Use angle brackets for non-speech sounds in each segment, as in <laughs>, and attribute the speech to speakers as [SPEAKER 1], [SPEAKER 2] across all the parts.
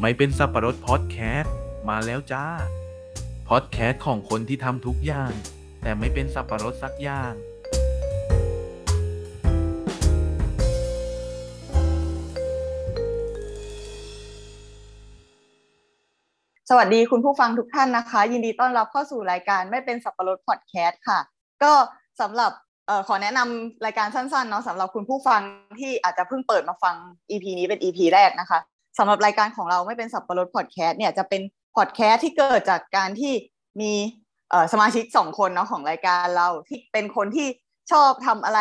[SPEAKER 1] ไม่เป็นสับประรดพอดแคสต์มาแล้วจ้า พอดแคสต์ของคนที่ทำทุกอย่าง แต่ไม่เป็นสับประรดสักอย่าง
[SPEAKER 2] สวัสดีคุณผู้ฟังทุกท่านนะคะ ยินดีต้อนรับเข้าสู่รายการไม่เป็นสับปะรดพอดแคสต์ค่ะ ก็สำหรับเออขอแนะนำรายการสั้นๆเนาะสำหรับคุณผู้ฟังที่อาจจะเพิ่งเปิดมาฟัง EP นี้เป็น EP แรกนะคะสำหรับรายการของเราไม่เป็นสับปะรดพอดแคสต์เนี่ยจะเป็นพอดแคสต์ที่เกิดจากการที่มีเอ่อสมาชิกสองคนเนาะของรายการเราที่เป็นคนที่ชอบทำอะไร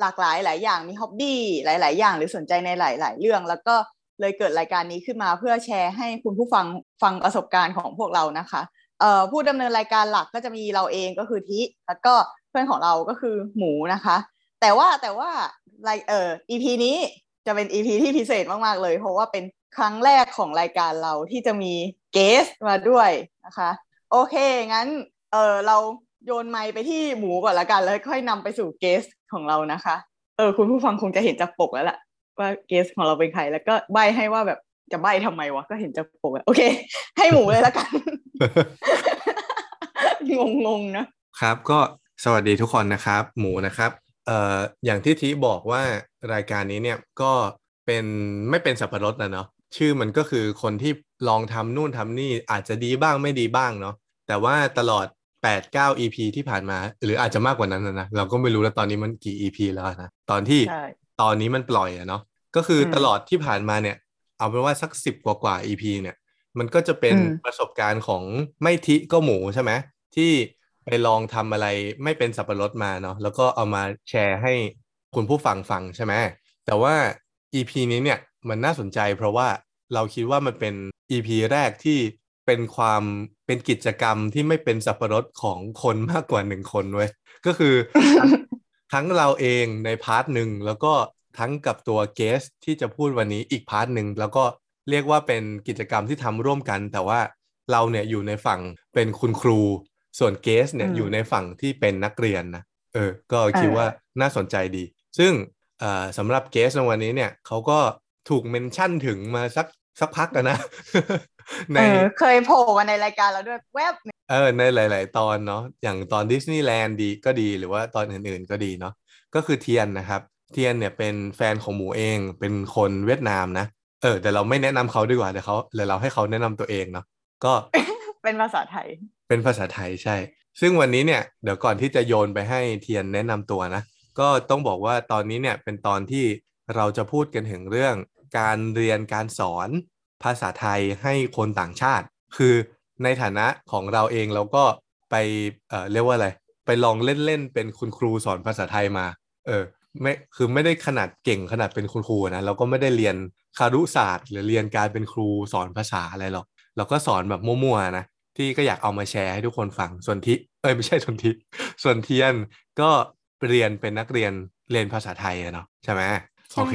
[SPEAKER 2] หลากหลายหลายอย่างมีฮ็อบบี้หลาย ๆ อย่าง หรือสนใจในหลาย ๆ เรื่องแล้วก็ เลยเกิดรายการนี้ขึ้นมาเพื่อแชร์ให้คุณผู้ฟังฟังประสบการณ์ของพวกเรานะคะเอ่อผู้ดำเนินรายการหลักก็จะมีเราเองก็คือทิแล้วก็เพื่อนของเราก็คือหมูนะคะ แต่ว่าแต่ว่ารายเอ่อ EP นี้จะเป็น EP ที่พิเศษมาก ๆ เลย เพราะว่าเป็นครั้งแรกของรายการเราที่จะมีเกสมาด้วยนะคะ โอเค งั้นเออเราโยนไมค์ไปที่หมูก่อนละกัน แล้วค่อยนำไปสู่เกสของเรานะคะ เออคุณผู้ฟังคงจะเห็นจากปกแล้วล่ะ ว่าเกสของเราเป็นใคร แล้วก็ใบให้ว่าแบบจะใบทำไมวะ ก็เห็นจากปกอะโอเค ให้หมูเลยละกัน <laughs> งงงๆเนอะ
[SPEAKER 3] ครับก็สวัสดีทุกคนนะครับ หมูนะครับเอ่ออย่างที่ทีบอกว่ารายการนี้เนี่ยก็เป็นไม่เป็นสับปะรดนะเนาะชื่อมันก็คือคนที่ลองทำนู่นทำนี่อาจจะดีบ้างไม่ดีบ้างเนาะแต่ว่าตลอด 8-9 EP ที่ผ่านมา หรืออาจจะมากกว่านั้นนะนะเราก็ไม่รู้แล้วตอนนี้มันกี่ EP แล้วนะตอนที่
[SPEAKER 2] ใช่
[SPEAKER 3] ตอนนี้มันปล่อยอะเนาะก็คืออ
[SPEAKER 2] ม
[SPEAKER 3] ตลอดที่ผ่านมาเนี่ย เอาเป็นว่าสักสิบกว่ากว่า EP เนี่ย มันก็จะเป็น
[SPEAKER 2] อืม
[SPEAKER 3] ประสบการณ์ของไม่ทิก็หมูใช่ไหมที่ไปลองทำอะไรไม่เป็นสับปะรดมาเนาะแล้วก็เอามาแชร์ให้คุณผู้ฟังฟังใช่ไหมแต่ว่า EP นี้เนี่ยมันน่าสนใจเพราะว่าเราคิดว่ามันเป็น EP แรกที่เป็นความเป็นกิจกรรมที่ไม่เป็นสับปะรดของคนมากกว่าหนึ่งคนเว้ย ก็คือ ทั้งทั้งเราเองในพาร์ทหนึ่งแล้วก็ทั้งกับตัวเกสที่จะพูดวันนี้อีกพาร์ทหนึ่งแล้วก็เรียกว่าเป็นกิจกรรมที่ทำร่วมกัน แต่ว่าเราเนี่ยอยู่ในฝั่งเป็นคุณครู ส่วนเกสเนี่ย
[SPEAKER 2] อืม
[SPEAKER 3] อยู่ในฝั่งที่เป็นนักเรียนนะเออ ก็คิด
[SPEAKER 2] อ่า
[SPEAKER 3] ว่าน่าสนใจดี ซึ่งเอ่อสำหรับเกสในวันนี้เนี่ยเขาก็ถูกเมนชั่นถึงมาสักสักพักแล้วนะ <laughs> <laughs> ใน
[SPEAKER 2] เออเคยโผล่มาในรายการเราด้วยแวบหนึ่ง
[SPEAKER 3] เออในหลาย ๆ ตอนเนาะอย่างตอนดิสนีย์แลนด์ดีก็ดีหรือว่าตอนอื่น ๆ ก็ดีเนาะก็คือเทียนนะครับ เทียนเนี่ยเป็นแฟนของหมูเองเป็นคนเวียดนามนะเออแต่เราไม่แนะนำเขาดีกว่าเดี๋ยวเขาเดี๋ยวเราให้เขาแนะนำตัวเองเนาะก็
[SPEAKER 2] เป็นภาษาไทย
[SPEAKER 3] เป็นภาษาไทยใช่ ซึ่งวันนี้เนี่ยเดี๋ยวก่อนที่จะโยนไปให้เทียนแนะนำตัวนะ ก็ต้องบอกว่าตอนนี้เนี่ยเป็นตอนที่เราจะพูดกันถึงเรื่องการเรียนการสอนภาษาไทยให้คนต่างชาติ คือในฐานะของเราเองเราก็ไปเอ่อเรียกว่าอะไร ไปลองเล่นๆเป็นคุณครูสอนภาษาไทยมา เออไม่คือไม่ได้ขนาดเก่งขนาดเป็นคุณครูนะเราก็ไม่ได้เรียนคารุศาสตร์ หรือเรียนการเป็นครูสอนภาษาอะไรหรอก เราก็สอนแบบมั่วๆนะ ที่ก็อยากเอามาแชร์ให้ทุกคนฟัง ส่วนทิเอ้ยไม่ใช่ส่วนทิส่วนเทียนก็เรียนเป็นนักเรียนเรียนภาษาไทยอะเนาะใช่ไหมโอเค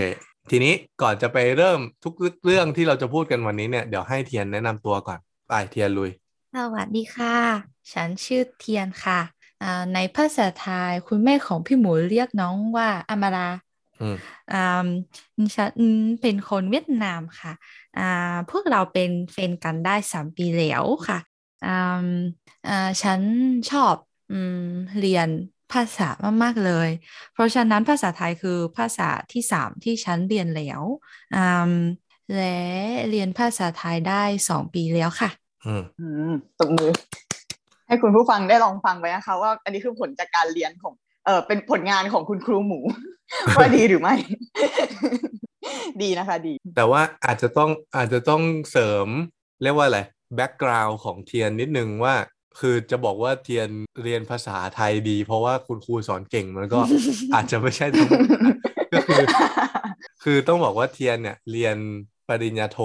[SPEAKER 3] ทีนี้ก่อนจะไปเริ่มทุกเรื่องที่เราจะพูดกันวันนี้เนี่ยเดี๋ยวให้เทียนแนะนำตัวก่อนไปเทียนลุย
[SPEAKER 4] สวัสดีค่ะ ฉันชื่อเทียนค่ะอ่าในภาษาไทยคุณแม่ของพี่หมูเรียกน้องว่าอมารา
[SPEAKER 3] อืม
[SPEAKER 4] อ่าฉันเป็นคนเวียดนามค่ะอ่าพวกเราเป็นแฟนกันได้สามปีแล้วค่ะอ่าอ่าฉันชอบอืมเรียนภาษามากๆเลย เพราะฉะนั้นภาษาไทยคือภาษาที่สามที่ฉันเรียนแล้วอ่าและเรียนภาษาไทยได้สองปีแล้วค่ะ
[SPEAKER 3] อืม
[SPEAKER 2] อืมตบมือ ให้คุณผู้ฟังได้ลองฟังไปนะคะ ว่าอันนี้คือผลจากการเรียนของ เออเป็นผลงานของคุณครูหมู
[SPEAKER 3] <laughs>
[SPEAKER 2] ว่าดีหรือไม่ <laughs> ดีนะคะดี
[SPEAKER 3] แต่ว่าอาจจะต้องอาจจะต้องเสริมเรียกว่าอะไรแบ็กกราวน์ของเทียนนิดนึงว่า คือจะบอกว่าเทียนเรียนภาษาไทยดี เพราะว่าคุณครูสอนเก่งมันก็ อาจจะไม่ใช่ทั้งหมดนะก็คือ คือต้องบอกว่าเทียนเนี่ยเรียนปริญญาโท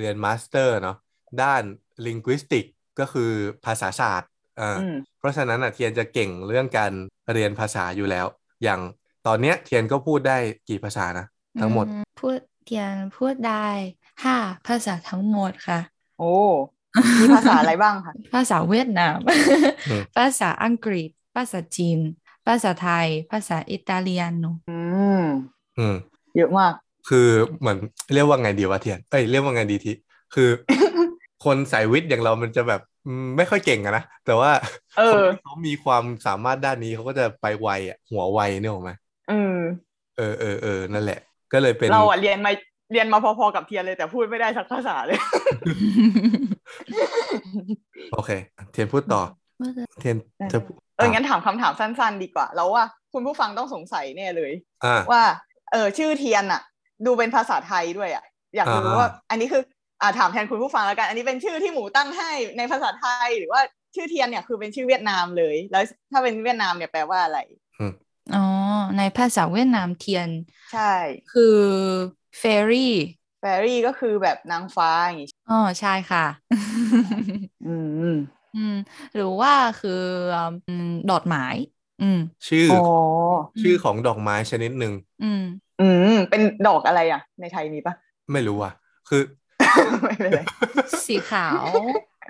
[SPEAKER 3] เรียนมาสเตอร์เนาะด้าน linguistic ก็คือภาษาศาสตร์อ่า
[SPEAKER 2] <laughs> อืม
[SPEAKER 3] เพราะฉะนั้นอ่ะเทียนจะเก่งเรื่องการเรียนภาษาอยู่แล้ว อย่างตอนเนี้ยเทียนก็พูดได้กี่ภาษานะ ทั้งหมด
[SPEAKER 4] อืพูดเทียนพูดได้ห้าภาษาทั้งหมดค่ะ
[SPEAKER 2] โอ้มีภาษาอะไรบ้างคะ
[SPEAKER 4] <laughs> ภาษาเวียดนาม
[SPEAKER 3] อืม
[SPEAKER 4] <laughs> ภาษาอังกฤษ ภาษาจีน ภาษาไทย ภาษาอิตาเลียน
[SPEAKER 2] <laughs>
[SPEAKER 4] เนอะ
[SPEAKER 2] อืม
[SPEAKER 3] อืม
[SPEAKER 2] เยอะมาก <laughs>
[SPEAKER 3] คือเหมือนเรียกว่าไงดีวะเทียน เอ้ยเรียกว่าไงดีที คือ คนสายวิทย์อย่างเรามันจะแบบอืมไม่ค่อยเก่งอะนะแต่ว่า
[SPEAKER 2] เอ
[SPEAKER 3] ค
[SPEAKER 2] อ
[SPEAKER 3] นที่เขามีความสามารถด้านนี้เขาก็จะไปไวอะหัวไวเนี่ยหรอกไหม
[SPEAKER 2] อืม
[SPEAKER 3] เออเออเออนั่นแหละ ก็เลยเป็น
[SPEAKER 2] เราอ่ะเรียนมาเรียนมาพอๆกับเทียนเลยแต่พูดไม่ได้สักภาษาเลย
[SPEAKER 3] โอเค เทียนพูดต่อ เทียน
[SPEAKER 2] ได้
[SPEAKER 3] เธอพูด
[SPEAKER 2] เอองั้นถามคำถามสั้นๆ ดีกว่า แล้วว่าคุณผู้ฟังต้องสงสัยแน่เลย
[SPEAKER 3] อ่า
[SPEAKER 2] <laughs> ว่าเออชื่อเทียนอะดูเป็นภาษาไทยด้วยอะอยากรู้
[SPEAKER 3] อ่า
[SPEAKER 2] ว่า อันนี้คืออ่าถามแทนคุณผู้ฟังแล้วกัน อันนี้เป็นชื่อที่หมูตั้งให้ในภาษาไทยหรือว่าชื่อเทียนเนี่ยคือเป็นชื่อเวียดนามเลย แล้วถ้าเป็นเวียดนามเนี่ยแปลว่าอะไร
[SPEAKER 4] อ๋อ ในภาษาเวียดนามเทียน
[SPEAKER 2] ใช่
[SPEAKER 4] คือเฟรี่
[SPEAKER 2] แฟรี่ก็คือแบบนางฟ้าอย่างงี้
[SPEAKER 4] อ๋อใช่ค่ะ <laughs>
[SPEAKER 2] อืม
[SPEAKER 4] อืม หรือว่าคืออืมดอกไม้อืม
[SPEAKER 3] ชื่อ
[SPEAKER 2] อ๋อ
[SPEAKER 3] ชื่อของดอกไม้ชนิดหนึ่ง
[SPEAKER 4] อืม
[SPEAKER 2] อืมเป็นดอกอะไรอะในไทยมีปะ <laughs>
[SPEAKER 3] ไม่รู้ว่ะ คือ <laughs>
[SPEAKER 2] ไม่เป็นไร
[SPEAKER 4] สีขาว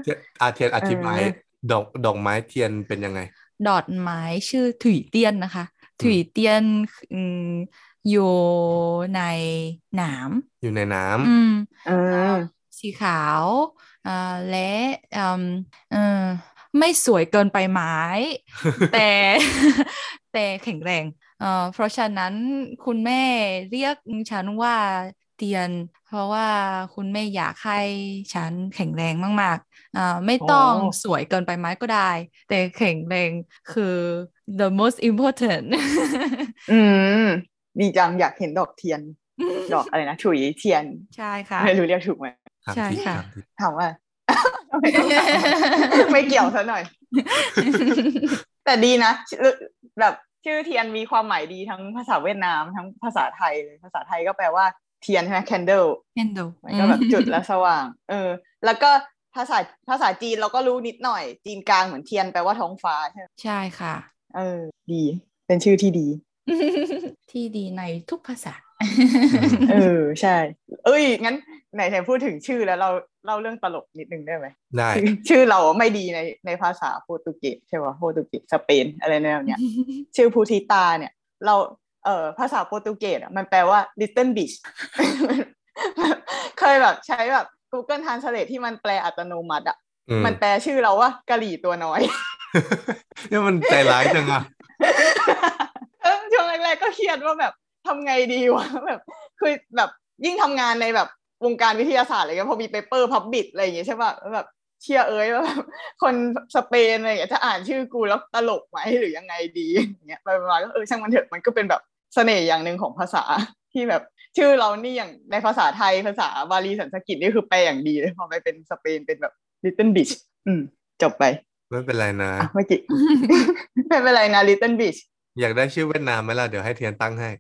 [SPEAKER 3] เทียนอาเทียนอธิบาย
[SPEAKER 2] เออ
[SPEAKER 3] ดอกดอกไม้เทียนเป็นยังไง
[SPEAKER 4] ดอดไม้ชื่อถุยเตี้ยนนะคะ ถุยเตี้ยนอืมอยู่ในหนาม
[SPEAKER 3] อยู่ในน้ำ
[SPEAKER 4] อืม
[SPEAKER 2] อืม
[SPEAKER 4] สีขาวอ่าและอืมเอ่อไม่สวยเกินไปไหม แต่ <laughs> แต่แข็งแรงเอ่อเพราะฉะนั้นคุณแม่เรียกฉันว่าเตียน เพราะว่าคุณแม่อยากให้ฉันแข็งแรงมากๆอ่าไม่ต้องสวยเกินไปไหมก็ได้ แต่แข็งแรงคือ the most important <laughs>
[SPEAKER 2] อืมดีจังอยากเห็นดอกเทียน ดอกอะไรนะถุยเทียน
[SPEAKER 4] ใช่ค่ะ
[SPEAKER 2] <laughs> ไม่รู้เรียกถูกไหม
[SPEAKER 3] ถาม
[SPEAKER 4] ใช่
[SPEAKER 3] ที่
[SPEAKER 4] ค่ะ
[SPEAKER 3] ถามที่
[SPEAKER 2] ถามว่า <laughs> ไม่ต้องถามไม่เกี่ยวซะหน่อย แต่ดีนะแบบชื่อเทียนมีความหมายดีทั้งภาษาเวียดนามทั้งภาษาไทยเลยภาษาไทยก็แปลว่าเทียนใช่ไหม candle
[SPEAKER 4] เห็นดู
[SPEAKER 2] มันก็แบบจุดแล้วสว่าง เออ แล้วก็ภาษาภาษาจีนเราก็รู้นิดหน่อย จีนกลางเหมือนเทียนแปลว่าท้องฟ้าใช่ไหม
[SPEAKER 4] ใช่ค่ะ
[SPEAKER 2] เออ ดี เป็นชื่อที่ดี
[SPEAKER 4] <laughs> ที่ดีในทุกภาษา
[SPEAKER 2] เออ ใช่ เอ้ย งั้นไหนไหนพูดถึงชื่อแล้วเราเล่าเรื่องตลกนิดนึงได้ไหม
[SPEAKER 3] ได้
[SPEAKER 2] ชื่อเราไม่ดีในในภาษาโปรตุเกสใช่ป่ะโปรตุเกสสเปนอะไรแนวเนี้ย ชื่อพูทิตาเนี่ย เราเอ่อภาษาโปรตุเกสอะมันแปลว่า little beach <laughs> เคยแบบใช้แบบ Google Translate ที่มันแปลอัตโนมัติอะ
[SPEAKER 3] อืม
[SPEAKER 2] มันแปลชื่อเราว่ากะหรี่ตัวน้อย
[SPEAKER 3] เนี่ยมันใจร้ายจังอ่ะ
[SPEAKER 2] <laughs> เออช่วงแรกๆก็เครียดว่าแบบทำไงดีวะ <laughs> แบบคือแบบยิ่งทำงานในแบบวงการวิทยาศาสตร์อะไรเงี้ยพอมีเปเปอร์พับบิดอะไรอย่างเงี้ยใช่ป่ะแล้วแบบเชียเอ้ยว่า <laughs> แบบคนสเปนอะไรอย่างเงี้ยจะอ่านชื่อกูแล้วตลกไหมหรือยังไงดีอย่างเงี้ยไปมาๆก็เออช่างมันเถอะมันก็เป็นแบบเสน่ห์อย่างหนึ่งของภาษ <laughs> าที่แบบชื่อเรานี่อย่างในภาษาไทยภาษาบาลีสันสกฤตนี่คือแปลอย่างดีเลยพอไปเป็นสเปนเป็นแบบ little beach อืมจบไป
[SPEAKER 3] ไม่เป็นไรนะ
[SPEAKER 2] อ่ะเมื่อกี้ <laughs> ไม่เป็นไรนะ little beach
[SPEAKER 3] อยากได้ชื่อเวียดนามไหมล่ะ เดี๋ยวให้เทียนตั้งให้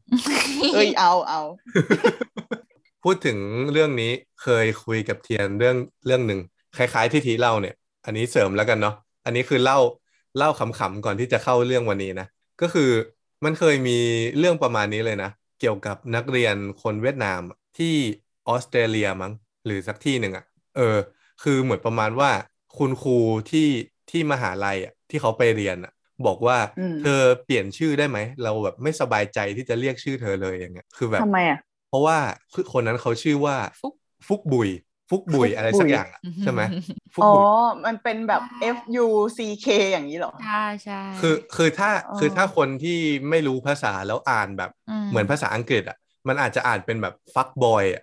[SPEAKER 2] เอ้ย <laughs> เอาเอา
[SPEAKER 3] <laughs> พูดถึงเรื่องนี้เคยคุยกับเทียนเรื่องเรื่องหนึ่งคล้ายๆที่ทีเล่าเนี่ย อันนี้เสริมแล้วกันเนาะอันนี้คือเล่าเล่าขำๆก่อนที่จะเข้าเรื่องวันนี้นะก็คือมันเคยมีเรื่องประมาณนี้เลยนะ เกี่ยวกับนักเรียนคนเวียดนามที่ออสเตรเลียมั้งหรือสักที่หนึ่งอะ่ะเออ คือเหมือนประมาณว่าคุณครูที่ที่มหาลัยอะที่เขาไปเรียนอะบอกว่าเธอเปลี่ยนชื่อได้ไหมเราแบบไม่สบายใจที่จะเรียกชื่อเธอเลยอย่างเงี้ยคือแบบ
[SPEAKER 2] ทำไมอ่ะ
[SPEAKER 3] เพราะว่าคือคนนั้นเขาชื่อว่า
[SPEAKER 4] ฟุก
[SPEAKER 3] ฟุกบุย ฟุกบุย
[SPEAKER 2] ฟุกบุย
[SPEAKER 3] อะไรสักอย่างอะใช่ไหมฟุก
[SPEAKER 2] อ๋อ
[SPEAKER 3] บุย
[SPEAKER 2] มันเป็นแบบ F U C K อย่างนี้เหร <laughs> อ
[SPEAKER 4] <laughs> ใช่ใช่
[SPEAKER 3] คือคือถ้า
[SPEAKER 2] อ๋อ
[SPEAKER 3] คือถ้าคนที่ไม่รู้ภาษาแล้วอ่านแบบ เหมือนภาษาอังกฤษอ่ะมันอาจจะอ่านเป็นแบบฟักบอยอ่ะ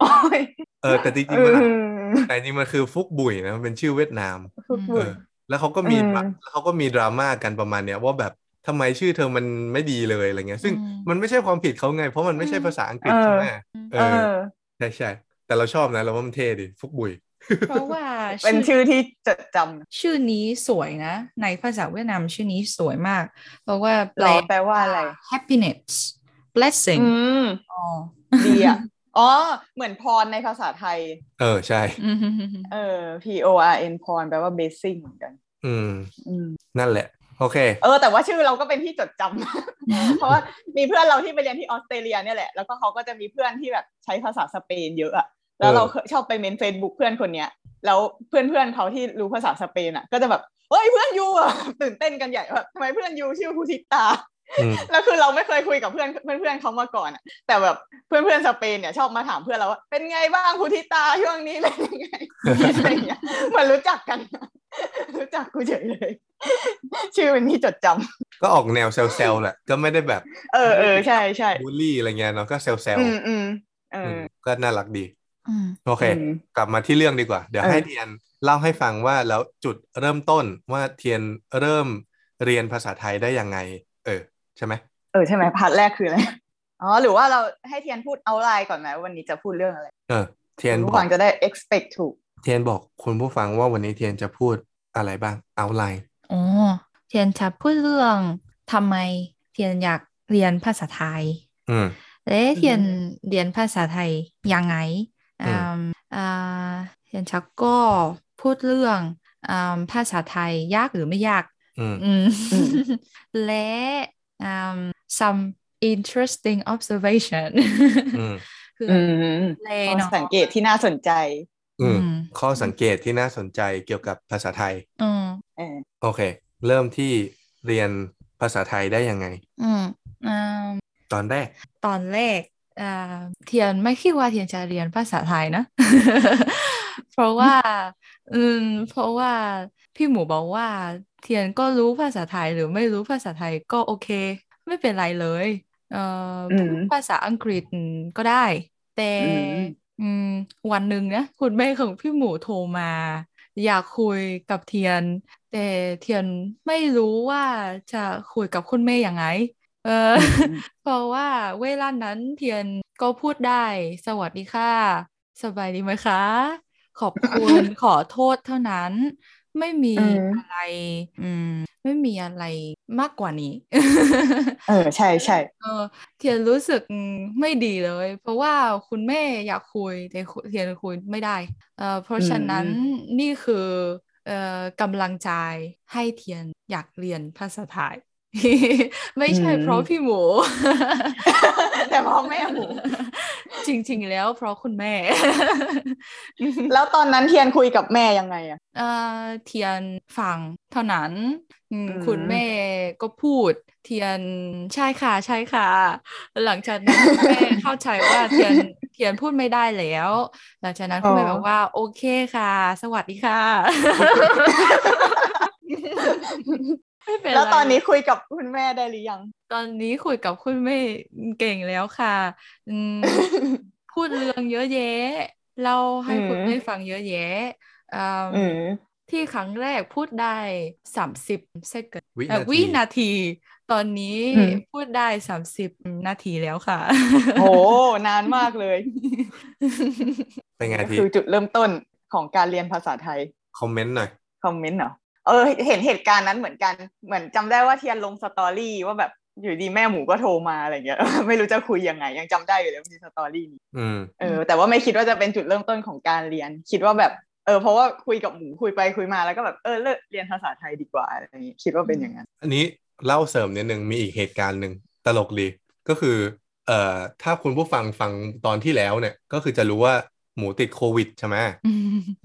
[SPEAKER 2] โอ้ย
[SPEAKER 3] เอ <laughs> อแต่จริง
[SPEAKER 2] อื
[SPEAKER 3] ๆมัน
[SPEAKER 2] ม
[SPEAKER 3] แต่จริงๆมันคือฟุกบุยนะมันเป็นชื่อเวียดนาม
[SPEAKER 2] พูดพู
[SPEAKER 3] เอ
[SPEAKER 2] ด
[SPEAKER 3] อ แล้วเขาก็มี
[SPEAKER 2] อืม
[SPEAKER 3] มาแล้วเขาก็มีดราม่ากันประมาณเนี้ยว่าแบบทำไมชื่อเธอมันไม่ดีเลยอะไรเงี้ย ซึ่ง
[SPEAKER 4] อืม
[SPEAKER 3] มันไม่ใช่ความผิดเขาไง เพราะมันไม่ใช่ภาษาอังกฤษใช่ไหมเอ
[SPEAKER 2] เอ
[SPEAKER 3] อ
[SPEAKER 2] อ
[SPEAKER 3] ใช่ใช่แต่เราชอบนะเราว่ามันเท่ดิฟุกบุย
[SPEAKER 4] เพราะ
[SPEAKER 2] <laughs>
[SPEAKER 4] ว่า
[SPEAKER 2] เป็นชื่อที่จดจำ
[SPEAKER 4] ชื่อนี้สวยนะ ในภาษาเวียดนามชื่อนี้สวยมาก เพราะว่าแป
[SPEAKER 2] หร
[SPEAKER 4] ล
[SPEAKER 2] อแปลว่า
[SPEAKER 4] ว่า
[SPEAKER 2] อะไร
[SPEAKER 4] happiness blessing
[SPEAKER 2] อืม
[SPEAKER 4] อ๋อ
[SPEAKER 2] ดี <laughs> อ่ะ อ๋อ เหมือนพรในภาษาไทย
[SPEAKER 3] เออใช่
[SPEAKER 4] อืม
[SPEAKER 2] เออ P O R N พรแปลว่า blessing เหมือนกัน
[SPEAKER 3] อืม
[SPEAKER 2] อืม
[SPEAKER 3] นั่นแหละ โอเค
[SPEAKER 2] เออแต่ว่าชื่อเราก็เป็นที่จดจำ <laughs> เพราะว่ามีเพื่อนเราที่ไปเรียนที่ออสเตรเลียเนี่ยแหละ แล้วก็เขาก็จะมีเพื่อนที่แบบใช้ภาษาสเปนเยอะอะแล้ว
[SPEAKER 3] เออ
[SPEAKER 2] เราเคยชอบไปเมนเฟซบุ๊กเพื่อนคนเนี้ยแล้วเพื่อนเพื่อนๆเขาที่รู้ภ <laughs> าษาสเปนอะก็จะแบบเฮ้ยเพื่อนยูอะ ตื่นเต้นกันใหญ่แบบทำไมเพื่อนยูชื่อพูทิตา
[SPEAKER 3] อืม
[SPEAKER 2] แล้วคือเราไม่เคยคุยกับเพื่อนเพื่อนๆเขามาก่อนอะแต่แบบเพื่อนเพื่อนๆสเปนเนี่ยชอบมาถามเพื่อนเราว่าเป็นไงบ้างพุทธิตาช่วงนี้เป็นยัง <laughs> ไงอะไรอย่างเงี้ยเหมันรู้จักกันนะ <laughs> รู้จักกูเฉยเลย <laughs> ชื่อเป็นที่จดจำ
[SPEAKER 3] ก็ออกแนวเซลล์แหละ ก็ไม่ได้แบบ
[SPEAKER 2] เออเออใช่ใช่
[SPEAKER 3] บูลลี่อะไรเงี้ยเนาะก็เซลล์เซล
[SPEAKER 2] อืมอืมเออ
[SPEAKER 3] ก็น่ารักดี
[SPEAKER 4] อืม
[SPEAKER 3] โอเค
[SPEAKER 2] ม
[SPEAKER 3] กลับมาที่เรื่องดีกว่า เดี๋ยว
[SPEAKER 2] เออ
[SPEAKER 3] ให้เทียนเล่าให้ฟังว่าแล้วจุดเริ่มต้นว่าเทียนเริ่มเรียนภาษาไทยได้ยังไง เออ ใช่ไหม
[SPEAKER 2] เออใช่ไหมพาร์ทแรกคืออะไรอ๋อหรือว่าเราให้เทียนพูดเอาไลน์ก่อนไหมว่าวันนี้จะพูดเรื่องอะไร
[SPEAKER 3] เออ เทียนบ
[SPEAKER 2] ผู้
[SPEAKER 3] อ
[SPEAKER 2] ฟั
[SPEAKER 3] ก
[SPEAKER 2] งจะได้ expect ถูก
[SPEAKER 3] เทียนบอกคุณผู้ฟังว่าวันนี้เทียนจะพูดอะไรบ้างเอาไลน์
[SPEAKER 4] <laughs> อ๋อเทียนจะพูดเรื่องทำไมเทียนอยากเรียนภาษาไทย
[SPEAKER 3] อืม
[SPEAKER 4] เอ๊ะ
[SPEAKER 2] อืม
[SPEAKER 4] เทียนเรียนภาษาไทยยังไง
[SPEAKER 3] อืม
[SPEAKER 4] อ่าอ่าเทียนชักก็พูดเรื่องอ่าภาษาไทยยากหรือไม่ยาก
[SPEAKER 3] อืม
[SPEAKER 4] อืม
[SPEAKER 2] อืม
[SPEAKER 4] <laughs> และอ่า some interesting observation
[SPEAKER 3] อืม
[SPEAKER 4] <laughs> คือ
[SPEAKER 2] อืม
[SPEAKER 4] เลย
[SPEAKER 2] ข้อ
[SPEAKER 4] เนาะ
[SPEAKER 2] สังเกตที่น่าสนใจ
[SPEAKER 3] อืม
[SPEAKER 4] อืม
[SPEAKER 3] ข้อสังเกตที่น่าสนใจเกี่ยวกับภาษาไทย
[SPEAKER 4] อืม
[SPEAKER 2] เออ
[SPEAKER 3] โอเค เริ่มที่เรียนภาษาไทยได้ยังไง
[SPEAKER 4] อืมอ่า
[SPEAKER 3] ตอนแรก
[SPEAKER 4] ตอนแรกเอ่อเทียนไม่คิดว่าเทียนจะเรียนภาษาไทยนะ <laughs> เพราะว่า อืม เพราะว่าพี่หมูบอกว่า เทียนก็รู้ภาษาไทยหรือไม่รู้ภาษาไทยก็โอเค ไม่เป็นไรเลย เอ่ออ
[SPEAKER 2] ม
[SPEAKER 4] พูดภาษาอังกฤษก็ได้ แต่
[SPEAKER 2] อืม
[SPEAKER 4] อืมวันหนึ่งนะคุณแม่ของพี่หมูโทรมา อยากคุยกับเทียน แต่เทียนไม่รู้ว่าจะคุยกับคุณแม่ยังไง เออ เพราะว่าเวลานั้นเทียนก็พูดได้ สวัสดีค่ะ สบายดีไหมคะ ขอบคุณ
[SPEAKER 2] <laughs>
[SPEAKER 4] ขอโทษเท่านั้น ไม่มี
[SPEAKER 2] อืม
[SPEAKER 4] อะไร อืม ไม่มีอะไรมากกว่านี้
[SPEAKER 2] เออใช่ใช่
[SPEAKER 4] เออเทียนรู้สึกไม่ดีเลย เพราะว่าคุณแม่อยากคุยแต่คุเทียนคุยไม่ได้เออเพราะฉะนั้นนี่คือเอ่อกำลังใจให้เทียนอยากเรียนภาษาไทย <laughs> ไม่ใช่เพราะพี่หมู
[SPEAKER 2] แต่พ่อแม่ห <laughs> มู
[SPEAKER 4] <laughs> จริงๆแล้วเพราะคุณแม่
[SPEAKER 2] แล้วตอนนั้นเทียนคุยกับแม่ยังไงอะ
[SPEAKER 4] เอ่อเทียนฟังเท่านั้นอืม
[SPEAKER 2] อืม
[SPEAKER 4] คุณแม่ก็พูด เทียนใช่ค่ะใช่ค่ะ หลังจากนั้นคุณแม่เข้าใจว่าเทีย
[SPEAKER 2] <laughs>
[SPEAKER 4] นเทียนพูดไม่ได้แล้ว หลังจากนั้นคุณแม่บอกว่า โอเคค่ะ สวัสดีค่ะ ไม่เป็นไร
[SPEAKER 2] แล้วตอนนี้คุยกับคุณแม่ได้หรือยัง
[SPEAKER 4] ตอนนี้คุยกับคุณแม่เก่งแล้วค่ะอืม พูดเรื่องเยอะแยะเล่าให้คุณ
[SPEAKER 2] อืม
[SPEAKER 4] แม่ฟังเยอะแยะอ่า
[SPEAKER 2] อืม
[SPEAKER 4] ที่ครั้งแรกพูดได้สามสิบเซก
[SPEAKER 3] วิ
[SPEAKER 4] เอ่
[SPEAKER 3] นา
[SPEAKER 4] อ
[SPEAKER 3] ที
[SPEAKER 4] วินาที ตอนนี้
[SPEAKER 2] อืม
[SPEAKER 4] พูดได้สามสิบนาทีแล้วค่ะ
[SPEAKER 2] โห
[SPEAKER 4] <laughs>
[SPEAKER 2] นานมากเลย
[SPEAKER 3] เป็นไง
[SPEAKER 2] ก็
[SPEAKER 3] ที
[SPEAKER 2] คือจุดเริ่มต้นของการเรียนภาษาไทย
[SPEAKER 3] คอมเมนต์หน่อย
[SPEAKER 2] คอมเมนต์เหรอ เออ เห็นเหตุการณ์นั้นเหมือนกัน เหมือนจำได้ว่าเทียนลงสตอรี่ว่าแบบอยู่ดีแม่หมูก็โทรมาอะไรเงี้ย <laughs> ไม่รู้จะคุยยังไง ยังจำได้อยู่เลยว่ามีสตอรี่นี้
[SPEAKER 3] อืม
[SPEAKER 2] เออ แต่ว่าไม่คิดว่าจะเป็นจุดเริ่มต้นของการเรียน คิดว่าแบบ เออ เพราะว่าคุยกับหมูคุยไปคุยมาแล้วก็แบบ เออ เลิกเรียนภาษาไทยดีกว่าอะไรอย่างงี้ คิดว่าเป็นอย่างนั้น
[SPEAKER 3] อันนี้เล่าเสริมนิดนึงมีอีกเหตุการณ์หนึ่งตลกดีก็คือเอ่อถ้าคุณผู้ฟังฟังตอนที่แล้วเนี่ย ก็คือจะรู้ว่าหมูติดโควิดใช่ไหม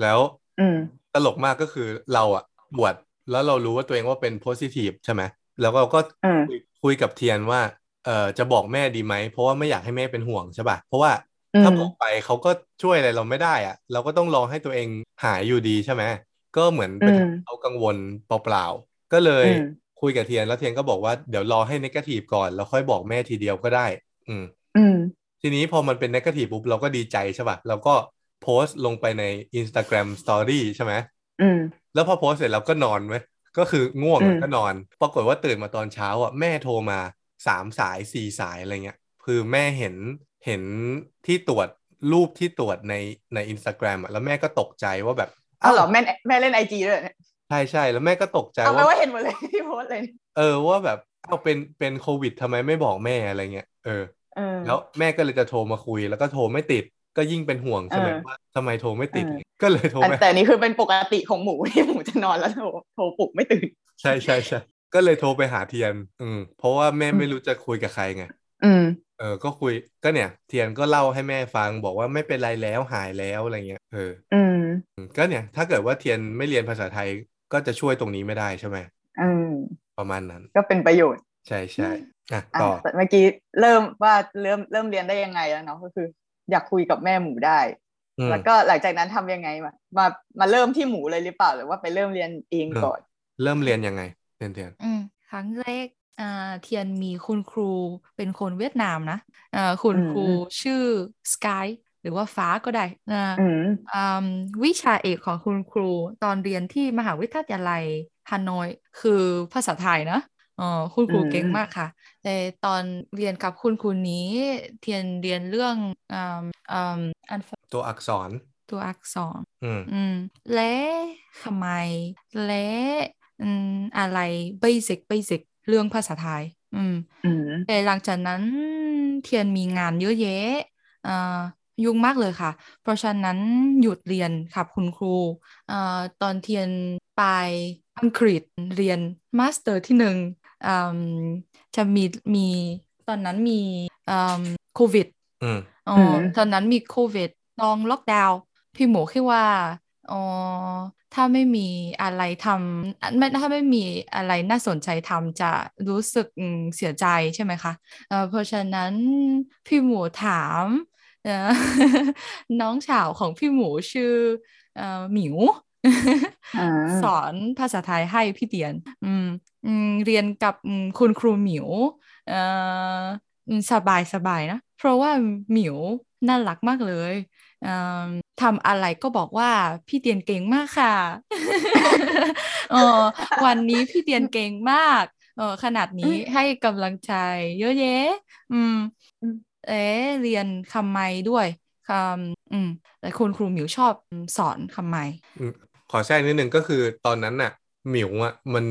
[SPEAKER 3] แล้ว
[SPEAKER 2] อืม
[SPEAKER 3] ตลกมากก็คือเราอะตรวจแล้วเรารู้ว่าตัวเองว่าเป็นโพซิทีฟใช่ไหมแล้วเราก็
[SPEAKER 2] เออ
[SPEAKER 3] คุยคุยกับเทียนว่าเอ่อจะบอกแม่ดีไหม เพราะว่าไม่อยากให้แม่เป็นห่วงใช่ป่ะเพราะว่า
[SPEAKER 2] อื
[SPEAKER 3] ถ้าม บอกไปเขาก็ช่วยอะไรเราไม่ได้อะเราก็ต้องรอให้ตัวเองหายอยู่ดีใช่ไหมก็เหมือน
[SPEAKER 2] อื
[SPEAKER 3] เป็น
[SPEAKER 2] ม
[SPEAKER 3] เอากังวลเปล่าๆ ก็เลย
[SPEAKER 2] อืม
[SPEAKER 3] คุยกับเทียนแล้วเทียนก็บอกว่าเดี๋ยวรอให้นกาทีฟก่อน แล้วค่อยบอกแม่ทีเดียวก็ได้ อืม
[SPEAKER 2] อืม
[SPEAKER 3] ทีนี้พอมันเป็นนกาทีฟปุ๊บเราก็ดีใจใช่ป่ะเราก็โพสต์ลงไปใน Instagram Story ใช่ไหม
[SPEAKER 2] อืม
[SPEAKER 3] แล้วพอโพสต์เสร็จเราก็นอนเว้ยก็คือง่วง
[SPEAKER 2] อืม
[SPEAKER 3] แล้วก็นอน ปรากฏว่าตื่นมาตอนเช้าอ่ะแม่โทรมาสามสายสี่สายอะไรเงี้ยคือแม่เห็นเห็นที่ตรวจรูปที่ตรวจในในอินสตาแกรมอ่ะแล้วแม่ก็ตกใจว่าแบบ
[SPEAKER 2] อ้าวเหรอแม่แม่เล่นไอจีด้วยเหรอเนี่ย
[SPEAKER 3] ใช่ใช่แล้วแม่ก็ตกใจ
[SPEAKER 2] เอาไป
[SPEAKER 3] ว่า
[SPEAKER 2] ว่าเห็นหมดเลยที่โพสต์เลย
[SPEAKER 3] เออว่าแบบเอาเป็นเป็นโควิดทำไมไม่บอกแม่อะไรเงี้ยเออ
[SPEAKER 2] เออ
[SPEAKER 3] แล้วแม่ก็เลยจะโทรมาคุย แล้วก็โทรไม่ติดก็ยิ่งเป็นห่วงใช่ไหม
[SPEAKER 2] เออ
[SPEAKER 3] ว่าทำไมโทรไม่ติด
[SPEAKER 2] เออ
[SPEAKER 3] ก็เลยโทร
[SPEAKER 2] อัน
[SPEAKER 3] ไป
[SPEAKER 2] แต่นี่คือเป็นปกติของหมู <laughs> ที่หมูจะนอนแล้วโทรโทรปลุกไม่ตื่น
[SPEAKER 3] ใช่ใช่ใช่ก็เลยโทรไปหาเทียน อืมเพราะว่าแม่ไม่รู้จะคุยกับใครไง
[SPEAKER 2] อืม
[SPEAKER 3] เออก็คุยก็เนี่ย เทียนก็เล่าให้แม่ฟังบอกว่าไม่เป็นไรแล้วหายแล้วอะไรเงี้ยเออ
[SPEAKER 2] อืม
[SPEAKER 3] อืมก็เนี่ย ถ้าเกิดว่าเทียนไม่เรียนภาษาไทยก็จะช่วยตรงนี้ไม่ได้ใช่ไหม
[SPEAKER 2] อืม
[SPEAKER 3] ประมาณนั้น
[SPEAKER 2] ก็เป็นประโยชน์
[SPEAKER 3] ใช่ใช่ อ่ะ
[SPEAKER 2] อ่ะ
[SPEAKER 3] ต่อ
[SPEAKER 2] เมื่อกี้เริ่มว่าเริ่มเริ่มเรียนได้ยังไงแล้วเนาะก็คือ อยากคุยกับแม่หมูได้
[SPEAKER 3] อืม
[SPEAKER 2] แล้วก็หลังจากนั้นทำยังไงมามามาเริ่มที่หมูเลยหรือเปล่าหรือว่าไปเริ่มเรียนเองก่อน
[SPEAKER 3] เริ่มเรียนยังไงเทียนเทียน
[SPEAKER 4] อืมครั้งแรกอ่าเทียนมีคุณครูเป็นคนเวียดนามนะอ่าคุณครูชื่อสกายหรือว่าฟ้าก็ได้อ่า
[SPEAKER 2] อืม
[SPEAKER 4] อืมวิชาเอกของคุณครูตอนเรียนที่มหาวิทยาลัยฮานอย คือภาษาไทยนะเออคุณครู
[SPEAKER 2] อืม
[SPEAKER 4] เก่งมากค่ะ แต่ตอนเรียนกับคุณครูนี้เทียนเรียนเรื่องอืมอืม
[SPEAKER 3] ตัวอักษร
[SPEAKER 4] ตัวอักษร
[SPEAKER 3] อืม
[SPEAKER 4] อืมและทำไมและอืมอะไรเบสิกเบสิกเรื่องภาษาไทย อืม
[SPEAKER 2] อืม
[SPEAKER 4] แต่หลังจากนั้นเทียนมีงานเยอะแยะเอ่อยุ่งมากเลยค่ะ เพราะฉะนั้นหยุดเรียนค่ะคุณครูเอ่อตอนเทียนไปอังกฤษเรียนมาสเตอร์ที่หนึ่งอืมจะมีมีตอนนั้นมีอืมโควิด
[SPEAKER 3] อืม
[SPEAKER 4] อ๋อ
[SPEAKER 2] อืม
[SPEAKER 4] ตอนนั้นมีโควิดต้องล็อกดาวน์พี่หมูคิดว่าอ๋อถ้าไม่มีอะไรทำไม่ถ้าไม่มีอะไรน่าสนใจทำจะรู้สึกอืมเสียใจใช่ไหมคะเอ่อเพราะฉะนั้นพี่หมูถามเอ่ <laughs> อ น้องสาวของพี่หมูชื่อเอ่อหมิว
[SPEAKER 2] อ่า
[SPEAKER 4] สอนภาษาไทยให้พี่เตียน อืมอืมเรียนกับอืมคุณครูหมิวเอ่ออืมสบายสบายนะ เพราะว่าหมิวน่ารักมากเลยเอิ่มทำอะไรก็บอกว่าพี่เตียนเก่งมากค่ะ <laughs> เออวันนี้พี่เตียนเก่งมากเออขนาดนี้ให้กำลังใจเยอะแยะ อืม เอ๊ะเรียนคำไมด้วยคำอืมแต่คุณครูหมิวชอบสอนคำไม
[SPEAKER 3] ขอแทรกนิดนึงก็คือตอนนั้นน่ะ หมิวอ่ะมัน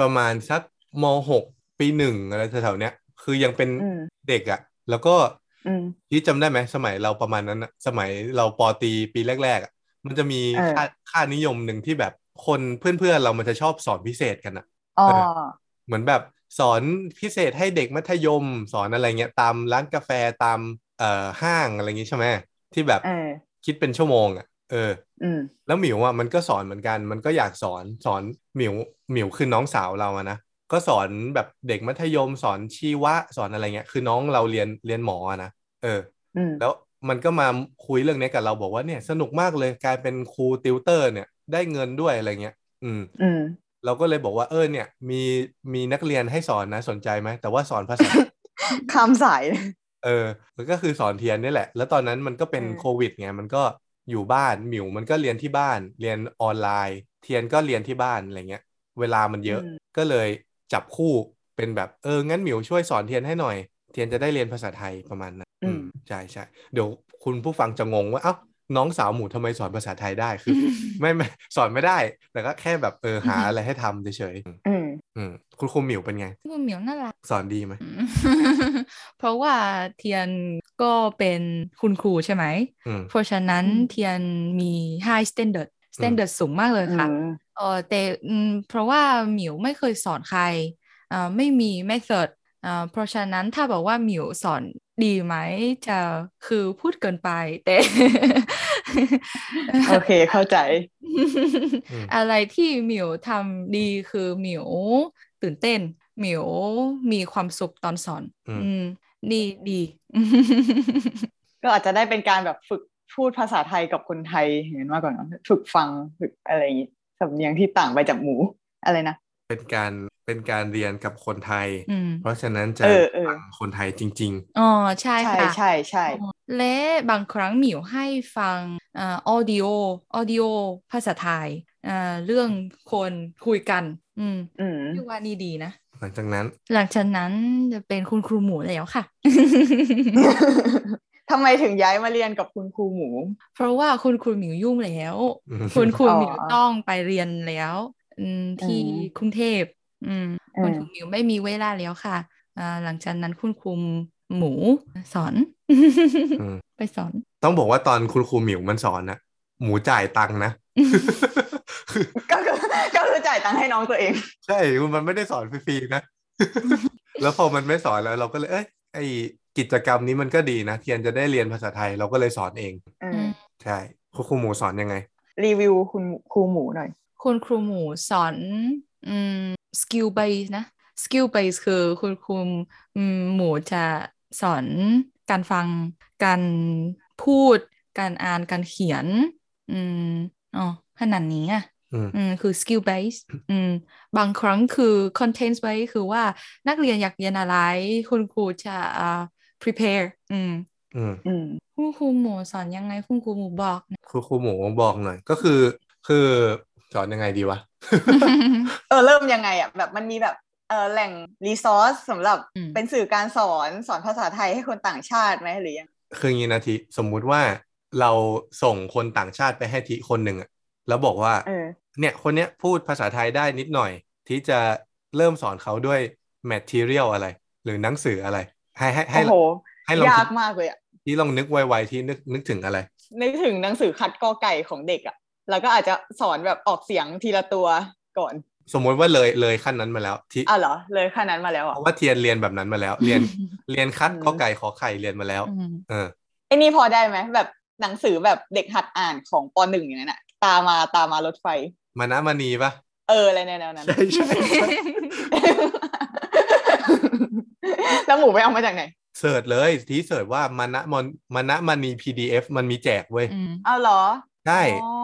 [SPEAKER 3] ประมาณสักมหกปีหนึ่งอะไรแถวๆเนี้ย คือยังเป็น
[SPEAKER 2] อืม
[SPEAKER 3] เด็กอ่ะ แล้วก็
[SPEAKER 2] อืม
[SPEAKER 3] ที่จำได้ไหมสมัยเราประมาณนั้นน่ะสมัยเราปอตรีปีแรกๆอ่ะมันจะมี
[SPEAKER 2] เออ
[SPEAKER 3] ค่าค่านิยมหนึ่งที่แบบคนเพื่อนๆเรามันจะชอบสอนพิเศษกันอ่ะ
[SPEAKER 2] อ๋อ
[SPEAKER 3] เหมือนแบบสอนพิเศษให้เด็กมัธยม สอนอะไรเงี้ยตามร้านกาแฟตามเอ่อห้างอะไรอย่างงี้ใช่ไหมที่แบบ
[SPEAKER 2] เออ
[SPEAKER 3] คิดเป็นชั่วโมงอ่ะเออ
[SPEAKER 2] อืม
[SPEAKER 3] แล้วหมิวอ่ะมันก็สอนเหมือนกัน มันก็อยากสอนสอนหมิวหมิวคือน้องสาวเราอะนะก็สอนแบบเด็กมัธยมสอนชีวะสอนอะไรเงี้ยคือน้องเราเรียนเรียนหมออะนะเออ
[SPEAKER 2] อืม
[SPEAKER 3] แล้วมันก็มาคุยเรื่องเนี้ยกับเราบอกว่าเนี่ยสนุกมากเลยการเป็นครูติวเตอร์เนี่ยได้เงินด้วยอะไรเงี้ยอืม
[SPEAKER 2] อืม
[SPEAKER 3] เราก็เลยบอกว่าเออเนี่ยมีมีนักเรียนให้สอนนะสนใจไหมแต่ว่าสอนภาษา
[SPEAKER 2] คำสายเลย
[SPEAKER 3] เออมันก็คือสอนเทียนนี่แหละ แล้วตอนนั้นมันก็เป็น
[SPEAKER 2] เออ
[SPEAKER 3] โควิดไงมันก็อยู่บ้านหมิวมันก็เรียนที่บ้าน เรียนออนไลน์ เทียนก็เรียนที่บ้านอะไรเงี้ย เวลามันเยอะ
[SPEAKER 2] อืม
[SPEAKER 3] ก็เลยจับคู่เป็นแบบเอองั้นหมิวช่วยสอนเทียนให้หน่อย เทียนจะได้เรียนภาษาไทยประมาณนั้น
[SPEAKER 2] อืม
[SPEAKER 3] ใช่ใช่เดี๋ยวคุณผู้ฟังจะงงว่าเอ้าน้องสาวหมูทำไมสอนภาษาไทยได้คือ ไม่ไม่สอนไม่ได้แต่ก็แค่แบบเออหา
[SPEAKER 4] อือฮึ
[SPEAKER 3] อะไรให้ทำเฉยๆ
[SPEAKER 2] อืม
[SPEAKER 3] อืมคุณครูหมิวเป็นไง
[SPEAKER 4] คุณเหมียวน่ารัก
[SPEAKER 3] สอนดีไหม
[SPEAKER 4] อืม <laughs> เพราะว่าเทียนก็เป็นคุณครูใช่ไหม
[SPEAKER 3] อืม
[SPEAKER 4] เพราะฉะนั้น
[SPEAKER 2] อืม
[SPEAKER 4] เทียนมี high standard standard สูงมากเลยค่ะ เออแต่อืมเพราะว่าหมิวไม่เคยสอนใครเอ่อไม่มี method เอ่อเพราะฉะนั้นถ้าบอกว่าหมิวสอนดีไหมจะคือพูดเกินไปแต่ <laughs>
[SPEAKER 2] โอเคเข้าใจ
[SPEAKER 3] อืม
[SPEAKER 4] อะไรที่หมิวทำดีคือหมิวตื่นเต้น หมิวมีความสุขตอนสอน
[SPEAKER 3] อืม
[SPEAKER 4] อืมดีดี <laughs>
[SPEAKER 2] ก็อาจจะได้เป็นการแบบฝึกพูดภาษาไทยกับคนไทยอย่างนั้นมากกว่าเนอะฝึกฟังฝึกอะไรอย่างงี้สำเนียงที่ต่างไปจากหมูอะไรนะ
[SPEAKER 3] เป็นการเป็นการเรียนกับคนไทย
[SPEAKER 4] อืม
[SPEAKER 3] เพราะฉะนั้นจะ
[SPEAKER 2] เออเออ
[SPEAKER 3] ฟังคนไทยจริง
[SPEAKER 4] อ๋อใช่
[SPEAKER 2] ใช่
[SPEAKER 4] ค่ะ
[SPEAKER 2] ใช่ใช่
[SPEAKER 4] และบางครั้งหมิวให้ฟังเอ่อ audio audio ภาษาไทยเอ่อเรื่องคนคุยกัน อืม
[SPEAKER 2] อืม
[SPEAKER 4] คิดว่านี่ดีนะ
[SPEAKER 3] ๆ หลังจากนั้น
[SPEAKER 4] หลังจากนั้นจะเป็นคุณครูหมูแล้วค่ะ <laughs>
[SPEAKER 2] ทำไมถึง <laughs> ย้ายมาเรียนกับคุณครูหมู
[SPEAKER 4] เพราะว่าคุณครูหมิวยุ่งแล้ว
[SPEAKER 3] อืม
[SPEAKER 4] คุณครู
[SPEAKER 2] อ๋อ
[SPEAKER 4] หมิวต้องไปเรียนแล้วอืมที่
[SPEAKER 2] อืม
[SPEAKER 4] กรุงเทพอืม
[SPEAKER 2] เอ
[SPEAKER 4] คุณ
[SPEAKER 2] อ
[SPEAKER 4] ครูหมิวไม่มีเวลาแล้วค่ะอ่าหลังจากนั้นคุณครูหมูสอน
[SPEAKER 3] อืม
[SPEAKER 4] ไปสอน
[SPEAKER 3] <laughs> ต้องบอกว่าตอนคุณครูหมิวมันสอนนะหมูจ่ายตังค์นะ <laughs>
[SPEAKER 2] ก็คือก็คือจ่ายตังค์ให้น้องตัวเอง
[SPEAKER 3] ใช่มันไม่ได้สอนฟรีๆนะ <laughs> แล้วพอมันไม่สอนแล้วเราก็เลยเอ้ยไอกิจกรรมนี้มันก็ดีนะ เทียนจะได้เรียนภาษาไทยเราก็เลยสอนเอง
[SPEAKER 2] เออ
[SPEAKER 4] อืม
[SPEAKER 3] ใช่คุณครูหมูสอนยังไง
[SPEAKER 2] รีวิวคุณครูหมูหน่อย
[SPEAKER 4] คุณครูหมูสอนอืมสกิล base นะ skill base คือคุณครูอืมหมูจะสอนการฟัง การพูด การอ่านการเขียน อืมอ๋อขนาดนี้อ่ะ
[SPEAKER 3] อืม
[SPEAKER 4] อืมคือ skill base อืมบางครั้งคือ content base คือว่านักเรียนอยากเรียนอะไร คุณครูจะอ่า prepare อืม
[SPEAKER 3] อืม
[SPEAKER 2] อืม
[SPEAKER 4] คุณครูหมูสอนยังไงคุณครูหมูบอก <laughs> นะ
[SPEAKER 3] ครูครูหมูบอกหน่อย ก็คือคือสอนยังไงดีวะ
[SPEAKER 2] เออเริ่มยังไงอ่ะแบบมันมีแบบเออแหล่งรีซอสสำหรับ
[SPEAKER 4] อืม
[SPEAKER 2] เป็นสื่อการสอนสอนภาษาไทยให้คนต่างชาติไหมหรือยัง
[SPEAKER 3] คืออย่างงี้นะทีสมมุติว่าเราส่งคนต่างชาติไปให้ทีคนหนึ่งอะแล้วบอกว่า
[SPEAKER 2] เออ
[SPEAKER 3] เนี่ยคนเนี้ยพูดภาษาไทยได้นิดหน่อย ที่จะเริ่มสอนเขาด้วย material อะไร หรือหนังสืออะไร ให้ให้ให้
[SPEAKER 2] โอ้โห
[SPEAKER 3] ให้ลอง
[SPEAKER 2] ยา
[SPEAKER 3] คิ
[SPEAKER 2] ก
[SPEAKER 3] ด
[SPEAKER 2] มากเลยอ่ะ
[SPEAKER 3] ที่ลองนึกไวๆที่นึกนึกถึงอะไร
[SPEAKER 2] นึกถึงหนังสือคัดกอไก่ของเด็กอ่ะ แล้วก็อาจจะสอนแบบออกเสียงทีละตัวก่อน
[SPEAKER 3] สมมติว่าเลยเลยขั้นนั้นมาแล้วที่
[SPEAKER 2] อ่ะเหรอ เลยขนาดนั้นมาแล้ว
[SPEAKER 3] เพ
[SPEAKER 2] อ่ะ
[SPEAKER 3] ราะว่าเทียนเรียนแบบนั้นมาแล้ว เรียนเรียนคัด
[SPEAKER 2] อืม
[SPEAKER 3] ข้อไก่ขอไข่เรียนมาแล้ว
[SPEAKER 4] อืม
[SPEAKER 3] เออ
[SPEAKER 2] ไอ้นี่พอได้ไหมแบบหนังสือแบบเด็กหัดอ่านของปหนึ่งอย่างนั้นอ่ะ ตามมาตามมารถไฟ
[SPEAKER 3] มานะมานีปะ
[SPEAKER 2] เอออะไรแนวๆนั้น
[SPEAKER 3] ใช่ใช่ใช่
[SPEAKER 2] <laughs> แล้วหมูไปเอามาจากไหน
[SPEAKER 3] <laughs> เสิร์ชเลยที่เสิร์ชว่ามานะมอนมานะมันี PDF มันมีแจกเว้ย
[SPEAKER 4] อืม
[SPEAKER 2] เอาเหรอ
[SPEAKER 3] ใช่
[SPEAKER 2] อ๋อ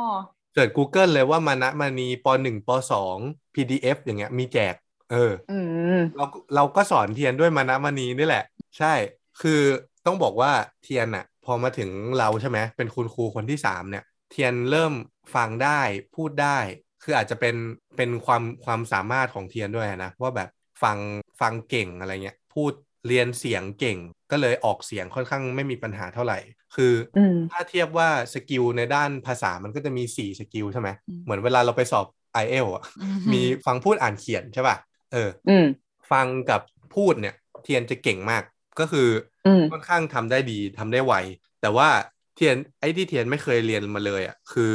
[SPEAKER 3] เสิร์ช Google เลยว่ามานะมันีปหนึ่งปสอง PDF อย่างเงี้ยมีแจก เออ
[SPEAKER 2] อืม
[SPEAKER 3] เราเราก็สอนเทียนด้วยมานะมันีนี่แหละ ใช่ คือต้องบอกว่าเทียนอะพอมาถึงเราใช่ไหมเป็นคุณครูคนที่สามเนี่ย เทียนเริ่มฟังได้พูดได้ คืออาจจะเป็นเป็นความความสามารถของเทียนด้วยนะว่าแบบฟังฟังเก่งอะไรเงี้ยพูดเรียนเสียงเก่ง ก็เลยออกเสียงค่อนข้างไม่มีปัญหาเท่าไหร่ คือ
[SPEAKER 2] อืม
[SPEAKER 3] ถ้าเทียบว่าสกิลในด้านภาษามันก็จะมี 4 สกิลใช่ไหมเหมือนเวลาเราไปสอบ i อเอลอะมีฟังพูดอ่านเขียนใช่ป่ะเออ
[SPEAKER 2] อืม
[SPEAKER 3] ฟังกับพูดเนี่ยเทียนจะเก่งมากก็คืออ
[SPEAKER 2] อืม
[SPEAKER 3] ค่อนข้างทำได้ดีทำได้ไว แต่ว่าเทียนไอ้ที่เทียนไม่เคยเรียนมาเลยอ่ะคือ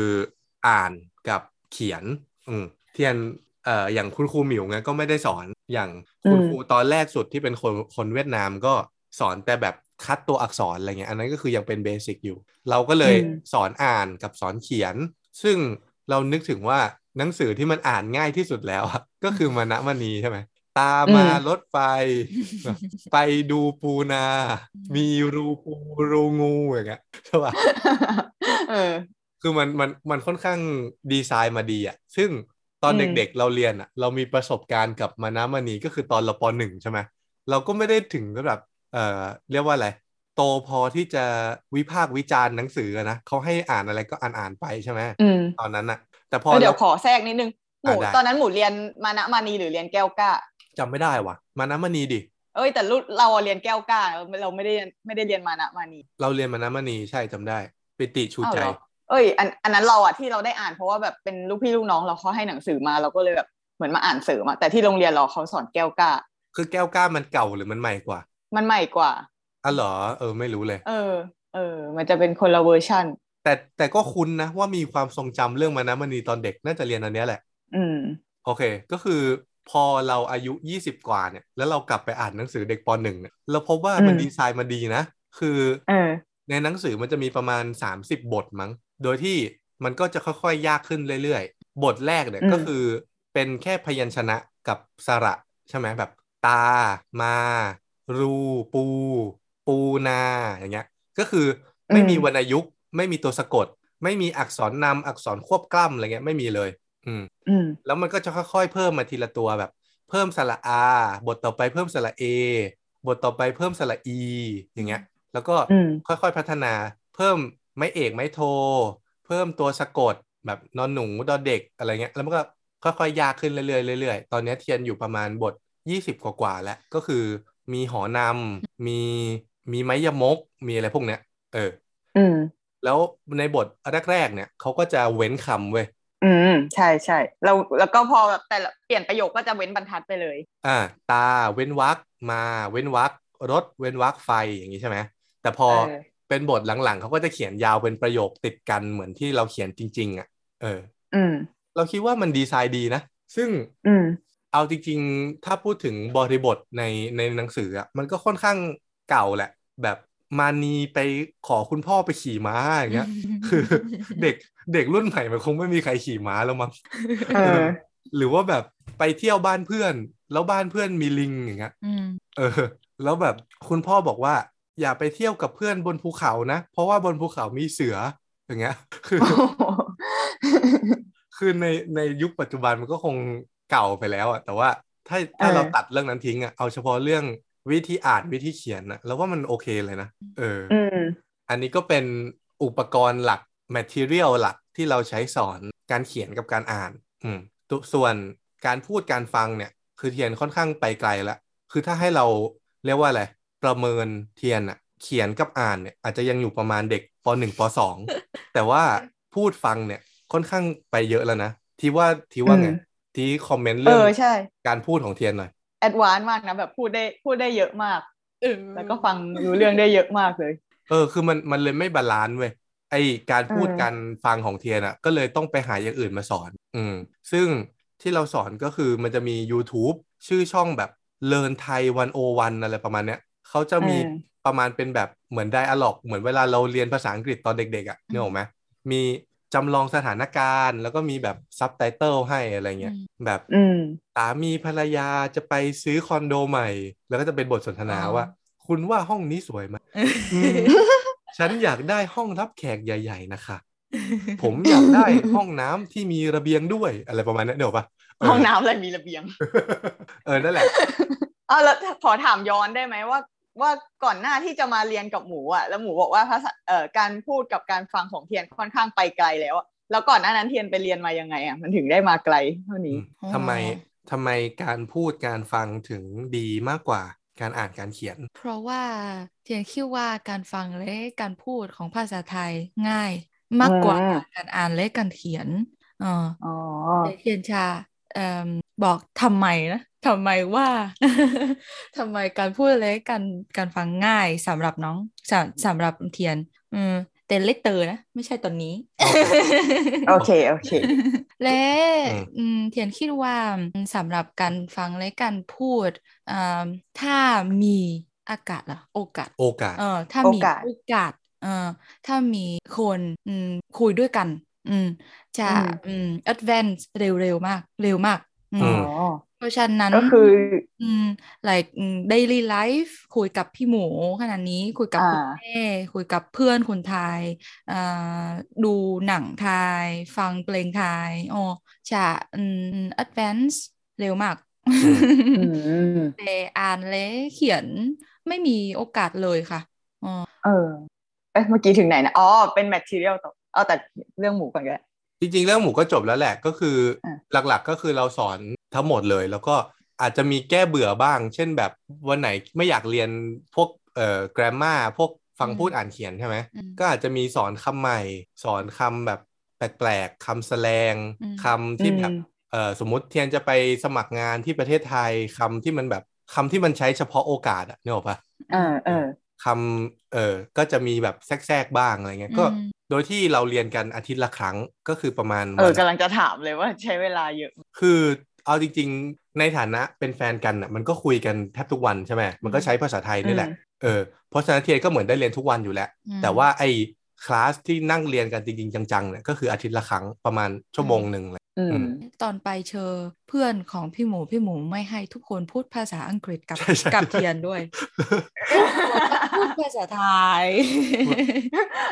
[SPEAKER 3] อ่านกับเขียนอืมเทียนเอ่ออย่างคุณครูหมิวไงก็ไม่ได้สอนอย่างคุณ
[SPEAKER 2] อืม
[SPEAKER 3] ครูตอนแรกสุดที่เป็นคนคนเวียดนามก็สอนแต่แบบคัดตัวอักษรอะไรเงี้ยอันนั้นก็คือยังเป็นเบสิกอยู่ เราก็เลย
[SPEAKER 2] อืม
[SPEAKER 3] สอนอ่านกับสอนเขียน ซึ่งเรานึกถึงว่าหนังสือที่มันอ่านง่ายที่สุดแล้วอะก็คือมานะมณีใช่ไหม ตามมา
[SPEAKER 2] อืม
[SPEAKER 3] รถไฟ <laughs> ไปดูปูนา มีรูปูรูงูอย่างเงี้ยใช่ป่ะ
[SPEAKER 2] <laughs> เออ
[SPEAKER 3] คือมันมันมันค่อนข้างดีไซน์มาดีอ่ะ ซึ่งตอน
[SPEAKER 2] อืม
[SPEAKER 3] เด็กๆเราเรียนอ่ะ เรามีประสบการณ์กับมานะมานีก็คือตอนเราปหนึ่งใช่ไหมเราก็ไม่ได้ถึงระดับเอ่อเรียกว่าอะไร โตพอที่จะวิพากษ์วิจารณ์หนังสืออะนะเขาให้อ่านอะไรก็อ่านอ่านๆไปใช่ไหม
[SPEAKER 2] อืม
[SPEAKER 3] ตอนนั้นอ่ะ แต่พอ
[SPEAKER 2] เออเดี๋ยว
[SPEAKER 3] รา
[SPEAKER 2] ขอแทรกนิดนึง หมู
[SPEAKER 3] อ่ะได้
[SPEAKER 2] ตอนนั้นหมูเรียนมานะมานีหรือเรียนแก้วกล้า
[SPEAKER 3] จำไม่ได้ว่ะ มานะมานีดิ
[SPEAKER 2] เอ้ยแต่รุ่นเราอะเรียนแก้วกล้า เราไม่ได้เรียนไม่ได้เรียนมานะมานี
[SPEAKER 3] เราเรียนมานะมานีใช่จำได้ปิติชู
[SPEAKER 2] อ้าว
[SPEAKER 3] ใจ
[SPEAKER 2] เหรอเอ้ยอันอันนั้นเราอ่ะที่เราได้อ่านเพราะว่าแบบเป็นลูกพี่ลูกน้องเราเขาให้หนังสือมาเราก็เลยแบบเหมือนมาอ่านเสริมอะแต่ที่โรงเรียนเราเขาสอนแก้วกล้า
[SPEAKER 3] คือแก้วกล้ามันเก่าหรือมันใหม่กว่า
[SPEAKER 2] มันใหม่กว่า
[SPEAKER 3] อ๋อเหรอเออไม่รู้เลย
[SPEAKER 2] เออ เออ มันจะเป็นคนละเวอร์ชัน
[SPEAKER 3] แต่แต่ก็คุ้นนะว่ามีความทรงจำเรื่องมานะมณีตอนเด็กน่าจะเรียนอันเนี้ยแหละ
[SPEAKER 2] อืม
[SPEAKER 3] โอเค ก็คือพอเราอายุ 20 กว่าเนี่ย แล้วเรากลับไปอ่านหนังสือเด็กปหนึ่งเนี่ยเราพบว่ามัน
[SPEAKER 2] อืม
[SPEAKER 3] ดีไซน์มาดีนะ คือ
[SPEAKER 2] เออ
[SPEAKER 3] ในหนังสือมันจะมีประมาณ 30 บทมั้ง โดยที่มันก็จะค่อยๆ ยากขึ้นเรื่อยๆ บทแรกเนี่ย
[SPEAKER 2] อืม
[SPEAKER 3] ก็คือเป็นแค่พยัญชนะกับสระ ใช่ไหมแบบ ตา มา รู ปู ปูนา อย่างเงี้ย ก็คือไม่มีวรรณยุกต์ ไม่มีตัวสะกด ไม่มีอักษรนำอักษรควบกล้ำอะไรเงี้ยไม่มีเลย อืม
[SPEAKER 2] อืม
[SPEAKER 3] แล้วมันก็จะค่อยๆ เพิ่มมาทีละตัวแบบ เพิ่มสระอา บทต่อไปเพิ่มสระเอบทต่อไปเพิ่มสระอีอย่างเงี้ย แล้วก็
[SPEAKER 2] อืม
[SPEAKER 3] ค่อยๆพัฒนา เพิ่มไม้เอกไม้โท เพิ่มตัวสะกดแบบนอนหนูดอเด็กอะไรเงี้ยแล้วมันก็ค่อยๆ ยากขึ้นเรื่อยๆเรื่อยๆตอนเนี้ยเทียนอยู่ประมาณบท 20 กว่าๆแล้วก็คือมีหอนำมีมีไม้ยมกมีอะไรพวกเนี้ยเออ
[SPEAKER 2] อืม
[SPEAKER 3] แล้วในบทแรกๆเนี่ยเขาก็จะเว้นคำเว้ย
[SPEAKER 2] อืมใช่ใช่เราแล้วก็พอแบบแต่ละเปลี่ยนประโยคก็จะเว้นบรรทัดไปเลย
[SPEAKER 3] อ่าตาเว้นวรรคมาเว้นวรรครถเว้นวรรคไฟอย่างนี้ใช่ไหมแต่พอ
[SPEAKER 2] เออ
[SPEAKER 3] เป็นบทหลังๆเขาก็จะเขียนยาวเป็นประโยคติดกันเหมือนที่เราเขียนจริง ๆ อ่ะ เออ
[SPEAKER 2] อืม
[SPEAKER 3] เราคิดว่ามันดีไซน์ดีนะ ซึ่ง
[SPEAKER 2] อืม
[SPEAKER 3] เอาจริง ๆ ถ้าพูดถึงบริบทในในหนังสืออ่ะมันก็ค่อนข้างเก่าแหละ แบบมานีไปขอคุณพ่อไปขี่ม้าอย่างเงี้ย คือ <laughs> เด็กเด็กรุ่นใหม่มันคงไม่มีใครขี่ม้าแล้วมั้ง
[SPEAKER 2] เออ <laughs>
[SPEAKER 3] หรือว่าแบบ ไปเที่ยวบ้านเพื่อน แล้วบ้านเพื่อนมีลิงอย่างเงี้ย
[SPEAKER 4] อืม
[SPEAKER 3] เออแล้วแบบคุณพ่อบอกว่า อย่าไปเที่ยวกับเพื่อนบนภูเขานะ เพราะว่าบนภูเขามีเสืออย่างเงี้ย คือ
[SPEAKER 2] โอ้โห
[SPEAKER 3] คือในในยุคปัจจุบันมันก็คงเก่าไปแล้วอะแต่ว่าถ้าถ้าเราตัดเรื่องนั้นทิ้งอะเอาเฉพาะเรื่องวิธีอ่านวิธีเขียนอะแล้วว่ามันโอเคเลยนะเอออ
[SPEAKER 2] อืม
[SPEAKER 3] อันนี้ก็เป็นอุปกรณ์หลัก material หลักที่เราใช้สอนการเขียนกับการอ่าน อืมตัวส่วนการพูดการฟังเนี่ย คือเทียนค่อนข้างไปไกลละคือถ้าให้เราเรียกว่าอะไร ประเมินเทียนอะเขียนกับอ่านเนี่ย อาจจะยังอยู่ประมาณเด็กปหนึ่งปสอง แต่ว่าพูดฟังเนี่ยค่อนข้างไปเยอะแล้วนะ ที่ว่าที่ว่าไง
[SPEAKER 2] อืม
[SPEAKER 3] ที่คอมเมนต์
[SPEAKER 2] เอ
[SPEAKER 3] เรื่อง
[SPEAKER 2] อใช่
[SPEAKER 3] การพูดของเทียนหน่อย
[SPEAKER 2] แอดวานมากนะแบบพูดได้พูดได้เยอะมาก แล้วก็ฟังรู้เรื่องได้เยอะมากเลย
[SPEAKER 3] เออคือมันมันเลยไม่บาลานซ์เว้ยไอการพูด
[SPEAKER 2] เออ
[SPEAKER 3] การฟังของเทียนอ่ะ ก็เลยต้องไปหาอย่างอื่นมาสอน อืม ซึ่งที่เราสอนก็คือมันจะมี YouTube ชื่อช่องแบบเลินไทยวันโอวันอะไรประมาณเนี้ยเขาจะมี
[SPEAKER 2] เออ
[SPEAKER 3] ประมาณเป็นแบบเหมือนไดอะล็อก เหมือนเวลาเราเรียนภาษาอังกฤษตอนเด็กๆอ่ะ
[SPEAKER 4] อืม
[SPEAKER 3] เนี่ยหรอกไหมมีจำลองสถานการณ์ แล้วก็มีแบบซับไตเติลให้อะไรเงี้ย
[SPEAKER 4] อืม
[SPEAKER 3] แบบ
[SPEAKER 2] อืม
[SPEAKER 3] สามีภรรยาจะไปซื้อคอนโดใหม่ แล้วก็จะเป็นบทสนทนาว่า คุณว่าห้องนี้สวยไหม อืม <laughs> ฉันอยากได้ห้องรับแขกใหญ่ ๆ นะคะ ผมอยากได้ห้องน้ำที่มีระเบียงด้วยอะไรประมาณนั้นเดี๋ยวปะเ
[SPEAKER 2] ห้องน้ำอะไรมีระเบียง
[SPEAKER 3] เออนั่นแหละ
[SPEAKER 2] เออแล้วขอถามย้อนได้ไหมว่า ว่าก่อนหน้าที่จะมาเรียนกับหมูอ่ะแล้วหมูบอกว่าภาษาเอ่อการพูดกับการฟังของเทียนค่อนข้างไปไกลแล้วอะแล้วก่อนหน้านั้นเทียนไปเรียนมายังไงอ่ะมันถึงได้มาไกลเท่านี้
[SPEAKER 4] อ๋อ
[SPEAKER 3] ทำไมทำไมการพูดการฟังถึงดีมากกว่าการอ่านการเขียน
[SPEAKER 4] <laughs> เพราะว่าเทียนคิดว่าการฟังและการพูดของภาษาไทยง่าย มากกว่า
[SPEAKER 2] อืม
[SPEAKER 4] การอ่านและการเขียนเออ
[SPEAKER 2] อ๋อ
[SPEAKER 4] แต่เทียนชาเอ่มบอกทำไมนะทำไมว่า <laughs> ทำไมการพูดและการการฟังง่ายสำหรับน้องสำสำหรับเทียน อืมแต่เล็กเตอร์นะ ไม่ใช่ตอนนี้ <laughs>
[SPEAKER 2] โอเคโอเค
[SPEAKER 4] และ
[SPEAKER 3] อืม
[SPEAKER 4] อืมเทียนคิดว่าสำหรับการฟังและการพูดอ่าถ้ามีอากาศเหรอโอกาส
[SPEAKER 3] โอกาส
[SPEAKER 4] เออถ้ามี
[SPEAKER 2] โอกาส
[SPEAKER 4] โอกาสเออถ้ามีคนอืมคุยด้วยกัน อืมจะ
[SPEAKER 2] อืม
[SPEAKER 4] อืม advance เร็วๆมากเร็วมากอื
[SPEAKER 3] อื
[SPEAKER 4] ม
[SPEAKER 3] ม
[SPEAKER 2] อ๋อ
[SPEAKER 4] เพราะฉะนั้น
[SPEAKER 2] ก็คือ
[SPEAKER 4] อืม like อืม daily life คุยกับพี่หมูขนาดนี้คุยกับคุณ
[SPEAKER 2] อ่า
[SPEAKER 4] แม่คุยกับเพื่อนคนไทยอ่าดูหนังไทย ฟังเพลงไทยอ๋อจะอืม advance เร็วมาก
[SPEAKER 3] อื
[SPEAKER 2] อืม
[SPEAKER 4] <laughs> แต่อ่านและเขียนไม่มีโอกาสเลยค่ะ
[SPEAKER 2] เออเอ๊ะเมื่อกี้ถึงไหนนะอ๋อเป็นแมทเทียลต่อเอาแต่เรื่องหมูก่อนก็ได้
[SPEAKER 3] จริงๆเรื่องหมูก็จบแล้วแหละก็คือ
[SPEAKER 2] อ่ะ
[SPEAKER 3] หลักๆก็คือเราสอนทั้งหมดเลย แล้วก็อาจจะมีแก้เบื่อบ้าง เช่นแบบวันไหนไม่อยากเรียนพวกเอ่อ grammar พวกฟัง
[SPEAKER 4] อืม
[SPEAKER 3] พูดอ่านเขียนใช่ไหม
[SPEAKER 4] อืม
[SPEAKER 3] ก็อาจจะมีสอนคำใหม่ สอนคำแบบแปลกๆคำแสลง
[SPEAKER 4] อืม
[SPEAKER 3] คำที่แบบ
[SPEAKER 2] อืม
[SPEAKER 3] เอ่อสมมติเทียนจะไปสมัครงานที่ประเทศไทยคำที่มันแบบคำที่มันใช้เฉพาะโอกาสอะนึกออกปะ
[SPEAKER 2] เออเออ
[SPEAKER 3] คำเออก็จะมีแบบแทรกๆบ้างอะไรเงี้ยก็
[SPEAKER 4] อืม
[SPEAKER 3] โดยที่เราเรียนกันอาทิตย์ละครั้งก็คือประมาณ
[SPEAKER 2] เอ
[SPEAKER 3] วั
[SPEAKER 2] อน กำลังจะถามเลยว่าใช้เวลาเยอะไหม
[SPEAKER 3] คือเอาจริงๆในฐานะเป็นแฟนกันอ่ะมันก็คุยกันแทบทุกวันใช่ไหมมันก็ใช้ภาษาไทยนี่แหละ
[SPEAKER 2] อืม
[SPEAKER 3] เออเพราะฉะนั้นเทียนก็เหมือนได้เรียนทุกวันอยู่แล้ว
[SPEAKER 4] อืม
[SPEAKER 3] แต่ว่าไอ้คลาสที่นั่งเรียนกันจริงๆ จังๆเนี่ยก็คืออาทิตย์ละครั้งประมาณชั่วโมงหนึ่งเลย
[SPEAKER 2] อื
[SPEAKER 3] อื
[SPEAKER 2] ม
[SPEAKER 3] ม
[SPEAKER 4] ตอนไปเชอเพื่อนของพี่หมูพี่หมูไม่ให้ทุกคนพูดภาษาอังกฤษกับ
[SPEAKER 3] ใช่ใช่
[SPEAKER 4] กับเทียนด้วยพูดภาษาไทย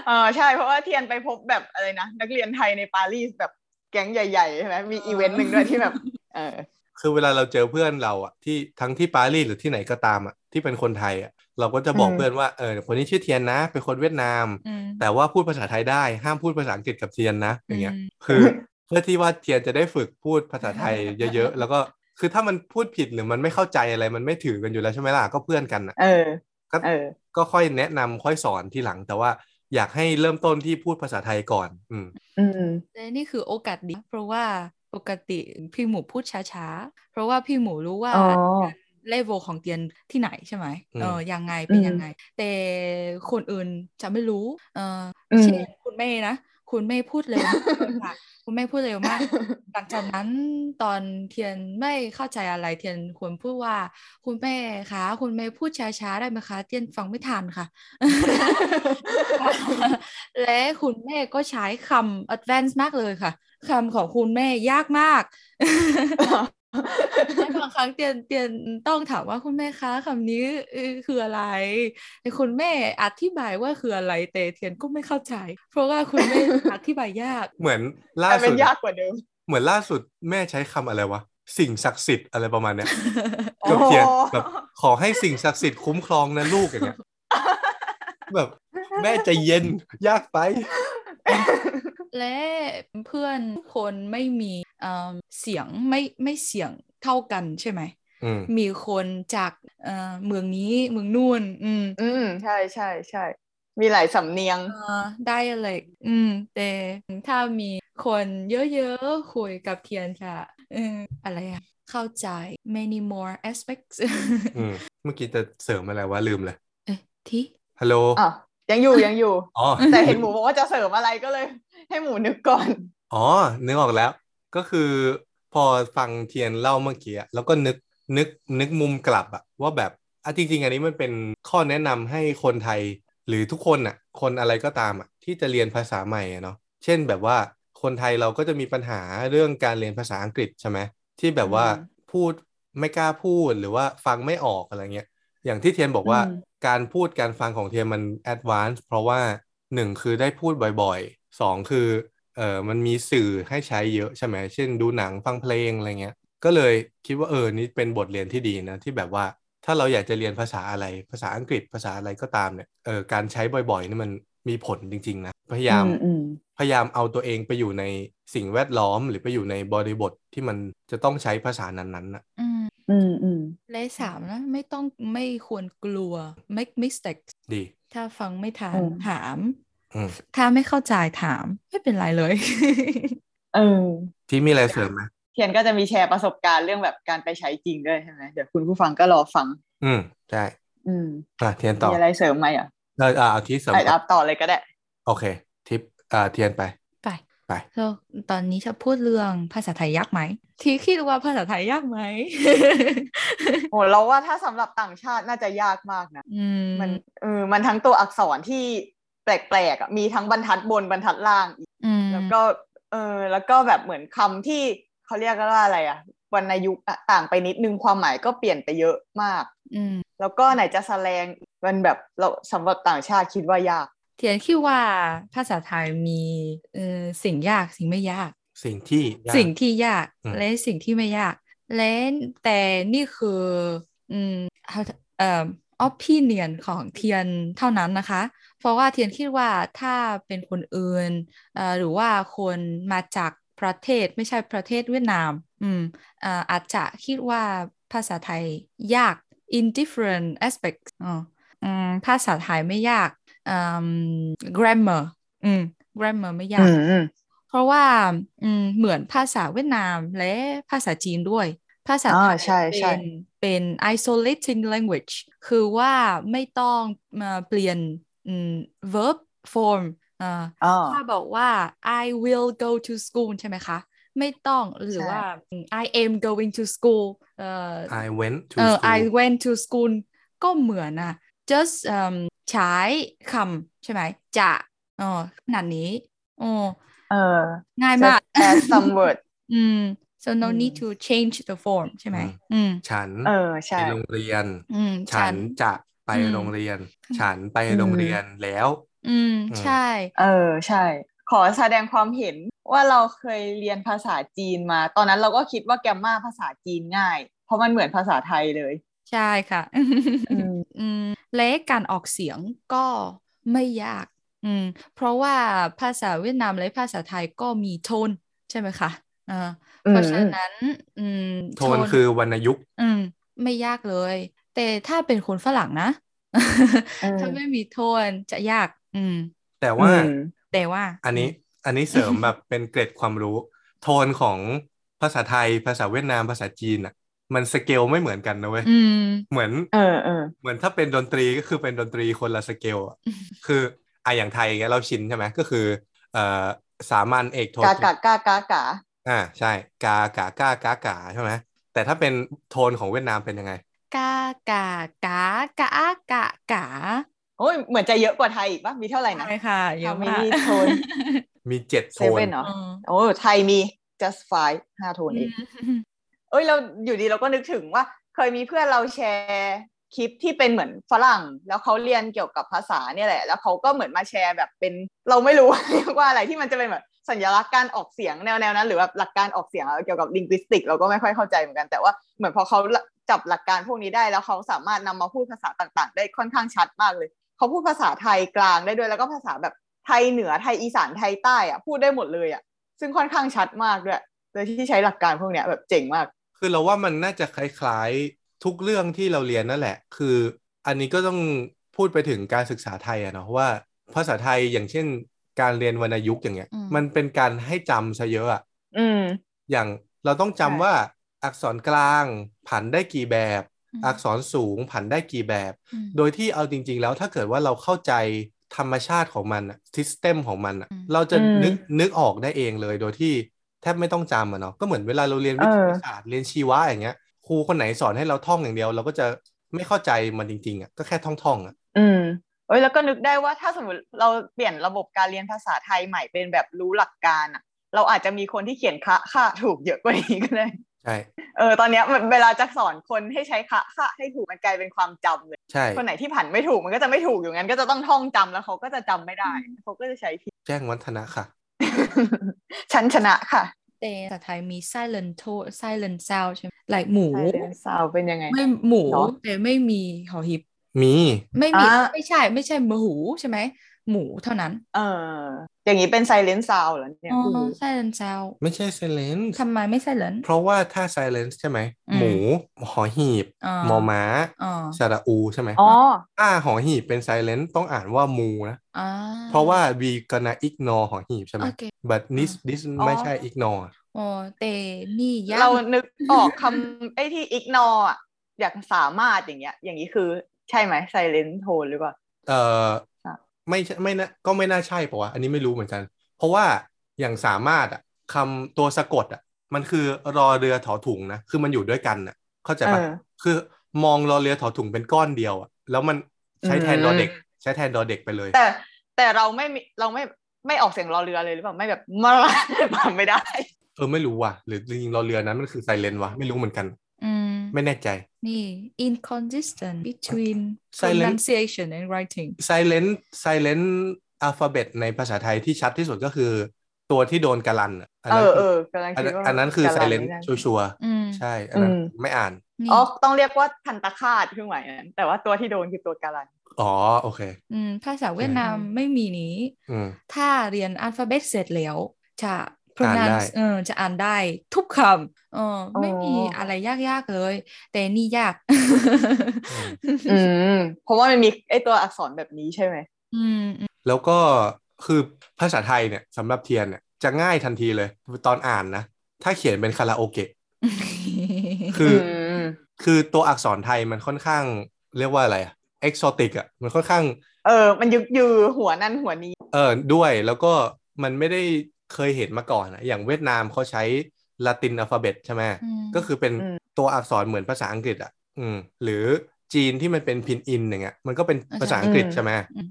[SPEAKER 2] เออใช่เพราะว่าเทียนไปพบแบบอะไรนะ นักเรียนไทยในปารีสแบบแก๊งใหญ่ๆใช่ไหมมี
[SPEAKER 4] เอออี
[SPEAKER 2] อีเวนต์หนึ่งด้วยที่แบบ เออ
[SPEAKER 3] คือเวลาเราเจอเพื่อนเราอะที่ทั้งที่ปารีสหรือที่ไหนก็ตามอะที่เป็นคนไทยอะเราก็จะบอก
[SPEAKER 2] อืม
[SPEAKER 3] เพื่อนว่าเออคนนี้ชื่อเทียนนะ เป็นคนเวียดนาม
[SPEAKER 4] อืม
[SPEAKER 3] แต่ว่าพูดภาษาไทยได้ห้ามพูดภาษาอังกฤษกับเทียนนะอย่างเงี้ย
[SPEAKER 4] อืม
[SPEAKER 3] คือเพื่อที่ว่าเทียนจะได้ฝึกพูดภาษาไทยเย
[SPEAKER 4] <laughs>
[SPEAKER 3] อะๆ แล้วก็คือถ้ามันพูดผิดหรือมันไม่เข้าใจอะไรมันไม่ถือกันอยู่แล้วใช่ไหมล่ะก็เพื่อนกันน่ะ
[SPEAKER 2] เออ
[SPEAKER 3] ก็
[SPEAKER 2] เออ
[SPEAKER 3] ก็ค่อยแนะนำค่อยสอนทีหลัง แต่ว่าอยากให้เริ่มต้นที่พูดภาษาไทยก่อน อืม
[SPEAKER 2] อืม
[SPEAKER 4] และนี่คือโอกาสดี เพราะว่าปกติพี่หมูพูดช้าๆ เพราะว่าพี่หมูรู้ว่า
[SPEAKER 2] อ๋อ
[SPEAKER 4] เลเวลของเตียนที่ไหนใช่ไหม
[SPEAKER 3] อืม
[SPEAKER 4] เออยังไงเป็น
[SPEAKER 2] อืม
[SPEAKER 4] ยังไง แต่คนอื่นจะไม่รู้ เออ
[SPEAKER 2] อืม
[SPEAKER 3] <laughs>
[SPEAKER 4] เช่นคุณแม่นะ คุณแม่พูดเร็วมากเลยค่ะ คุณแม่พูดเร็วมาก หลังจากนั้นตอนเทียนไม่เข้าใจอะไรเทียนควรพูดว่า คุณแม่คะคุณแม่พูดช้าๆได้ไหมคะ เทียนฟังไม่ทันค่ะ <laughs> และคุณแม่ก็ใช้คำ advance มากเลยค่ะคำของคุณแม่ยากมาก และบางครั้งเตียนเตียนต้องถามว่าคุณแม่คะคำนี้เอ่อคืออะไรไอ้คุณแม่อธิบายว่าคืออะไรแต่เทียนก็ไม่เข้าใจ เพราะว่าคุณแม่ อธิบายยาก
[SPEAKER 3] เหมือนล่า
[SPEAKER 2] แต่เป็
[SPEAKER 3] สุ
[SPEAKER 2] น
[SPEAKER 3] ด
[SPEAKER 2] ยากกว่าเดิม
[SPEAKER 3] เหมือนล่าสุดแม่ใช้คำอะไรวะสิ่งศักดิ์สิทธิ์อะไรประมาณเนี้ย
[SPEAKER 2] โอ้
[SPEAKER 3] กับเขียนแบบขอให้สิ่งศักดิ์สิทธิ์คุ้มครองนะลูกอย่างเงี้ยแบบแม่ใจเย็นยากไป
[SPEAKER 4] และเพื่อนทุกคนไม่มีเอิ่มเสียงไม่ไม่เสียงเท่ากันใช่ไหม
[SPEAKER 3] อืม
[SPEAKER 4] มีคนจากเอ่อเมืองนี้เมืองนู่นอืม
[SPEAKER 2] อืมใช่ใช่ใช่มีหลายสำเนียง
[SPEAKER 4] เอ่อ dialect อืม แต่ถ้ามีคนเยอะๆ คุยกับเทียนค่ะอืมอะไรอะเข้าใจ many more aspects
[SPEAKER 3] อืมเมื่อกี้จะเสริมอะไรวะลืมเลย
[SPEAKER 4] <laughs> เอ๊ะที่
[SPEAKER 3] ฮัลโหล
[SPEAKER 2] อ่ะยังอยู่ยังอยู่
[SPEAKER 3] อ๋อ
[SPEAKER 2] แต่เห็นหมูบอกว่าจะเสริมอะไรก็เลย ให้หมูนึกก่อน
[SPEAKER 3] อ๋อ นึกออกแล้ว ก็คือพอฟังเทียนเล่าเมื่อกี้อะแล้วก็นึกนึกนึกมุมกลับอะว่าแบบอ่ะจริง ๆ อันนี้มันเป็นข้อแนะนำให้คนไทยหรือทุกคนอะคนอะไรก็ตามอะที่จะเรียนภาษาใหม่อะเนาะเช่นแบบว่าคนไทยเราก็จะมีปัญหาเรื่องการเรียนภาษาอังกฤษใช่ไหมที่แบบว่า
[SPEAKER 4] อืม
[SPEAKER 3] พูดไม่กล้าพูดหรือว่าฟังไม่ออกอะไรเงี้ย อย่างที่เทียนบอกว่า
[SPEAKER 4] อืม
[SPEAKER 3] การพูดการฟังของเทียนมันแอดวานซ์เพราะว่าหนึ่งคือได้พูดบ่อยๆสองคือ เออมันมีสื่อให้ใช้เยอะใช่ไหม เช่นดูหนังฟังเพลงอะไรเงี้ย ก็เลยคิดว่าเออ นี่เป็นบทเรียนที่ดีนะ ที่แบบว่าถ้าเราอยากจะเรียนภาษาอะไร ภาษาอังกฤษภาษาอะไรก็ตามเนี่ย เออการใช้บ่อยๆนี่มันมีผลจริงๆนะ พยายาม พยายามเอาตัวเองไปอยู่ในสิ่งแวดล้อม หรือไปอยู่ในบริบทที่มันจะต้องใช้ภาษานั้นๆนะ
[SPEAKER 4] อืม
[SPEAKER 2] อืมอืม
[SPEAKER 4] เลขสามนะ ไม่ต้องไม่ควรกลัว make mistakes
[SPEAKER 3] ดี
[SPEAKER 4] ถ้าฟังไม่ทัน
[SPEAKER 2] อืม
[SPEAKER 4] ถาม
[SPEAKER 3] อืม
[SPEAKER 4] ถ้าไม่เข้าใจถาม ไม่เป็นไรเลย <laughs>
[SPEAKER 2] เออ
[SPEAKER 3] ที่มีอะไรเสริมไหม
[SPEAKER 2] เทียนก็จะมีแชร์ประสบการณ์เรื่องแบบการไปใช้จริงด้วยใช่ไหมเดี๋ยวคุณผู้ฟังก็รอฟัง
[SPEAKER 3] อืมใช่
[SPEAKER 2] อืม
[SPEAKER 3] อ่ะเทียนต่อ
[SPEAKER 2] มีอะไรเสริมไหมอ่ะ
[SPEAKER 3] เราอ่ะเอาที่เสริม
[SPEAKER 2] ไป
[SPEAKER 3] ก่
[SPEAKER 2] อั
[SPEAKER 3] อน
[SPEAKER 2] พต่อเลยก็ได้
[SPEAKER 3] โอเค ทิปอ่าเทียนไป
[SPEAKER 4] ไป
[SPEAKER 3] ไป
[SPEAKER 4] แล้วตอนนี้จะพูดเรื่องภาษาไทยยากไหม ที่คิดว่าภาษาไทยยากไหม <laughs>
[SPEAKER 2] โหเราว่าถ้าสำหรับต่างชาติน่าจะยากมากนะ
[SPEAKER 4] อืม
[SPEAKER 2] มันเออมันทั้งตัวอักษรที่แปลกๆอ่ะมีทั้งบรรทัดบนบรรทัดล่างอีก
[SPEAKER 4] อืม
[SPEAKER 2] แล้วก็เออแล้วก็แบบเหมือนคำที่เขาเรียกกันว่าอะไรอ่ะวรรณยุกต์อะต่างไปนิดนึงความหมายก็เปลี่ยนไปเยอะมาก
[SPEAKER 4] อืม
[SPEAKER 2] แล้วก็ไหนจะแสแลงอีกมันแบบเราสำหรับต่างชาติคิดว่ายาก
[SPEAKER 4] เทียนคิดว่าภาษาไทยมีเอ่อสิ่งยากสิ่งไม่ยาก
[SPEAKER 3] สิ่งที่ยาก
[SPEAKER 4] สิ่งที่ยาก
[SPEAKER 3] อืม
[SPEAKER 4] และสิ่งที่ไม่ยาก และแต่นี่คืออืมเอาเอ่อ opinion ของเทียนเท่านั้นนะคะ เพราะว่าเทียนคิดว่าถ้าเป็นคนอื่นเอ่อหรือว่าคนมาจากประเทศไม่ใช่ประเทศเวียดนาม อืมเอ่ออาจจะคิดว่าภาษาไทยยาก in different aspects อ๋ออืมภาษาไทยไม่ยากอืม grammar อืม grammar ไม่ยาก เพราะว่าอืมเหมือนภาษาเวียดนามและภาษาจีนด้วย ภาษา
[SPEAKER 2] อ่า
[SPEAKER 4] ไทย
[SPEAKER 2] ใช่ใช่
[SPEAKER 4] เป็นเป็น isolating language คือว่าไม่ต้องมาเปลี่ยนอืม verb form อ่า
[SPEAKER 2] อ๋อ
[SPEAKER 4] ถ้าบอกว่า I will go to school ใช่ไหมคะ ไม่ต้องหรือ
[SPEAKER 2] ใช่
[SPEAKER 4] ว่า I am going to school เอ่อ
[SPEAKER 3] I went to
[SPEAKER 4] เออ I
[SPEAKER 3] school
[SPEAKER 4] went to school ก็เหมือนอะ just เอิ่มใช้คำใช่ไหมจะเออขนาดนี้โอ้
[SPEAKER 2] เออ
[SPEAKER 4] ง่ายมาก
[SPEAKER 2] just add some word
[SPEAKER 4] <laughs> อืม so no
[SPEAKER 2] อืม
[SPEAKER 4] need to change the form ใช่ไหม อืม
[SPEAKER 3] ฉัน
[SPEAKER 2] เออใช่
[SPEAKER 3] ไปโรงเรียน
[SPEAKER 4] อืม
[SPEAKER 3] ฉันจะไป
[SPEAKER 4] อืม
[SPEAKER 3] โรงเรียน ฉันไปโรงเรียนแล้ว
[SPEAKER 4] อืม
[SPEAKER 3] อืม
[SPEAKER 4] ใช่
[SPEAKER 2] เออใช่ ขอแสดงความเห็นว่าเราเคยเรียนภาษาจีนมา ตอนนั้นเราก็คิดว่าแกรมมาภาษาจีนง่าย เพราะมันเหมือนภาษาไทยเลย
[SPEAKER 4] ใช่ค่ะ อืม <laughs> และการออกเสียงก็ไม่ยาก อืม เพราะว่าภาษาเวียดนามและภาษาไทยก็มีโทน ใช่ไหมคะอ่า
[SPEAKER 2] อืม
[SPEAKER 4] เพราะฉะนั้น อืม
[SPEAKER 3] โทนคือวรรณยุกต์
[SPEAKER 4] อืม ไม่ยากเลย แต่ถ้าเป็นคนฝรั่งนะ <laughs>
[SPEAKER 2] อืม
[SPEAKER 4] ถ้าไม่มีโทนจะยาก อืม
[SPEAKER 3] แต่ว่า
[SPEAKER 2] อืม
[SPEAKER 4] แต่ว่า
[SPEAKER 3] อันนี้อันนี้เสริมแบบเป็นเกร็ดความรู้ โทนของภาษาไทยภาษาเวียดนามภาษาจีนอ่ะ มันสเกลไม่เหมือนกันนะเว้ย
[SPEAKER 4] อืม
[SPEAKER 3] เหมือน
[SPEAKER 2] เออเออ
[SPEAKER 3] เหมือนถ้าเป็นดนตรีก็คือเป็นดนตรีคนละสเกล
[SPEAKER 2] <laughs>
[SPEAKER 3] อะคืออ่ะอย่างไทยอย่างเงี้ยเราชินใช่ไหมก็คือเอ่อสามัญเอกโทน
[SPEAKER 2] กา
[SPEAKER 3] ตรี
[SPEAKER 2] กากากากา
[SPEAKER 3] อ่าใช่กากากากากาใช่ไหมแต่ถ้าเป็นโทนของเวียดนามเป็นยังไง
[SPEAKER 4] กากากากากากา
[SPEAKER 2] โอ้ยเหมือนจะเยอะกว่าไทยอีกปะมีเท่าไหร่นะ
[SPEAKER 4] ใช่ค่ะเยอะมาก
[SPEAKER 2] ทำไมมีโทน
[SPEAKER 3] มีเจ็ดโท
[SPEAKER 2] เซเว่
[SPEAKER 3] น
[SPEAKER 2] นเหรอ
[SPEAKER 4] อืม
[SPEAKER 2] โอ้ไทยมี just five ห้าโทนเอง เอ อ้ยเราอยู่ดีเราก็นึกถึงว่า เคยมีเพื่อนเราแชร์คลิปที่เป็นเหมือนฝรั่ง แล้วเขาเรียนเกี่ยวกับภาษาเนี่ยแหละ แล้วเขาก็เหมือนมาแชร์แบบเป็นเราไม่รู้ เรียกว่าอะไรที่มันจะเป็นแบบสัญลักษณ์การออกเสียงแนวแนวนั้นหรือแบบหลักการออกเสียงเกี่ยวกับลิง u i สติกเราก็ไม่ค่อยเข้าใจเหมือนกันแต่ว่าเหมือนพอเขาจับหลักการพวกนี้ได้แล้วเขาสามารถนำมาพูดภาษาต่าง ๆ ได้ค่อนข้างชัดมากเลย เขาพูดภาษาไทยกลางได้ด้วยแล้วก็ภาษาแบบไทยเหนือไทยอีสานไทยใต้อะพูดได้หมดเลยอะซึ่งค่อนข้างชัดมากด้วยโดยที่ใช้หลักการพวกเนี้ยแบบเจ๋งมาก
[SPEAKER 3] คือเราว่ามันน่าจะคล้ายๆทุกเรื่องที่เราเรียนนั่นแหละ คืออันนี้ก็ต้องพูดไปถึงการศึกษาไทยอะเนาะว่าภาษาไทยอย่างเช่น การเรียนวรรณยุกต์อย่างเงี้ย
[SPEAKER 4] อืม
[SPEAKER 3] มันเป็นการให้จำซะเยอะอะ
[SPEAKER 2] อืม
[SPEAKER 3] อย่างเราต้องจำ
[SPEAKER 2] ใช่
[SPEAKER 3] ว่าอักษรกลางผันได้กี่แบบ
[SPEAKER 4] อืม
[SPEAKER 3] อักษรสูงผันได้กี่แบบ
[SPEAKER 4] อืม
[SPEAKER 3] โดยที่เอาจริง ๆ แล้วถ้าเกิดว่าเราเข้าใจธรรมชาติของมันทิสเต็มของมันอะ
[SPEAKER 4] อืม
[SPEAKER 3] เราจะ
[SPEAKER 2] อืม
[SPEAKER 3] นึกนึกออกได้เองเลยโดยที่แทบไม่ต้องจำอะเนาะก็เหมือนเวลาเราเรียน
[SPEAKER 2] เอ
[SPEAKER 3] วิ
[SPEAKER 2] อ
[SPEAKER 3] ทยาศาสตร์เรียนชีวะอย่างเงี้ยครูคนไหนสอนให้เราท่องอย่างเดียว เราก็จะไม่เข้าใจมันจริงๆอะก็แค่ท่องๆอะ
[SPEAKER 2] อืมเอ้ยแล้วก็นึกได้ว่าถ้าสมมติเราเปลี่ยนระบบการเรียนภาษาไทยใหม่เป็นแบบรู้หลักการอะเราอาจจะมีคนที่เขียนคะค่าถูกเยอะกว่านี้ก็ได้ <laughs>
[SPEAKER 3] ใช่
[SPEAKER 2] เออตอนเนี้ยมันเวลาจะสอนคนให้ใช้คะค่าให้ถูกมันกลายเป็นความจำเลย
[SPEAKER 3] ใช่
[SPEAKER 2] คนไหนที่ผันไม่ถูกมันก็จะไม่ถูกอยู่งั้นก็จะต้องท่องจำแล้วเขาก็จะจำไม่ได้เขาก็จะใช้ผิด <laughs>
[SPEAKER 3] แจ้งวัฒนะค่ะ
[SPEAKER 2] ฉันชนะค่ะ
[SPEAKER 4] แต่ภาษาไทยมี silent t o silent sound ใช่ไหม like หมู
[SPEAKER 2] ไทยเรียนซาวเป็นยังไง
[SPEAKER 4] ไม่หมู
[SPEAKER 2] เนอะ
[SPEAKER 4] แต่ไม่มีหอหิบ
[SPEAKER 3] มี
[SPEAKER 4] ไม่มี
[SPEAKER 2] อ่า
[SPEAKER 4] ไม่ใช่ไม่ใช่หมูหูใช่ไหม หมูเท่านั้น
[SPEAKER 2] เออ อย่างนี้เป็นไซเลนซาวเหรอเนี่ย
[SPEAKER 4] อ๋อ
[SPEAKER 2] เพิ่งรู้
[SPEAKER 4] silent sound
[SPEAKER 3] ไม่ใช่ไซเลนส์
[SPEAKER 4] ทำไมไม่ silent
[SPEAKER 3] เพราะว่าถ้าไซเลนส์ใช่ไหม
[SPEAKER 4] อืม
[SPEAKER 3] หมู หอหีบ
[SPEAKER 4] อ๋อ
[SPEAKER 3] มอม้า
[SPEAKER 4] อ๋อ
[SPEAKER 3] สระอู ใช่ไหม
[SPEAKER 2] อ๋อ
[SPEAKER 3] ถ้าหอหีบเป็นไซเลนส์ต้องอ่านว่ามูนะ
[SPEAKER 4] อ่า
[SPEAKER 3] เพราะว่า we gonna ignore หอหีบใช่ไหม
[SPEAKER 4] โอเค
[SPEAKER 3] but this this ไม่ใช่ ignore
[SPEAKER 4] อ๋อแต่นี่ยัง
[SPEAKER 2] เรานึกออกคำ ไอ้ที่อิกนออ่ะอย่างสามารถอย่างเงี้ย อย่างนี้คือใช่ไหมไซเลนโทนหรือเปล่า
[SPEAKER 3] เอ่อ
[SPEAKER 2] ค่ะ
[SPEAKER 3] ไม่ใช่ไม่นะก็ไม่น่าใช่ปะวะอันนี้ไม่รู้เหมือนกัน เพราะว่าอย่างสามารถอะคำตัวสะกดอะมันคือรอเรือถอถุงนะ คือมันอยู่ด้วยกันอะเข้าใจ
[SPEAKER 2] เอ
[SPEAKER 3] ปะ
[SPEAKER 2] อ
[SPEAKER 3] คือมองรอเรือถอถุงเป็นก้อนเดียวอะแล้วมันใช้แทน
[SPEAKER 2] อืม
[SPEAKER 3] รอเด็ก ใช้แทนรอเด็กไปเลย
[SPEAKER 2] แต่แต่เราไม่มีเราไม่ไม่ออกเสียงรอเรือเลยหรือเปล่าไม่แบบมาลาปาไม่ได้
[SPEAKER 3] เออไม่รู้ว่ะหรือจริงๆรอเรือนั้นมันคือไซเลนวะไม่รู้เหมือนกัน
[SPEAKER 4] อืม
[SPEAKER 3] ไม่แน่ใจ
[SPEAKER 4] นี่ inconsistent between
[SPEAKER 3] Silent
[SPEAKER 4] pronunciation and writing
[SPEAKER 3] ไซเลนไซเลนอัลฟาเบตในภาษาไทยที่ชัดที่สุดก็คือ ตัวที่โดนกาลันอะอัน
[SPEAKER 2] เอ
[SPEAKER 3] นั้น
[SPEAKER 2] อ
[SPEAKER 3] คื
[SPEAKER 2] เออ
[SPEAKER 3] อ
[SPEAKER 2] ๆกำลัง
[SPEAKER 3] อัน
[SPEAKER 2] คิด
[SPEAKER 3] นั้น
[SPEAKER 2] ว่า
[SPEAKER 3] อันนั้นคือไซเลน
[SPEAKER 2] กำงคิด
[SPEAKER 3] ชัวร์
[SPEAKER 4] อืม
[SPEAKER 3] ๆใช่อันนั้น
[SPEAKER 2] อืม
[SPEAKER 3] ไม่อ่าน
[SPEAKER 4] นี่
[SPEAKER 2] อ๋อต้องเรียกว่าทันตคาดเครื่องหมายนั้นแต่ว่าตัวที่โดนคือตัวการัน
[SPEAKER 3] อ๋อ โอเค
[SPEAKER 4] มภาษาเวียดนามไม่มีนี้
[SPEAKER 3] อืม
[SPEAKER 4] ถ้าเรียนอัลฟาเบตเสร็จแล้ว จะ
[SPEAKER 3] อ่านได้
[SPEAKER 4] pronounce เออจะอ่านได้ทุกคำเออ
[SPEAKER 2] อ๋อ
[SPEAKER 4] ไม่มีอะไรยาก ๆ เลย แต่นี่
[SPEAKER 3] <laughs>
[SPEAKER 4] ยาก
[SPEAKER 2] อืมเพราะว่ามันมีไอตัวอักษรแบบนี้ใช่ไหม
[SPEAKER 4] อืมอืม
[SPEAKER 3] แล้วก็คือภาษาไทยเนี่ยสำหรับเทียนเนี่ยจะง่ายทันทีเลย ตอนอ่านนะ ถ้าเขียนเป็นคาราโอเกะ คืออ
[SPEAKER 2] ม
[SPEAKER 3] คือตัวอักษรไทยมันค่อนข้างเรียกว่าอะไรอะเอกโซติกอะมันค่อนข้าง
[SPEAKER 2] เออ มันยึกยือหัวนั่นหัวนี้
[SPEAKER 3] เออด้วยแล้วก็มันไม่ได้เคยเห็นมาก่อนอะอย่างเวียดนามเขาใช้ลาตินอัลฟาเบตใช่ไหม
[SPEAKER 4] ม
[SPEAKER 3] ก็คือเป็น
[SPEAKER 2] อืม
[SPEAKER 3] ตัวอักษรเหมือนภาษาอังกฤษอะอืมหรือจีนที่มันเป็นพินอินอย่างเงี้ยมันก็เป็นภาษาอังกฤษใช่ไหม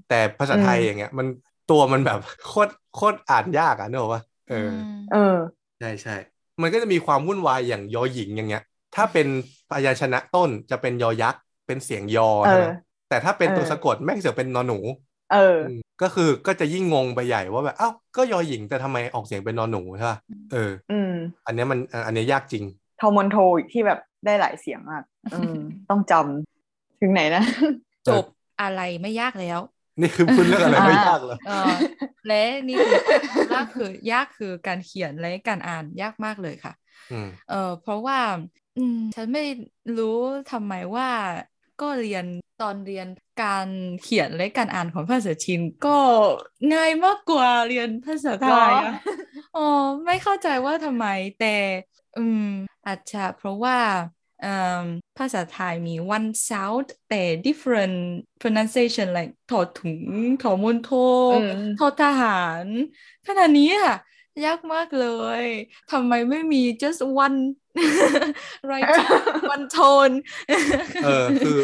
[SPEAKER 3] แต่ภาษาไทยอย่างเงี้ยมันตัวมันแบบ <laughs> โคตรโคตรอ่านยากอะนึกออกปะเอออ
[SPEAKER 4] ม
[SPEAKER 2] เออ
[SPEAKER 3] ใช่ใช่ มันก็จะมีความวุ่นวายอย่างยอหญิงอย่างเงี้ย ถ้าเป็นพยัญชนะต้นจะเป็นยอยักษ์ เป็นเสียงยอ
[SPEAKER 2] เอ
[SPEAKER 3] ใช่ไหม
[SPEAKER 2] อ
[SPEAKER 3] แต่ถ้าเป็นตัว
[SPEAKER 2] เออ
[SPEAKER 3] สะกดแม่งเสือกเป็นนอนหนู
[SPEAKER 2] เออ
[SPEAKER 3] ก็คือก็จะยิ่งงงไปใหญ่ว่าแบบเอ้าก็ยอหญิงแต่ทำไมออกเสียงเป็นนอนหนูใช่ป่ะ เออ
[SPEAKER 2] อืม
[SPEAKER 3] อันเนี้ยมันอันเนี้ยยากจริง
[SPEAKER 2] ทอมอนโทอีกที่แบบได้หลายเสียงมากอืม ต้องจำถึงไหนนะ
[SPEAKER 4] จบอะไรไม่ยากแล้ว
[SPEAKER 3] นี่คือ <laughs> คุณเรื่องอะไร
[SPEAKER 2] อ่า
[SPEAKER 3] ไม่ยากเลย
[SPEAKER 4] เออและนี่
[SPEAKER 3] <laughs>
[SPEAKER 4] คือ ยากคือยากคือการเขียนและการอ่านยากมากเลยค่ะ
[SPEAKER 3] อืม
[SPEAKER 4] เออเพราะว่า อืม ฉันไม่รู้ทำไมว่าก็เรียนตอนเรียนการเขียนและการอ่านของภาษาจีนก็ง่ายมากกว่าเรียนภาษาไทย
[SPEAKER 2] หรอ
[SPEAKER 4] อะอ๋อไม่เข้าใจว่าทำไมแต่ อืม อาจจะเพราะว่าเอ่อภาษาไทยมี one sound แต่ different pronunciation like ถอถุงถอมณฑล
[SPEAKER 2] อืม
[SPEAKER 4] ทอทหารขนาดนี้อ่ะยากมากเลยทำไมไม่มี just one <laughs> right one tone
[SPEAKER 3] เออคือ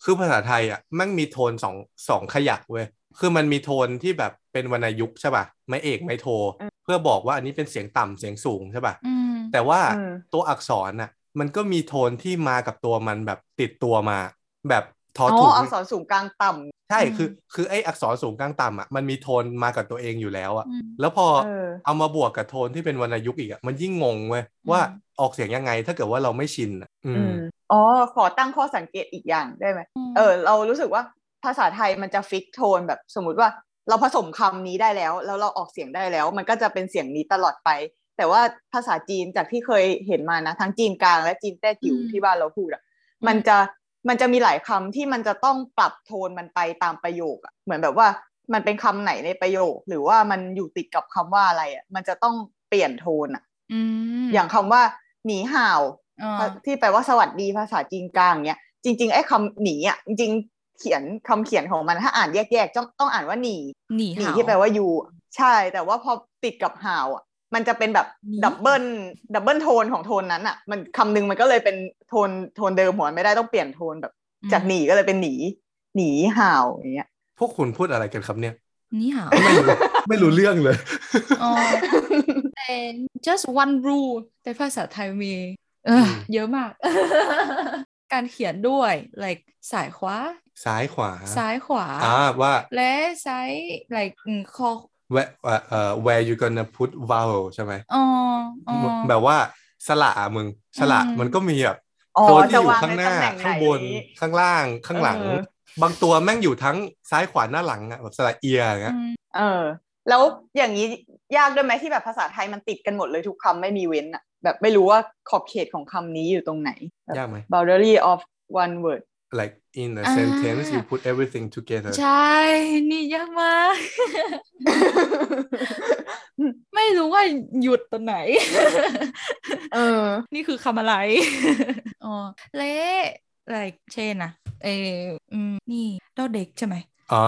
[SPEAKER 2] <laughs>
[SPEAKER 3] คือภาษาไทยอ่ะแมันมีโทนสองสองขยักเว้ยคือมันมีโทนที่แบบเป็นวรรณยุกต์ใช่ป่ะ ไม่เอกไม่โท เพื่อบอกว่าอันนี้เป็นเสียงต่ำเสียงสูงใช่ป่ะ
[SPEAKER 4] อืม
[SPEAKER 3] แต่ว่า
[SPEAKER 2] อืม
[SPEAKER 3] ตัวอักษรน่ะมันก็มีโทนที่มากับตัวมันแบบติดตัวมา แบบทอถุง
[SPEAKER 2] อักษรสูงกลางต่ำ
[SPEAKER 3] ใช่
[SPEAKER 4] อืม
[SPEAKER 3] คือคือไออักษรสูงกลางต่ำอ่ะมันมีโทนมากับตัวเองอยู่แล้วอ่ะ
[SPEAKER 4] อืม
[SPEAKER 3] แล้วพอ
[SPEAKER 2] เออ
[SPEAKER 3] เอามาบวกกับโทนที่เป็นวรรณยุกต์อีกอ่ะมันยิ่งงงเว้ยว่าออกเสียงยังไงถ้าเกิดว่าเราไม่ชินอะอื
[SPEAKER 2] อื
[SPEAKER 3] ม
[SPEAKER 2] มอ๋อ ขอตั้งข้อสังเกตอีกอย่างได้ไหม เออ เรารู้สึกว่าภาษาไทยมันจะฟิกโทนแบบสมมติว่าเราผสมคำนี้ได้แล้ว แล้วเราออกเสียงได้แล้ว มันก็จะเป็นเสียงนี้ตลอดไป แต่ว่าภาษาจีนจากที่เคยเห็นมานะ ทั้งจีนกลางและจีนแต้จิ๋ว
[SPEAKER 4] อืม
[SPEAKER 2] ที่บ้านเราพูดอะมันจะมันจะมีหลายคำที่มันจะต้องปรับโทนมันไปตามประโยคอะเหมือนแบบว่ามันเป็นคำไหนในประโยค หรือว่ามันอยู่ติดกับคำว่าอะไรอะมันจะต้องเปลี่ยนโทนอะ
[SPEAKER 4] อืม
[SPEAKER 2] อย่างคำว่าหนีห่าว
[SPEAKER 4] อ่า
[SPEAKER 2] ที่แปลว่าสวัสดีภาษาจีนกลางเนี้ยจริง ๆ ไอ้คำหนีอ่ะจริงๆเขียนคำเขียนของมันถ้าอ่านแยกๆต้องต้องอ่านว่าหนี
[SPEAKER 4] หนี
[SPEAKER 2] หนี
[SPEAKER 4] เห่า
[SPEAKER 2] ที่แปลว่าอยู่ใช่ แต่ว่าพอติดกับหาวอ่ะมันจะเป็นแบบ
[SPEAKER 4] หนี
[SPEAKER 2] ดับเบิลดับเบิลโทนของโทนนั้นอ่ะ มันคำหนึงมันก็เลยเป็นโทนโทนเดิมหัวไม่ได้ต้องเปลี่ยนโทนแบบจากหนีก็เลยเป็นหนีหนีหาวอย่างเงี้ย <laughs>
[SPEAKER 3] พวกคุณพูดอะไรกันครับเนี่ย
[SPEAKER 4] หนีเห่า
[SPEAKER 3] ไม่รู้ <laughs> ไม่รู้เรื่องเลย
[SPEAKER 4] อ๋อแต่ <laughs> just one rule แต่ภาษาไทยมีเอออ
[SPEAKER 3] ม
[SPEAKER 4] เยอะมาก <laughs> การเขียนด้วย like สายขวา
[SPEAKER 3] ซ้ายขวา
[SPEAKER 4] ซ้ายขวา
[SPEAKER 3] อ่าว่า
[SPEAKER 4] และซ้าย like อืมคอ
[SPEAKER 3] where เอ่อเอ่อ where you gonna put vowel ใช่ไหม
[SPEAKER 4] อ๋ออ๋อ
[SPEAKER 3] แบบว่าสระอะมึงสระ
[SPEAKER 4] อืม
[SPEAKER 3] มันก็มีแบบ
[SPEAKER 2] อ๋อ
[SPEAKER 3] ตัวที่อ
[SPEAKER 2] จะ
[SPEAKER 3] ยู่
[SPEAKER 2] วาง
[SPEAKER 3] ข้างห
[SPEAKER 2] ใน
[SPEAKER 3] น้า
[SPEAKER 2] ตำแหน่งไหน
[SPEAKER 3] ข้างบนข้างล่างข้างหลัง
[SPEAKER 2] เออ
[SPEAKER 3] บางตัวแม่งอยู่ทั้งซ้ายขวาหน้าหลังอะแบบสระเอียอย่างเงี้ย
[SPEAKER 4] อืม
[SPEAKER 2] เออ แล้วอย่างนี้ยากด้วยไหมที่แบบภาษาไทยมันติดกันหมดเลยทุกคำไม่มีเว้นอ่ะแบบไม่รู้ว่าขอบเขตของคำนี้อยู่ตรงไหนแบบ
[SPEAKER 3] ยากไหม
[SPEAKER 2] boundary of one word
[SPEAKER 3] like in a sentence you put everything together
[SPEAKER 4] ใช่ นี่ยากมาก ไม่รู้ว่าหยุดตอน
[SPEAKER 2] <laughs>
[SPEAKER 4] ไหน
[SPEAKER 2] เออ
[SPEAKER 4] นี่คือคำอะไร <laughs> อ๋อเละอะไรเช่นนะเอออืม นี่ดอเด็กใช่ไหม
[SPEAKER 3] อ๋อ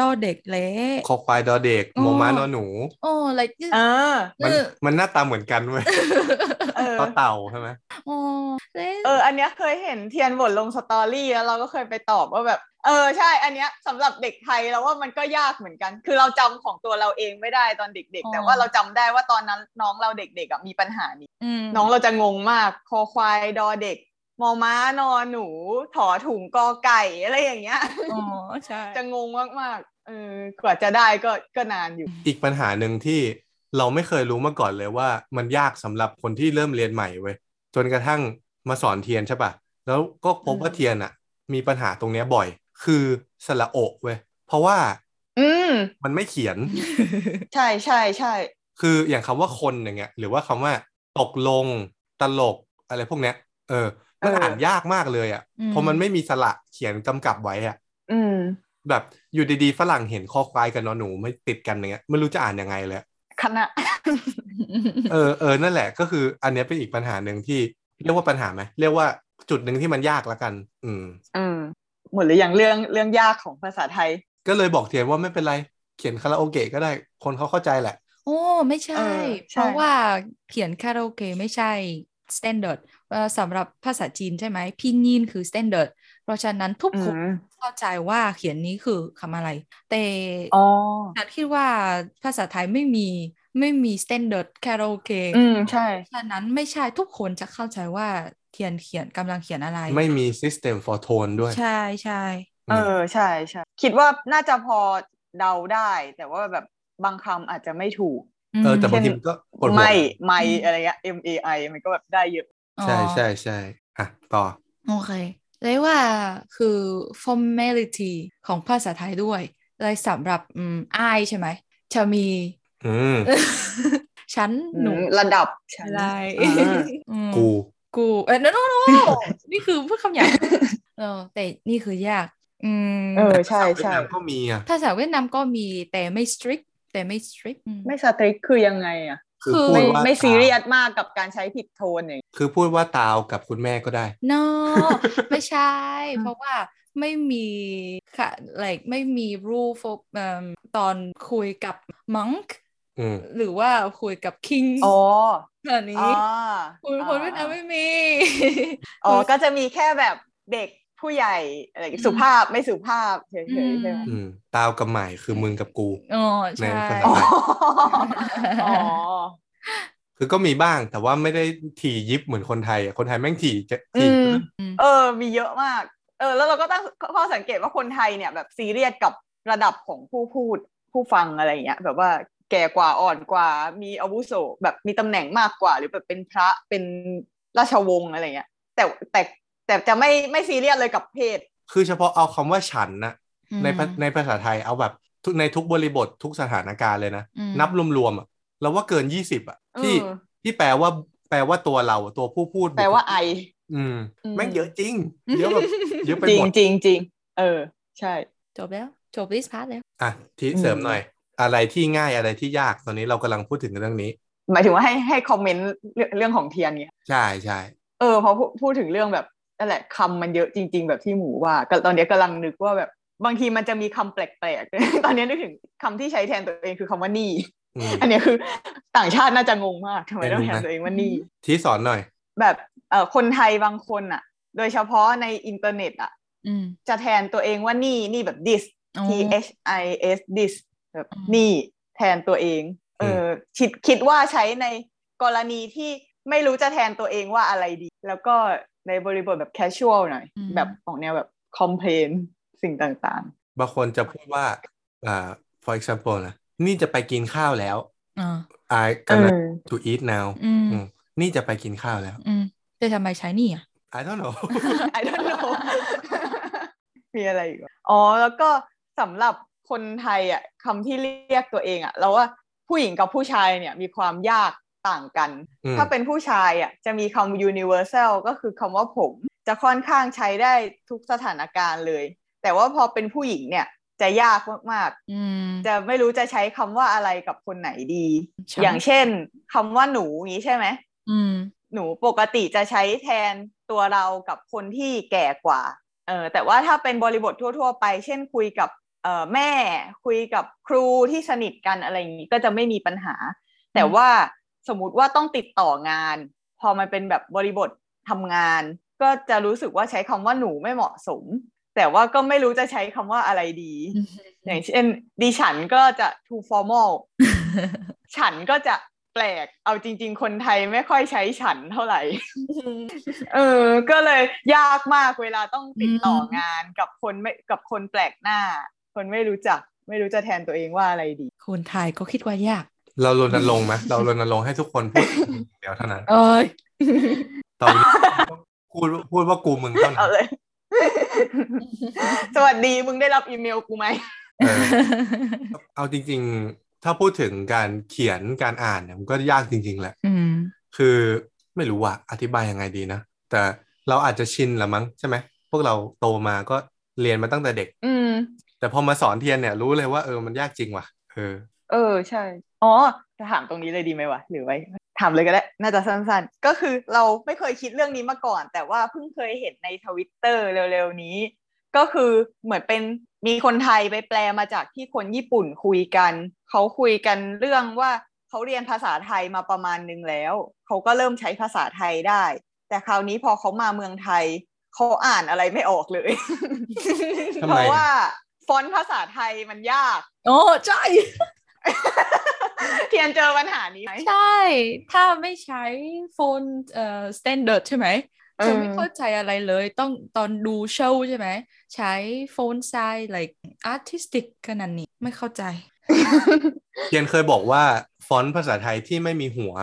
[SPEAKER 4] ดอเด็กเละ
[SPEAKER 3] คอควายดอเด็ก
[SPEAKER 4] อ๋อ
[SPEAKER 3] โมม้านอหนู
[SPEAKER 4] โอ้ like this
[SPEAKER 2] เออ
[SPEAKER 3] มัน
[SPEAKER 4] เออ
[SPEAKER 3] มันหน้าตาเหมือนกันเว้ย
[SPEAKER 2] เออ
[SPEAKER 3] ต่อเต่าใช่ไหม
[SPEAKER 4] โอ้เละ
[SPEAKER 2] เออ อันเนี้ยเคยเห็นเทียนบทลงสตอรี่แล้วเราก็เคยไปตอบว่าแบบ เออ ใช่ อันเนี้ยสำหรับเด็กไทยเราว่ามันก็ยากเหมือนกัน คือเราจำของตัวเราเองไม่ได้ตอนเด็ก ๆ แต่ว่าเราจำได้ว่าตอนนั้นน้องเราเด็กๆอะมีปัญหานี้
[SPEAKER 4] อืม
[SPEAKER 2] น้องเราจะงงมาก คอควายดอเด็ก มอม้านอหนู ถอถุงกอไก่อะไรอย่างเงี้ย
[SPEAKER 4] อ๋อใช่
[SPEAKER 2] จะงงมากๆ เออ กว่าจะได้ก็ก็นานอยู่
[SPEAKER 3] อีกปัญหาหนึ่งที่เราไม่เคยรู้มาก่อนเลยว่ามันยากสำหรับคนที่เริ่มเรียนใหม่เว้ยจนกระทั่งมาสอนเทียนใช่ปะแล้วก็พบว่าเทียนอะมีปัญหาตรงเนี้ยบ่อย คือสระโอะเว้ยเพราะว่า
[SPEAKER 2] อืม
[SPEAKER 3] มันไม่เขียน
[SPEAKER 2] ใช่ใช่ใช่
[SPEAKER 3] คืออย่างคำว่าคนอย่างเงี้ยหรือว่าคำว่าตกลง ตลกอะไรพวกเนี้ยเออมัน
[SPEAKER 2] เอออ่
[SPEAKER 3] อ่านยากมากเลยอะเพราะมันไม่มีสระเขียนกำกับไว้อะ
[SPEAKER 2] อืม
[SPEAKER 3] แบบอยู่ดีๆฝรั่งเห็นคอควายกับนอนหนูไม่ติดกันอย่างเงี้ยไม่รู้จะอ่านยังไงเลย
[SPEAKER 2] คณะ
[SPEAKER 3] เออเออนั่นแหละก็คืออันเนี้ยเป็นอีกปัญหาหนึ่งที่เรียกว่าปัญหาไหมเรียกว่าจุดหนึ่งที่มันยากละกัน อืม
[SPEAKER 2] อืมหมดหรือยังเรื่องเรื่องยากของภาษาไทย
[SPEAKER 3] ก็เลยบอกเทียนว่าไม่เป็นไรเขียนคาราโอเกะก็ได้คนเขาเข้าใจแหละ
[SPEAKER 4] โอ้ไม่ใช่
[SPEAKER 2] เออใช่
[SPEAKER 4] เพราะว่าเขียนคาราโอเกะไม่ใช่ standard เอ่อสำหรับภาษาจีนใช่ไหมพินยินคือ standard เพราะฉะนั้นทุก
[SPEAKER 2] อื
[SPEAKER 4] คน
[SPEAKER 2] ม
[SPEAKER 4] เข้าใจว่าเขียนนี้คือคำอะไร แต่
[SPEAKER 2] อ๋อ
[SPEAKER 4] ฉันคิดว่าภาษาไทยไม่มีไม่มี standard คาราโอเกะ
[SPEAKER 2] อืมใช่
[SPEAKER 4] ฉะนั้นไม่ใช่ทุกคนจะเข้าใจว่าเทียนเขียนกำลังเขียนอะไร
[SPEAKER 3] ไม่มี system for tone ด้วย
[SPEAKER 4] ใช่ใช่
[SPEAKER 2] เออใช่ใช่คิดว่าน่าจะพอเดาได้ แต่ว่าแบบบางคำอาจจะไม่ถูก
[SPEAKER 3] เออแต่
[SPEAKER 4] ม
[SPEAKER 3] บางทีมันก็ปวดหัว
[SPEAKER 2] ไม่ไม่อะไรเงี้ย M A I มันก็แบบได้เยอะ
[SPEAKER 3] ใช่ใช่ใช่อ่ะต่อ
[SPEAKER 4] โอเคเรียกว่าคือ formality ของภาษาไทยด้วยเลยสำหรับอืมอ้ายใช่ไหม จะมี
[SPEAKER 3] อืม
[SPEAKER 4] <laughs> ฉันหนู
[SPEAKER 2] ระดับชั้น
[SPEAKER 4] อะไร
[SPEAKER 2] อ่า
[SPEAKER 4] อืม
[SPEAKER 3] กู
[SPEAKER 4] กูเอ้ย no no no นี่คือพูดคำหยาบเออแต่นี่คือยาก อืม
[SPEAKER 2] เออใช่
[SPEAKER 3] เวียด
[SPEAKER 2] ใช่
[SPEAKER 3] นามก็มีอ่ะ
[SPEAKER 4] ภาษาเวียดนามก็มีแต่ไม่ strict แต่ไม่ strict อืม
[SPEAKER 2] ไม่สตริกคือยังไงอ่ะ
[SPEAKER 3] คือ
[SPEAKER 4] คือ
[SPEAKER 3] พูด
[SPEAKER 2] ไม่
[SPEAKER 3] ว่า
[SPEAKER 2] ไม่
[SPEAKER 3] ตา
[SPEAKER 2] ซีเรียสมากกับการใช้ผิดโทนอย่างเงี้ย
[SPEAKER 3] คือพูดว่าตาวกับคุณแม่ก็ได้
[SPEAKER 4] no
[SPEAKER 3] <laughs>
[SPEAKER 4] ไม่ใช่
[SPEAKER 2] อืม
[SPEAKER 4] เพราะว่าไม่มีค่ะ like ไม่มี rule for เอิ่มตอนคุยกับ monk
[SPEAKER 3] อืม
[SPEAKER 4] หรือว่าคุยกับคิง
[SPEAKER 2] อ๋อ
[SPEAKER 4] แบบ
[SPEAKER 2] อ๋
[SPEAKER 4] นี้
[SPEAKER 2] อ
[SPEAKER 4] คุณคนเวียดนามไม่มี
[SPEAKER 3] <laughs>
[SPEAKER 2] อ๋อก็จะมีแค่แบบเด็กผู้ใหญ่อะไรอย่างเงี้ย
[SPEAKER 4] อืม
[SPEAKER 2] สุภาพไม่สุภาพเฉย
[SPEAKER 4] อืม
[SPEAKER 2] ๆใช่ไหม
[SPEAKER 3] อืมตาวกับใหม่คือมึงกับกู
[SPEAKER 4] อ๋อ
[SPEAKER 3] ในภา
[SPEAKER 4] ใช่
[SPEAKER 3] ษา
[SPEAKER 2] อ๋อ
[SPEAKER 4] อ๋
[SPEAKER 2] อ๋อ
[SPEAKER 4] อ
[SPEAKER 3] คือก็มีบ้างแต่ว่าไม่ได้ถี่ยิบเหมือนคนไทยอะคนไทยแม่งถี่จะ
[SPEAKER 2] อื
[SPEAKER 3] ถี่
[SPEAKER 2] ม
[SPEAKER 4] อืม
[SPEAKER 2] เออ มีเยอะมาก เออ แล้วเราก็ตั้งข้อสังเกตว่าคนไทยเนี่ยแบบซีเรียสกับระดับของผู้พูดผู้ฟังอะไรอย่างเงี้ย แบบว่าแก่กว่าอ่อนกว่า มีอาวุโสแบบมีตำแหน่งมากกว่า หรือแบบเป็นพระเป็นราชวงศ์อะไรอย่างเงี้ย แต่แต่แต่จะไม่ไม่ซีเรียสเลยกับเพศ
[SPEAKER 3] คือเฉพาะเอาคำว่าฉันนะ
[SPEAKER 4] อืม
[SPEAKER 3] ในภาในภาษาไทยเอาแบบทุกในทุกบริบททุกสถานการณ์เลยนะ
[SPEAKER 4] อืม
[SPEAKER 3] นับรวมๆอะเราว่าเกินยี่สิบอะที่
[SPEAKER 2] เออ
[SPEAKER 3] ที่แปลว่าแปลว่าตัวเราตัวผู้พูด
[SPEAKER 2] แปลว่าไอ
[SPEAKER 3] อืม
[SPEAKER 2] อืม
[SPEAKER 3] แม่งเยอะจริง เยอะแบบเยอะไป
[SPEAKER 2] จริ
[SPEAKER 3] ห
[SPEAKER 2] ง
[SPEAKER 3] มด
[SPEAKER 2] จริงจริงเออ ใช่
[SPEAKER 4] จบแล้วจบ this part แล้ว
[SPEAKER 3] อ่ะที่
[SPEAKER 2] อืม
[SPEAKER 3] เสริมหน่อย อะไรที่ง่ายอะไรที่ยากตอนนี้เรากำลังพูดถึงเรื่องนี้
[SPEAKER 2] หมายถึงว่าให้ให้คอมเมนต์เรื่องเรื่องของเทียนเนี่ย
[SPEAKER 3] ใช่ใช่
[SPEAKER 2] เออพอพูพูดถึงเรื่องแบบนั่นแหละคำมันเยอะจริง ๆ แบบที่หมูว่าก็ตอนเนี้ยกำลังนึกว่าแบบบางทีมันจะมีคำแปลกๆ <laughs> ตอนเนี้ยนึกถึงคำที่ใช้แทนตัวเองคือคำว่าหนี่ <laughs>
[SPEAKER 3] อืม
[SPEAKER 2] อันเนี้ยคือต่างชาติน่าจะงงมากทำไม
[SPEAKER 3] ไม่รู้
[SPEAKER 2] ต้องแทน
[SPEAKER 3] นะ
[SPEAKER 2] ตัวเองว่าหนี่
[SPEAKER 3] ที่สอนหน่อย
[SPEAKER 2] แบบเออคนไทยบางคนอ่ะ โดยเฉพาะในอินเทอร์เน็ตอ่ะ
[SPEAKER 4] อืม
[SPEAKER 2] จะแทนตัวเองว่าหนี่หนี่แบบ this
[SPEAKER 4] โอ้
[SPEAKER 2] T H I S this แบบ
[SPEAKER 4] อืม
[SPEAKER 2] นี่แทนตัวเอง เออคิดคิดว่าใช้ในกรณีที่ไม่รู้จะแทนตัวเองว่าอะไรดี แล้วก็ในบริบทแบบ casual หน่อย
[SPEAKER 4] อืม
[SPEAKER 2] แบบออกแนวแบบ complain สิ่งต่าง
[SPEAKER 3] บางคนจะพูดว่าอ่า for example นะนี่จะไปกินข้าวแล้ว
[SPEAKER 4] อ่า
[SPEAKER 3] I
[SPEAKER 2] ๆเอ
[SPEAKER 3] gonna
[SPEAKER 2] อ
[SPEAKER 3] to eat now
[SPEAKER 4] อืม
[SPEAKER 3] อืมนี่จะไปกินข้าวแล้ว
[SPEAKER 4] อืมแต่ทำไมใช้นี่อ่ะ
[SPEAKER 3] I don't know <laughs>
[SPEAKER 2] <laughs> I don't know มีอะไรอีกวะอ๋อ แล้วก็สำหรับคนไทยอ่ะคำที่เรียกตัวเองอ่ะ เราว่าผู้หญิงกับผู้ชายเนี่ยมีความยากต่างกัน
[SPEAKER 3] อืม
[SPEAKER 2] ถ้าเป็นผู้ชายอ่ะจะมีคำ universal ก็คือคำว่าผมจะค่อนข้างใช้ได้ทุกสถานการณ์เลย แต่ว่าพอเป็นผู้หญิงเนี่ยจะยากมาก
[SPEAKER 4] อืม
[SPEAKER 2] ๆ จะไม่รู้จะใช้คำว่าอะไรกับคนไหนดี
[SPEAKER 4] ฉัน
[SPEAKER 2] อย่างเช่นคำว่าหนูอย่างนี้ใช่ไหม
[SPEAKER 4] อืม
[SPEAKER 2] หนูปกติจะใช้แทนตัวเรากับคนที่แก่กว่า เออแต่ว่าถ้าเป็นบริบททั่ว ๆ ไป เช่นคุยกับเอ่อแม่ คุยกับครูที่สนิทกันอะไรอย่างนี้ก็จะไม่มีปัญหา แต่ว่าสมมติว่าต้องติดต่องาน พอมันเป็นแบบบริบททำงาน ก็จะรู้สึกว่าใช้คำว่าหนูไม่เหมาะสม แต่ว่าก็ไม่รู้จะใช้คำว่าอะไรดี
[SPEAKER 4] อืม
[SPEAKER 2] อย่างเช่นดิฉันก็จะ too formal ฉันก็จะแปลก เอาจริง ๆ คนไทยไม่ค่อยใช้ฉันเท่าไหร่
[SPEAKER 4] <laughs>
[SPEAKER 2] เออ ก็เลยยากมากเวลาต้องติดต่อ
[SPEAKER 4] ม
[SPEAKER 2] งานกับคนไม่กับคนแปลกหน้า คนไม่รู้จัก ไม่รู้จะแทนตัวเองว่าอะไรดี
[SPEAKER 4] คนไทยก็คิดว่ายาก
[SPEAKER 3] เรารณรงค์ไหมเรารณรงค์ให้ทุกคนพูดเดียวเท่านั้น
[SPEAKER 4] เอ้ย
[SPEAKER 3] ตอนนี้พูดพูดว่ากูมึงเท่านั้
[SPEAKER 2] เอา
[SPEAKER 3] น
[SPEAKER 2] เลย <laughs> สวัสดีมึงได้รับอีเมลกูไหม
[SPEAKER 3] เออ เอาจริง ๆ ถ้าพูดถึงการเขียนการอ่านเนี่ยมันก็ยากจริง ๆ แหละ
[SPEAKER 4] อืม
[SPEAKER 3] คือไม่รู้อะอธิบายยังไงดีนะ แต่เราอาจจะชินละมั้งใช่ไหม พวกเราโตมาก็เรียนมาตั้งแต่เด็ก
[SPEAKER 2] อืม
[SPEAKER 3] แต่พอมาสอนเทียนเนี่ยรู้เลยว่าเออมันยากจริงว่ะเออ
[SPEAKER 2] เออใช่ อ๋อจะถามตรงนี้เลยดีไหมวะ หรือไว้ถามเลยก็ได้ น่าจะสั้นๆ ก็คือเราไม่เคยคิดเรื่องนี้มาก่อน แต่ว่าเพิ่งเคยเห็นในทวิตเตอร์เร็วๆนี้ ก็คือเหมือนเป็นมีคนไทยไปแปลมาจากที่คนญี่ปุ่นคุยกัน เขาคุยกันเรื่องว่าเขาเรียนภาษาไทยมาประมาณนึงแล้ว เขาก็เริ่มใช้ภาษาไทยได้ แต่คราวนี้พอเขามาเมืองไทย เขาอ่านอะไรไม่ออกเลย <laughs>
[SPEAKER 3] ทำไม
[SPEAKER 2] เพราะว่าฟอนต์ภาษาไทยมันยาก
[SPEAKER 4] โอ้ใช่
[SPEAKER 2] เทียนเจอปัญหานี้ไหม
[SPEAKER 4] ใช่ ถ้าไม่ใช้โฟนเอ่อสแตนดาร์ดใช่ไหม
[SPEAKER 2] เออ
[SPEAKER 4] ฉันไม่เข้าใจอะไรเลย ต้องตอนดูโชว์ใช่ไหม ใช้โฟนไซส์ like artistic ขนาดนี้ไม่เข้าใจ
[SPEAKER 3] เทียนเคยบอกว่าฟอนต์ภาษาไทยที่ไม่มีหัว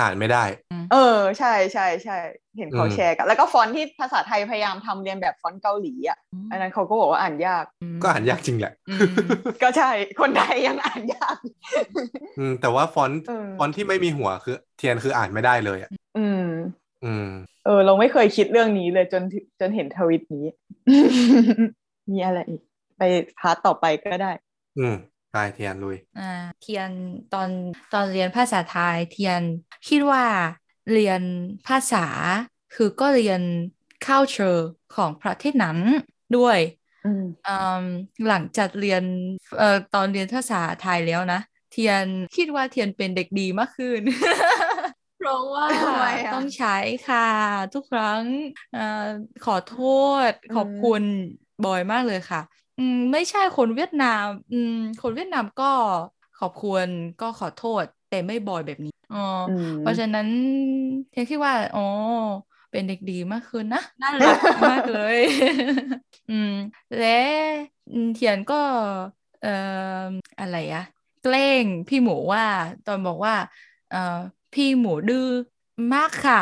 [SPEAKER 3] อ่านไม่ได้
[SPEAKER 2] เออใช่ใช่ใช่เห็นเขา
[SPEAKER 3] อืม
[SPEAKER 2] แชร์กัน แล้วก็ฟอนต์ที่ภาษาไทยพยายามทำเรียนแบบฟอนต์เกาหลีอ่ะอันนั้นเขาก็บอกว่าอ่านยาก
[SPEAKER 3] ก็อ่านยากจริงแหละ
[SPEAKER 4] อืม
[SPEAKER 2] ก็ใช่คนไทยยังอ่านยาก
[SPEAKER 3] อืมแต่ว่าฟอนต์
[SPEAKER 2] เออ
[SPEAKER 3] ฟอนต์ที่ไม่มีหัวคือ เทียนคืออ่านไม่ได้เลยอ่ะ
[SPEAKER 2] อืม
[SPEAKER 3] อืม
[SPEAKER 2] เออ เราไม่เคยคิดเรื่องนี้เลยจนถึงจนเห็นทวิตนี้ <laughs> มีอะไรอีก ไปพาร์ทต่อไปก็ได้
[SPEAKER 3] อืมตายเทียนลุย
[SPEAKER 4] อ่าเทียนตอนตอนเรียนภาษาไทยเทียนคิดว่าเรียนภาษา คือก็เรียน culture ของประเทศนั้นด้วย
[SPEAKER 2] อืม
[SPEAKER 4] อืมหลังจากเรียนเอ่อตอนเรียนภาษาไทยแล้วนะ เทียนคิดว่าเทียนเป็นเด็กดีมากขึ้น <laughs> เพราะว่า
[SPEAKER 2] ทำไมอะ
[SPEAKER 4] ต้องใช้ค่ะ ทุกครั้งเอ่อขอโทษขอบคุณบ่อยมากเลยค่ะ อืมไม่ใช่คนเวียดนามอืมคนเวียดนามก็ขอบคุณก็ขอโทษ แต่ไม่บ่อยแบบนี้อ๋ออ
[SPEAKER 2] อืม
[SPEAKER 4] เพราะฉะนั้นเทคิดว่าอ๋อเป็นเด็กดีมากขึ้นนะน่ารักมากเลย <laughs> อืมและอืมเทียนก็เอ่ออะไรอะแกล้งพี่หมูว่าตอนบอกว่าเอ่อพี่หมูดื้อมากค่ะ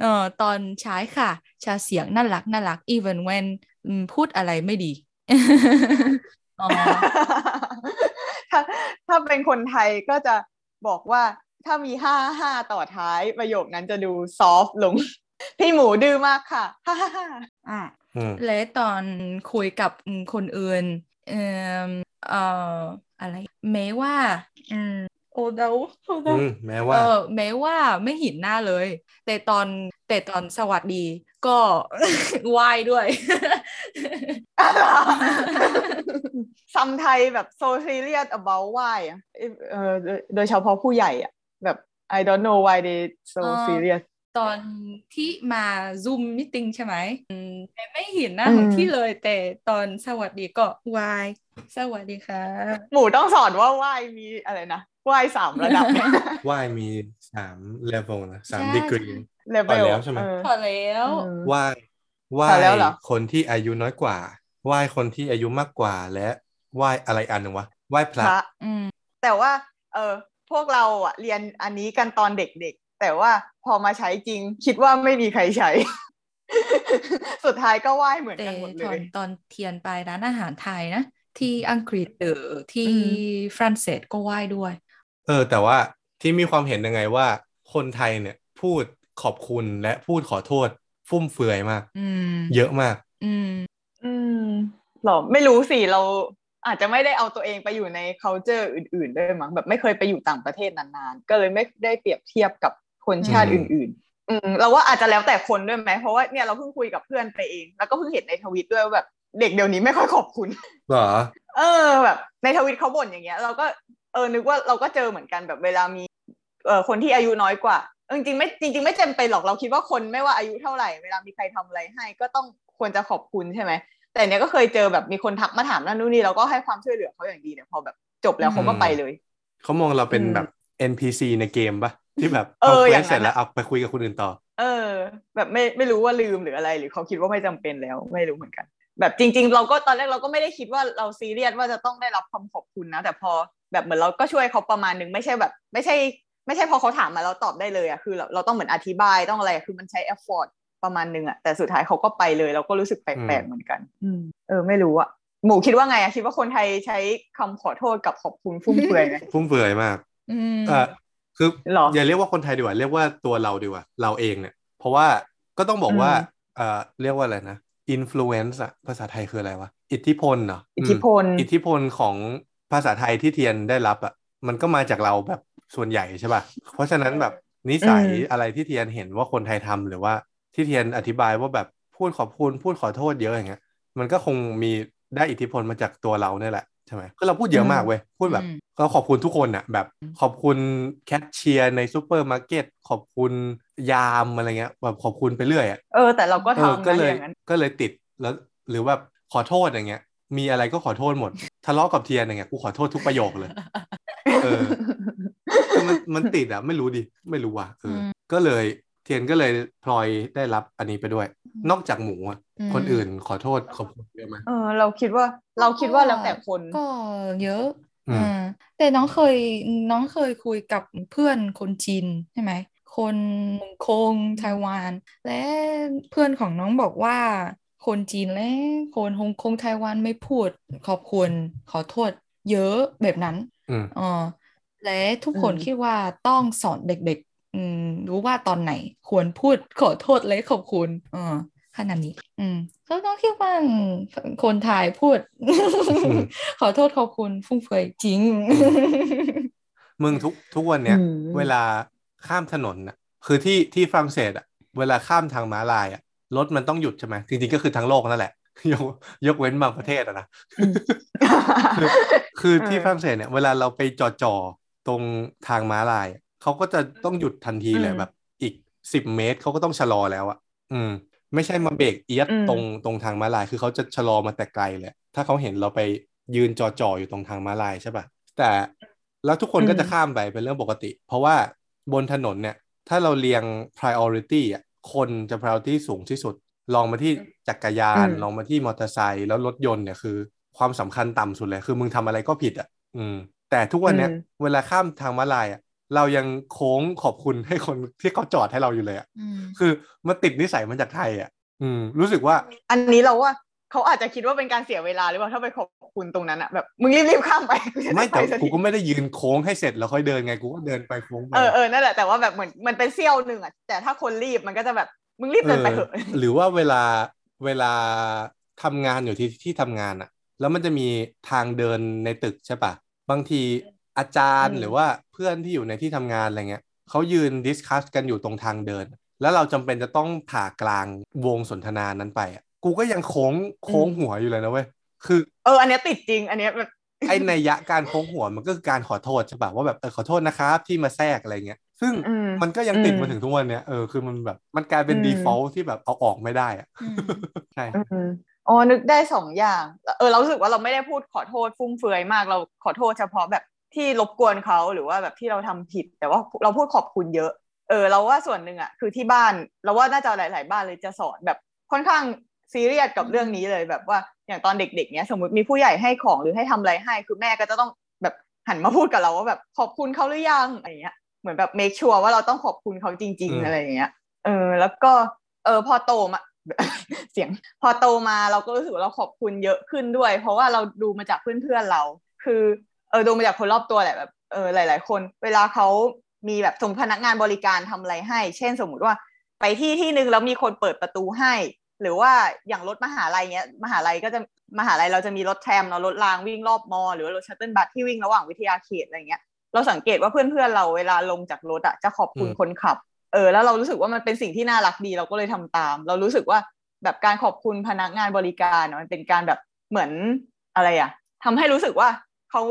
[SPEAKER 4] เอ่อตอนใช้ค่ะ ชาเสียงน่ารักน่ารัก even when อืมพูดอะไรไม่ดี <laughs> อ๋อ
[SPEAKER 2] ถ้าถ้าเป็นคนไทยก็จะบอกว่าถ้ามีห้าห้าต่อท้ายประโยคนั้นจะดูซอฟต์ลง <laughs> พี่หมูดื้อมากค่ะ <laughs> ฮ่าฮ่าฮ่าอ่ะ
[SPEAKER 3] อืม
[SPEAKER 4] และตอนคุยกับอืมคนอื่นเอ่มเอ่ออะไรแม้ว่าอืมโอเดาโอเดา
[SPEAKER 3] อืมแม้ว่า
[SPEAKER 4] เออแม้ว่าไม่เห็นหน้าเลย แต่ตอนแต่ตอนสวัสดีก็ <laughs> ไหว้ด้วย <laughs>
[SPEAKER 2] ซัมไทยแบบ so serious about why อ่ะเออโดยโดยเฉพาะผู้ใหญ่อ่ะ แบบ I don't know why they so
[SPEAKER 4] อ๋อ
[SPEAKER 2] serious
[SPEAKER 4] ตอนที่มา Zoom meeting ใช่ไหมอืมแต่ไม่เห็นหน้าของ
[SPEAKER 2] อืม
[SPEAKER 4] พี่เลย แต่ตอนสวัสดีก็ไหว้สวัสดีค่ะ
[SPEAKER 2] หมูต้องสอนว่า why มีอะไรนะ why สามระดับ
[SPEAKER 3] ว่ายมีสามเลเวลนะสาม
[SPEAKER 4] ใช่
[SPEAKER 3] ดีกรี
[SPEAKER 2] <laughs> เลเว
[SPEAKER 3] พอ
[SPEAKER 2] ล
[SPEAKER 3] แล้วใช่ไหม
[SPEAKER 4] พอแล้ว
[SPEAKER 3] ว่ายว่า
[SPEAKER 2] พอย แล้วเหรอ
[SPEAKER 3] คนที่อายุน้อยกว่า ว่ายคนที่อายุมากกว่าและว่ายอะไรอันหนึ่งวะว่ายพ
[SPEAKER 2] พ
[SPEAKER 3] ระ
[SPEAKER 2] ระ
[SPEAKER 4] อืม
[SPEAKER 2] แต่ว่า เออพวกเราอ่ะเรียนอันนี้กันตอนเด็กๆ แต่ว่าพอมาใช้จริง คิดว่าไม่มีใครใช้ <laughs> สุดท้ายก็ไหว้เหมือน
[SPEAKER 4] แต่
[SPEAKER 2] กันหมด
[SPEAKER 4] ต
[SPEAKER 2] เล
[SPEAKER 4] อน
[SPEAKER 2] ย
[SPEAKER 4] ตอนเทียนไปร้านอาหารไทยนะ ที่อังกฤษหรือที่
[SPEAKER 2] อื
[SPEAKER 4] ฝรั่งเศสก็ไหว้ด้วย
[SPEAKER 3] เออ แต่ว่าที่มีความเห็นยังไงว่า คนไทยเนี่ยพูดขอบคุณและพูดขอโทษ ฟุ่มเฟือยมาก
[SPEAKER 4] อืม
[SPEAKER 3] เยอะมาก
[SPEAKER 4] อืม
[SPEAKER 2] อืมหรอไม่รู้สิ เราอาจจะไม่ได้เอาตัวเองไปอยู่ใน culture อื่นๆ ด้วยมั้งแบบไม่เคยไปอยู่ต่างประเทศนานๆ ก็เลยไม่ได้เปรียบเทียบกับคนชาติ
[SPEAKER 3] อืม
[SPEAKER 2] อื่น ๆ อืมเราว่าอาจจะแล้วแต่คนด้วยไหมเพราะว่าเนี่ยเราเพิ่งคุยกับเพื่อนไปเอง แล้วก็เพิ่งเห็นในทวิตด้วยว่าแบบเด็กเดี๋ยวนี้ไม่ค่อยขอบคุณ
[SPEAKER 3] เหรอ
[SPEAKER 2] เออแบบในทวิตเขาบ่นอย่างเงี้ย เราก็เออนึกว่าเราก็เจอเหมือนกันแบบเวลามีเออคนที่อายุน้อยกว่าเออจริงๆไม่จริง ๆ ไม่จำเป็นหรอกเราคิดว่าคนไม่ว่าอายุเท่าไหร่เวลามีใครทำอะไรให้ ก็ต้องควรจะขอบคุณใช่ไหมแต่เนี้ยก็เคยเจอแบบมีคนทักมาถามนั่นนู่นนี่เราก็ให้ความช่วยเหลือเขาอย่างดีเนี่ยพอแบบจบแล้วเขาก็ไปเลย
[SPEAKER 3] เขามองเราเป็น
[SPEAKER 2] อืม
[SPEAKER 3] แบบ NPC ในเกมปะที่แบบ
[SPEAKER 2] เอออ
[SPEAKER 3] ควส
[SPEAKER 2] ย่างนั้น
[SPEAKER 3] เสร็จแล้วเอาไปคุยกับคนอื่นต่อ
[SPEAKER 2] เออ แบบไม่ไม่รู้ว่าลืมหรืออะไร หรือเขาคิดว่าไม่จำเป็นแล้วไม่รู้เหมือนกัน แบบจริง ๆ เราก็ตอนแรกเราก็ไม่ได้คิดว่าเราซีเรียสว่าจะต้องได้รับความขอบคุณนะ แต่พอแบบเหมือนเราก็ช่วยเขาประมาณนึงไม่ใช่แบบ ไม่ใช่ ไม่ใช่พอเขาถามมาเราตอบได้เลยอะคือเราเราต้องเหมือนอธิบายต้องอะไรอะคือมันใช้ effort ประมาณนึงอะแต่สุดท้ายเขาก็ไปเลย เราก็รู้สึกแปลกๆเหมือนกันเออ ไม่รู้อะหมูคิดว่าไงอะคิดว่าคนไทยใช้คำขอโทษกับขอบคุณฟุ่มเฟือยไหม
[SPEAKER 3] ฟุ่มเฟือยมาก
[SPEAKER 4] อืม
[SPEAKER 3] เอ่อคือ
[SPEAKER 2] หรออย่
[SPEAKER 3] อาเรียกว่าคนไทยดีกว่า เรียกว่าตัวเราดีกว่า เราเองเนี่ย เพราะว่าก็ต้องบอกว่า
[SPEAKER 2] อืม
[SPEAKER 3] เอ่อเรียกว่าอะไรนะอินฟลูเอนซ์อะภาษาไทยคืออะไรวะ อิทธิพลเนาะ
[SPEAKER 2] อิทธิพล
[SPEAKER 3] อิทธิพลของภาษาไทยที่เทียนได้รับอะมันก็มาจากเราแบบส่วนใหญ่ใช่ป่ะเพราะฉะนั้นแบบนิสัย
[SPEAKER 2] อืม
[SPEAKER 3] อะไรที่เทียนเห็นว่าคนไทยทำหรือว่าที่เทียนอธิบายว่าแบบพูดขอบคุณพูดขอโทษเยอะอย่างเงี้ย มันก็คงมีได้อิทธิพลมาจากตัวเราเนี่ยแหละใช่ไหมคือเราพูดเยอะมากเว้ยพูดแบบ
[SPEAKER 4] อืม
[SPEAKER 3] ก็ขอบคุณทุกคนอ่ะแบบขอบคุณแคชเชียร์ในซูเปอร์มาร์เก็ตขอบคุณยามอะไรเงี้ยแบบขอบคุณไปเรื่อยอ่ะ
[SPEAKER 2] เออ แต่เราก็
[SPEAKER 3] เออ
[SPEAKER 2] ทำ
[SPEAKER 3] ก็
[SPEAKER 2] นะ
[SPEAKER 3] เล
[SPEAKER 2] อย ย่างนั้น
[SPEAKER 3] ก็เลยติดแล้วหรือแบบขอโทษอย่างเงี้ย มีอะไรก็ขอโทษหมด ทะเลาะกับเทียนอย่างเงี้ยกูขอโทษทุกประโยคเลย <laughs> เออ คือมันมันติดอ่ะไม่รู้ดิไม่รู้ว่ะเอออ
[SPEAKER 4] ม
[SPEAKER 3] ก็เลยเทียนก็เลยพลอยได้รับอันนี้ไปด้วย นอกจากหมูอ่ะคนอื่นขอโทษขอบคุณเยอะไหม
[SPEAKER 2] เออเราคิดว่าเราคิดว่าแล้วแต่คน
[SPEAKER 4] ก็เยอะ
[SPEAKER 3] อืม
[SPEAKER 4] อ่าแต่น้องเคยน้องเคยคุยกับเพื่อนคนจีนใช่ไหม คนฮ่องกงไต้หวัน และเพื่อนของน้องบอกว่า คนจีนและคนฮ่องกงไต้หวันไม่พูดขอบคุณขอโทษเยอะแบบนั้น
[SPEAKER 3] อืม
[SPEAKER 4] อ๋อและทุกคน
[SPEAKER 2] อืม
[SPEAKER 4] คิดว่าต้องสอนเด็กๆ อืม รู้ว่าตอนไหนควรพูดขอโทษและขอบคุณอ๋อขนาดนี้ อืมก็ต้องคิดว่าคนไทยพูด <laughs>
[SPEAKER 3] ม
[SPEAKER 4] ขอโทษขอบคุณฟุ่มเฟือยจริง
[SPEAKER 3] มึงทุกทุกวันเนี้ย
[SPEAKER 2] อืม
[SPEAKER 3] เวลาข้ามถนนนะคือที่ที่ฝรั่งเศสอะเวลาข้ามทางม้าลายอะรถมันต้องหยุดใช่ไหมจริงๆก็คือทั้งโลกนั่นแหละ <laughs> ยกยกเว้นบางประเทศอะนะ คือคือที่ฝรั่งเศสเนี่ยเวลาเราไปจอจอๆตรงทางม้าลายอะเขาก็จะต้องหยุดทันทีเลย
[SPEAKER 2] อืม
[SPEAKER 3] แบบ อีกสิบเมตรเขาก็ต้องชะลอแล้วอะอืม ไม่ใช่มาเบรกเอียด
[SPEAKER 2] อืม
[SPEAKER 3] ตรงตรงทางม้าลาย คือเขาจะชะลอมาแต่ไกลเลยถ้าเขาเห็นเราไปยืนจอจอๆอยู่ตรงทางม้าลายใช่ป่ะแต่ แล้วทุกคน
[SPEAKER 2] อืม
[SPEAKER 3] ก็จะข้ามไปเป็นเรื่องปกติ เพราะว่าบนถนนเนี่ย ถ้าเราเรียง priority อ่ะคนจะ priority สูงที่สุด ลองมาที่จักรยาน
[SPEAKER 2] อืม
[SPEAKER 3] ลองมาที่มอเตอร์ไซค์แล้วรถยนต์เนี่ยคือ ความสำคัญต่ำสุดเลย คือมึงทำอะไรก็ผิดอ่ะ อืม แต่ทุกวันเนี้ย
[SPEAKER 2] อืม
[SPEAKER 3] เวลาข้ามทางม้าลายอ่ะเรายังโค้งขอบคุณให้คน <laughs> ที่เขาจอดให้เราอยู่เลยอ่ะ
[SPEAKER 4] อืม
[SPEAKER 3] คือมันติดนิสัยมาจากไทยอ่ะ อืม รู้สึกว่า
[SPEAKER 2] อันนี้เราว่าเขาอาจจะคิดว่าเป็นการเสียเวลาหรือเปล่าถ้าไปขอบคุณตรงนั้นอะแบบมึงรีบๆข้ามไป <laughs>
[SPEAKER 3] ไม่แต่
[SPEAKER 2] ปสั
[SPEAKER 3] กู
[SPEAKER 2] ที
[SPEAKER 3] ก็ไม่ได้ยืนโค้งให้เสร็จแล้วค่อยเดินไงกูก็เดินไปโค้งไป
[SPEAKER 2] เออเออนั่นแหละแต่ว่าแบบเหมือนมันเป็นเสี้ยวหนึ่งอะแต่ถ้าคนรีบมันก็จะแบบมึงรีบเดินไปเถอะ
[SPEAKER 3] เออหรือว่าเวลาเวลาทำงานอยู่ที่ที่ทำงานอะแล้วมันจะมีทางเดินในตึกใช่ปะบางทีอาจารย์
[SPEAKER 2] อืม
[SPEAKER 3] หรือว่าเพื่อนที่อยู่ในที่ทำงานอะไรเงี้ยเขายืนดิสคัสกันอยู่ตรงทางเดิน แล้วเราจำเป็นจะต้องผ่ากลางวงสนทนานั้นไปอะกูก็ยังโค้งโค้งหัวอยู่เลยนะเว้ยคือ
[SPEAKER 2] เอออันเนี้ยติดจริง อันเนี้ยแบบ
[SPEAKER 3] ไอ้ในยยะการโค้งหัวมันก็คือการขอโทษใช่ปะว่าแบบเออขอโทษนะครับที่มาแทรกอะไรเงี้ย ซึ่ง
[SPEAKER 2] อืม
[SPEAKER 3] มันก็ยังติด
[SPEAKER 2] อืม
[SPEAKER 3] มาถึงทุกวันเนี้ยเออคือมันแบบมันกลายเป็น
[SPEAKER 2] อืม
[SPEAKER 3] default ที่แบบเอาออกไม่ได้อะ
[SPEAKER 4] อืม
[SPEAKER 3] ใช่
[SPEAKER 2] อืมอ๋อนึกได้สองอย่าง เออเรารู้สึกว่าเราไม่ได้พูดขอโทษฟุ่มเฟือยมากเราขอโทษเฉพาะแบบที่รบกวนเขาหรือว่าแบบที่เราทำผิด แต่ว่าเราพูดขอบคุณเยอะ เออ เราว่าส่วนหนึ่งอะคือที่บ้าน เราว่าน่าจะหลาย ๆ บ้านเลยจะสอนแบบค่อนข้างซีเรียสกับเรื่องนี้เลยแบบว่าอย่างตอนเด็ก ๆเนี้ยสมมติมีผู้ใหญ่ให้ของหรือให้ทำอะไรให้คือแม่ก็จะต้องแบบหันมาพูดกับเราว่าแบบขอบคุณเขาหรือยังอะไรเงี้ยเหมือนแบบเมคชัวร์ว่าเราต้องขอบคุณเขาจริง ๆ อะไรอย่างเงี้ย เออแล้วก็ เออพอโตมา <laughs> เสียง พอโตมาเราก็รู้สึกว่าเราขอบคุณเยอะขึ้นด้วย เพราะว่าเราดูมาจากเพื่อนๆเรา คือเออดูมาจากคนรอบตัวแหละแบบเออหลาย ๆ คน เวลาเขามีแบบสมมติพนักงานบริการทำอะไรให้ เช่นสมมุติว่า ไปที่ที่หนึ่งแล้วมีคนเปิดประตูให้ หรือว่าอย่างรถมหาลัยเนี้ยมหาลัยก็จะมหาลัยเราจะมีรถแทรมเนาะรถรางวิ่งรอบมอ หรือว่ารถชัตเติลบัสที่วิ่งระหว่างวิทยาเขตอะไรเงี้ยเราสังเกตว่าเพื่อนๆเราเวลาลงจากรถอะจะขอบคุณคนขับ เออแล้วเรารู้สึกว่ามันเป็นสิ่งที่น่ารักดีเราก็เลยทำตาม เรารู้สึกว่าแบบการขอบคุณพนักงานบริการเนอะมันเป็นการแบบเหมือนอะไรอะทำให้รู้สึกว่าเขา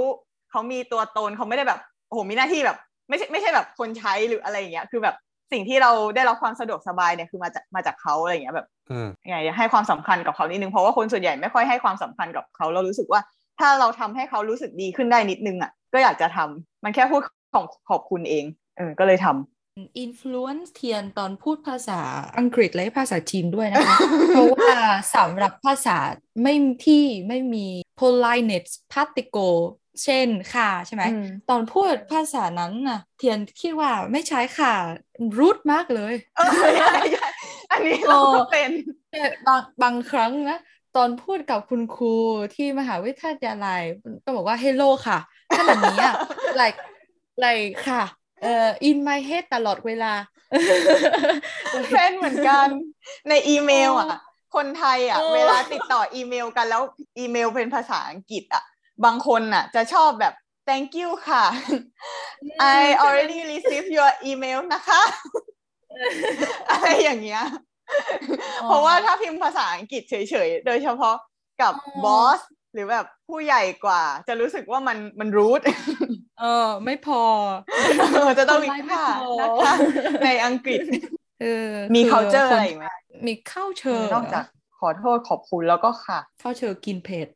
[SPEAKER 2] เขามีตัวตนเขาไม่ได้แบบโอ้โหมีหน้าที่แบบ ไม่ใช่ไม่ใช่แบบคนใช้หรืออะไรอย่างเงี้ยคือแบบสิ่งที่เราได้รับความสะดวกสบายเนี่ยคือมาจากมาจากเขาอะไรอย่างเงี้ยแบบ
[SPEAKER 3] อืม
[SPEAKER 2] ยังไงให้ความสำคัญกับเขานิดนึงเพราะว่าคนส่วนใหญ่ไม่ค่อยให้ความสำคัญกับเขาเรารู้สึกว่า ถ้าเราทำให้เขารู้สึกดีขึ้นได้นิดนึงอ่ะก็อยากจะทำมันแค่พูดของขอบคุณเองเออก็เลยทำ
[SPEAKER 4] <laughs> อินฟลูเอนซ์เทียนตอนพูดภาษาอังกฤษและภาษาจีนด้วยนะคะ <laughs> เพราะว่าสำหรับภาษาไม่ที่ไม่มี politeness particle เช่นค่ะใช่ไหม ตอนพูดภาษานั้นน่ะ เทียนคิดว่าไม่ใช้ค่ะรูดมากเลย
[SPEAKER 2] เอ <laughs> อใช่ใช่อันนี้เราก็เป็น
[SPEAKER 4] แต่บางบางครั้งนะ ตอนพูดกับคุณครูที่มหาวิทยาลัยก็บอกว่า hello ค่ะถ้าแบบนี้อะ <laughs> like like ค่ะเอ่อ in my head ตลอดเวล <laughs> า
[SPEAKER 2] เป็นเหมือนกัน ในอีเมลอ่ะ คนไทยอ่ะ
[SPEAKER 4] เออ
[SPEAKER 2] เวลาติดต่ออีเมลกันแล้วอีเมลเป็นภาษาอังกฤษอ่ะ บางคนอ่ะ จะชอบแบบ thank you ค่ะ I already received your email นะคะ อะไรอย่างเงี้ย เพราะว่าถ้าพิมพ์ภาษาอังกฤษเฉยๆ โดยเฉพาะกับ
[SPEAKER 4] อ๋อ
[SPEAKER 2] บอส หรือแบบผู้ใหญ่กว่า จะรู้สึกว่ามันมันรูท
[SPEAKER 4] เออไม่พอ
[SPEAKER 2] จะต้องมี
[SPEAKER 4] คนไลน์ไม่
[SPEAKER 2] ค่า
[SPEAKER 4] พอ
[SPEAKER 2] นะคะ ในอังกฤษ
[SPEAKER 4] เออ
[SPEAKER 2] มี
[SPEAKER 4] คือ
[SPEAKER 2] culture
[SPEAKER 4] ค
[SPEAKER 2] อะ
[SPEAKER 4] น
[SPEAKER 2] ไรอีกไหม
[SPEAKER 4] มี culture
[SPEAKER 2] นอกจากขอโทษขอบคุณแล้วก็ค่ะ
[SPEAKER 4] culture กินเผ็ด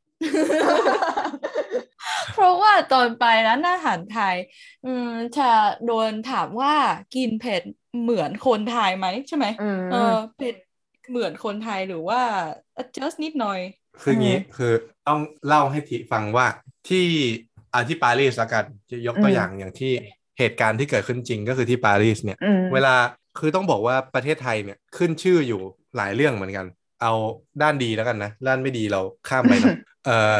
[SPEAKER 4] เพราะว่าตอนไปร้านอาหารไทย อืมจะโดนถามว่ากินเผ็ดเหมือนคนไทยไหมใช่ไหม
[SPEAKER 2] อืม
[SPEAKER 4] เออเผ็ดเหมือนคนไทยหรือว่า adjust นิดหน่อย
[SPEAKER 3] คืองี้
[SPEAKER 2] อืม
[SPEAKER 3] คือต้องเล่าให้ทิฟังว่าที่อาที่ปารีสละกันจะยกตัว
[SPEAKER 2] อืม
[SPEAKER 3] อย่างอย่างที่เหตุการณ์ที่เกิดขึ้นจริงก็คือที่ปารีสเนี่ย
[SPEAKER 2] อืม
[SPEAKER 3] เวลาคือต้องบอกว่าประเทศไทยเนี่ยขึ้นชื่ออยู่หลายเรื่องเหมือนกัน เอาด้านดีแล้วกันนะ ด้านไม่ดีเราข้ามไปเนอะ เอ่อ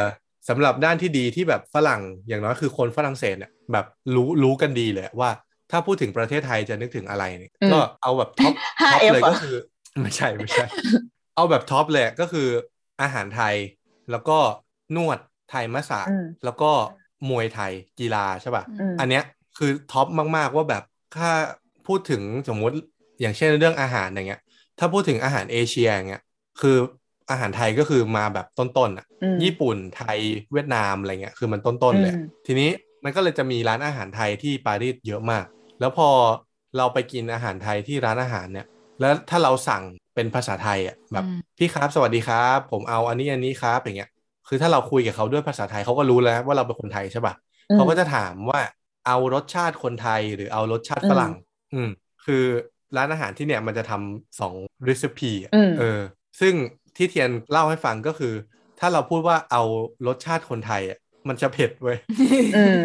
[SPEAKER 3] สำหรับด้านที่ดีที่แบบฝรั่งอย่างน้อยคือคนฝรั่งเศสเนี่ยแบบรู้รู้กันดีเลยว่าถ้าพูดถึงประเทศไทยจะนึกถึงอะไรเนี่ย
[SPEAKER 2] อืม
[SPEAKER 3] ก็เอาแบบท็อป ท็อป
[SPEAKER 2] 5F
[SPEAKER 3] เลย
[SPEAKER 2] เหรอ
[SPEAKER 3] ก็คือ ไม่ใช่ไม่ใช่ เอาแบบท็อปเลยก็คืออาหารไทย แล้วก็นวดไทยมะสะ
[SPEAKER 2] อืม
[SPEAKER 3] แล้วก็มวยไทยกีฬาใช่ป่ะ
[SPEAKER 2] อืม
[SPEAKER 3] อันเนี้ยคือท็อปมาก ๆ ว่าแบบถ้าพูดถึงสมมุติอย่างเช่นเรื่องอาหารอย่างเงี้ย ถ้าพูดถึงอาหารเอเชียอย่างเงี้ยคืออาหารไทยก็คือมาแบบต้นๆอ่ะ
[SPEAKER 2] อืม
[SPEAKER 3] ญี่ปุ่นไทยเวียดนามอะไรเงี้ยคือมันต้นๆเลยอะ
[SPEAKER 2] อืม
[SPEAKER 3] ทีนี้มันก็เลยจะมีร้านอาหารไทยที่ปารีสเยอะมาก แล้วพอเราไปกินอาหารไทยที่ร้านอาหารเนี่ย แล้วถ้าเราสั่งเป็นภาษาไทยอ่ะแบบ
[SPEAKER 4] อืม
[SPEAKER 3] พี่ครับสวัสดีครับ ผมเอาอันนี้อันนี้ครับอย่างเงี้ย คือถ้าเราคุยกับเขาด้วยภาษาไทยเขาก็รู้แล้วว่าเราเป็นคนไทยใช่ป่ะ เขาก็จะถามว่า เอารสชาติคนไทยหรือเอารสชาติฝรั่ง อืม คือร้านอาหารที่เนี่ยมันจะทำสองรีซิปี
[SPEAKER 2] อืม
[SPEAKER 3] เออ ซึ่งที่เทียนเล่าให้ฟังก็คือ ถ้าเราพูดว่าเอารสชาติคนไทยอ่ะมันจะเผ็ดเว้ย <laughs>
[SPEAKER 2] อืม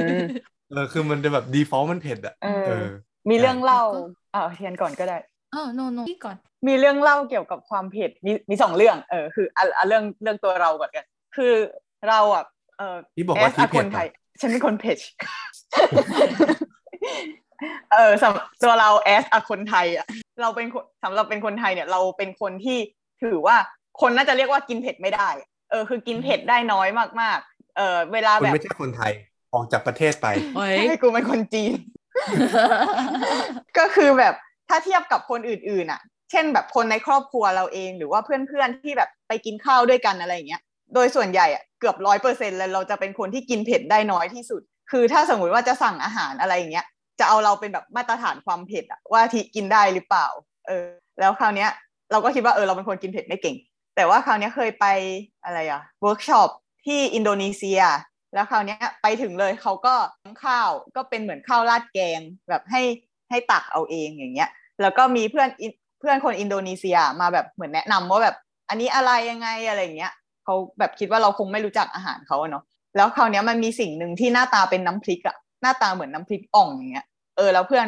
[SPEAKER 3] เออคือมันจะแบบ default มันเผ็ดอ่ะ
[SPEAKER 2] เออ
[SPEAKER 3] เออ
[SPEAKER 2] มีเรื่องเล่า
[SPEAKER 4] ก็
[SPEAKER 2] อ่าเทียนก่อนก็ได้
[SPEAKER 4] อ๋อ no no พี่ก่อน
[SPEAKER 2] มีเรื่องเล่าเกี่ยวกับความเผ็ดมีมีสองเรื่อง เออคืออ่ะอ่ะเรื่องเรื่องตัวเราก่อนกัน คือเราอ่ะเออ
[SPEAKER 3] ที่บอกว่า
[SPEAKER 2] แส
[SPEAKER 3] ที่
[SPEAKER 2] ค
[SPEAKER 3] เผ็ด
[SPEAKER 2] น
[SPEAKER 3] อะ
[SPEAKER 2] ไทย ฉันเป็นคนเผ็ด <laughs> เออสำตัวเราแอสอะคนไทยอ่ะเราเป็นคนสำหรับเป็นคนไทยเนี่ย เราเป็นคนที่ถือว่าคนน่าจะเรียกว่ากินเผ็ดไม่ได้ เออ คือกินเผ็ดได้น้อยมากๆ เออเวลา
[SPEAKER 3] คุณ
[SPEAKER 2] แบบ
[SPEAKER 3] ไม่ใช่คนไทยออกจากประเทศไป
[SPEAKER 4] โอ้ย
[SPEAKER 2] ให้กูเป็นคนจีน ก็คือแบบถ้าเทียบกับคนอื่นๆอ่ะ เช่นแบบคนในครอบครัวเราเองหรือว่าเพื่อนๆที่แบบไปกินข้าวด้วยกันอะไรอย่างเงี้ย โดยส่วนใหญ่อ่ะเกือบร้อยเปอร์เซ็นต์แล้วเราจะเป็นคนที่กินเผ็ดได้น้อยที่สุด คือถ้าสมมติว่าจะสั่งอาหารอะไรอย่างเงี้ย จะเอาเราเป็นแบบมาตรฐานความเผ็ดอะว่าที่กินได้หรือเปล่า เออ แล้วคราวเนี้ย เราก็คิดว่าเออเราเป็นคนกินเผ็ดไม่เก่ง แต่ว่าคราวเนี้ยเคยไปอะไรอะเวิร์กช็อปที่อินโดนีเซีย แล้วคราวเนี้ยไปถึงเลยเขาก็ข้าวก็เป็นเหมือนข้าวราดแกงแบบให้ให้ตักเอาเองอย่างเงี้ย แล้วก็มีเพื่อนอินเพื่อนคนอินโดนีเซียมาแบบเหมือนแนะนำว่าแบบอันนี้อะไรยังไงอะไรอย่างเงี้ยเขาแบบคิดว่าเราคงไม่รู้จักอาหารเขาอะเนาะแล้วคราวเนี้ยมันมีสิ่งหนึ่งที่หน้าตาเป็นน้ำพริกอะหน้าตาเหมือนน้ำพริกอ่องอย่างเงี้ยเออแล้วเพื่อน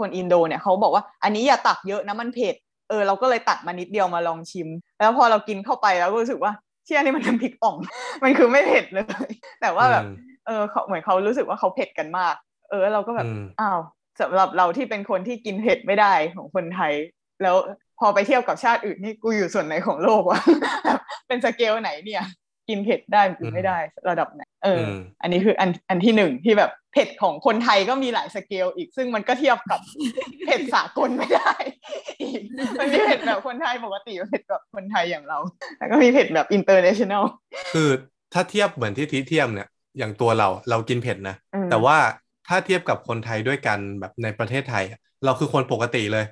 [SPEAKER 2] คนอินโดเนี่ยเขาบอกว่าอันนี้อย่าตักเยอะนะมันเผ็ดเออเราก็เลยตักมานิดเดียวมาลองชิม แล้วพอเรากินเข้าไปแล้วก็รู้สึกว่าเชี่ยนี่มันน้ำพริกอ่อง <laughs> มันคือไม่เผ็ดเลย <laughs> แต่ว่าแบบ เออเขาเหมือนเขารู้สึกว่าเขาเผ็ดกันมาก เออเราก็แบบ
[SPEAKER 3] อืม
[SPEAKER 2] อ้าวสำหรับเราที่เป็นคนที่กินเผ็ดไม่ได้ของคนไทย แล้วพอไปเที่ยวกับชาติอื่นนี่กูอยู่ส่วนไหนของโลกวะ <laughs> แบบเป็นสเกลไหนเนี่ย กินเผ็ดได้กินไม่ได้ระดับไหนเอ
[SPEAKER 3] อื
[SPEAKER 2] อ
[SPEAKER 3] ม
[SPEAKER 2] อ อันนี้คืออันอันที่หนึ่งที่แบบเผ็ดของคนไทยก็มีหลายสเกลอีกซึ่งมันก็เทียบกับ <laughs> เผ็ดสากลไม่ได้อีกมันมีเผ็ดแบบคนไทยปกติกับเผ็ดแบบคนไทยอย่างเรา แล้วก็มีเผ็ดแบบอินเตอร์เนชั่นแนล
[SPEAKER 3] คือถ้าเทียบเหมือนที่ทีเทียมเนี่ยอย่างตัวเราเรากินเผ็ดนะ แต่ว่าถ้าเทียบกับคนไทยด้วยกันแบบในประเทศไทยอะเราคือคนปกติเลย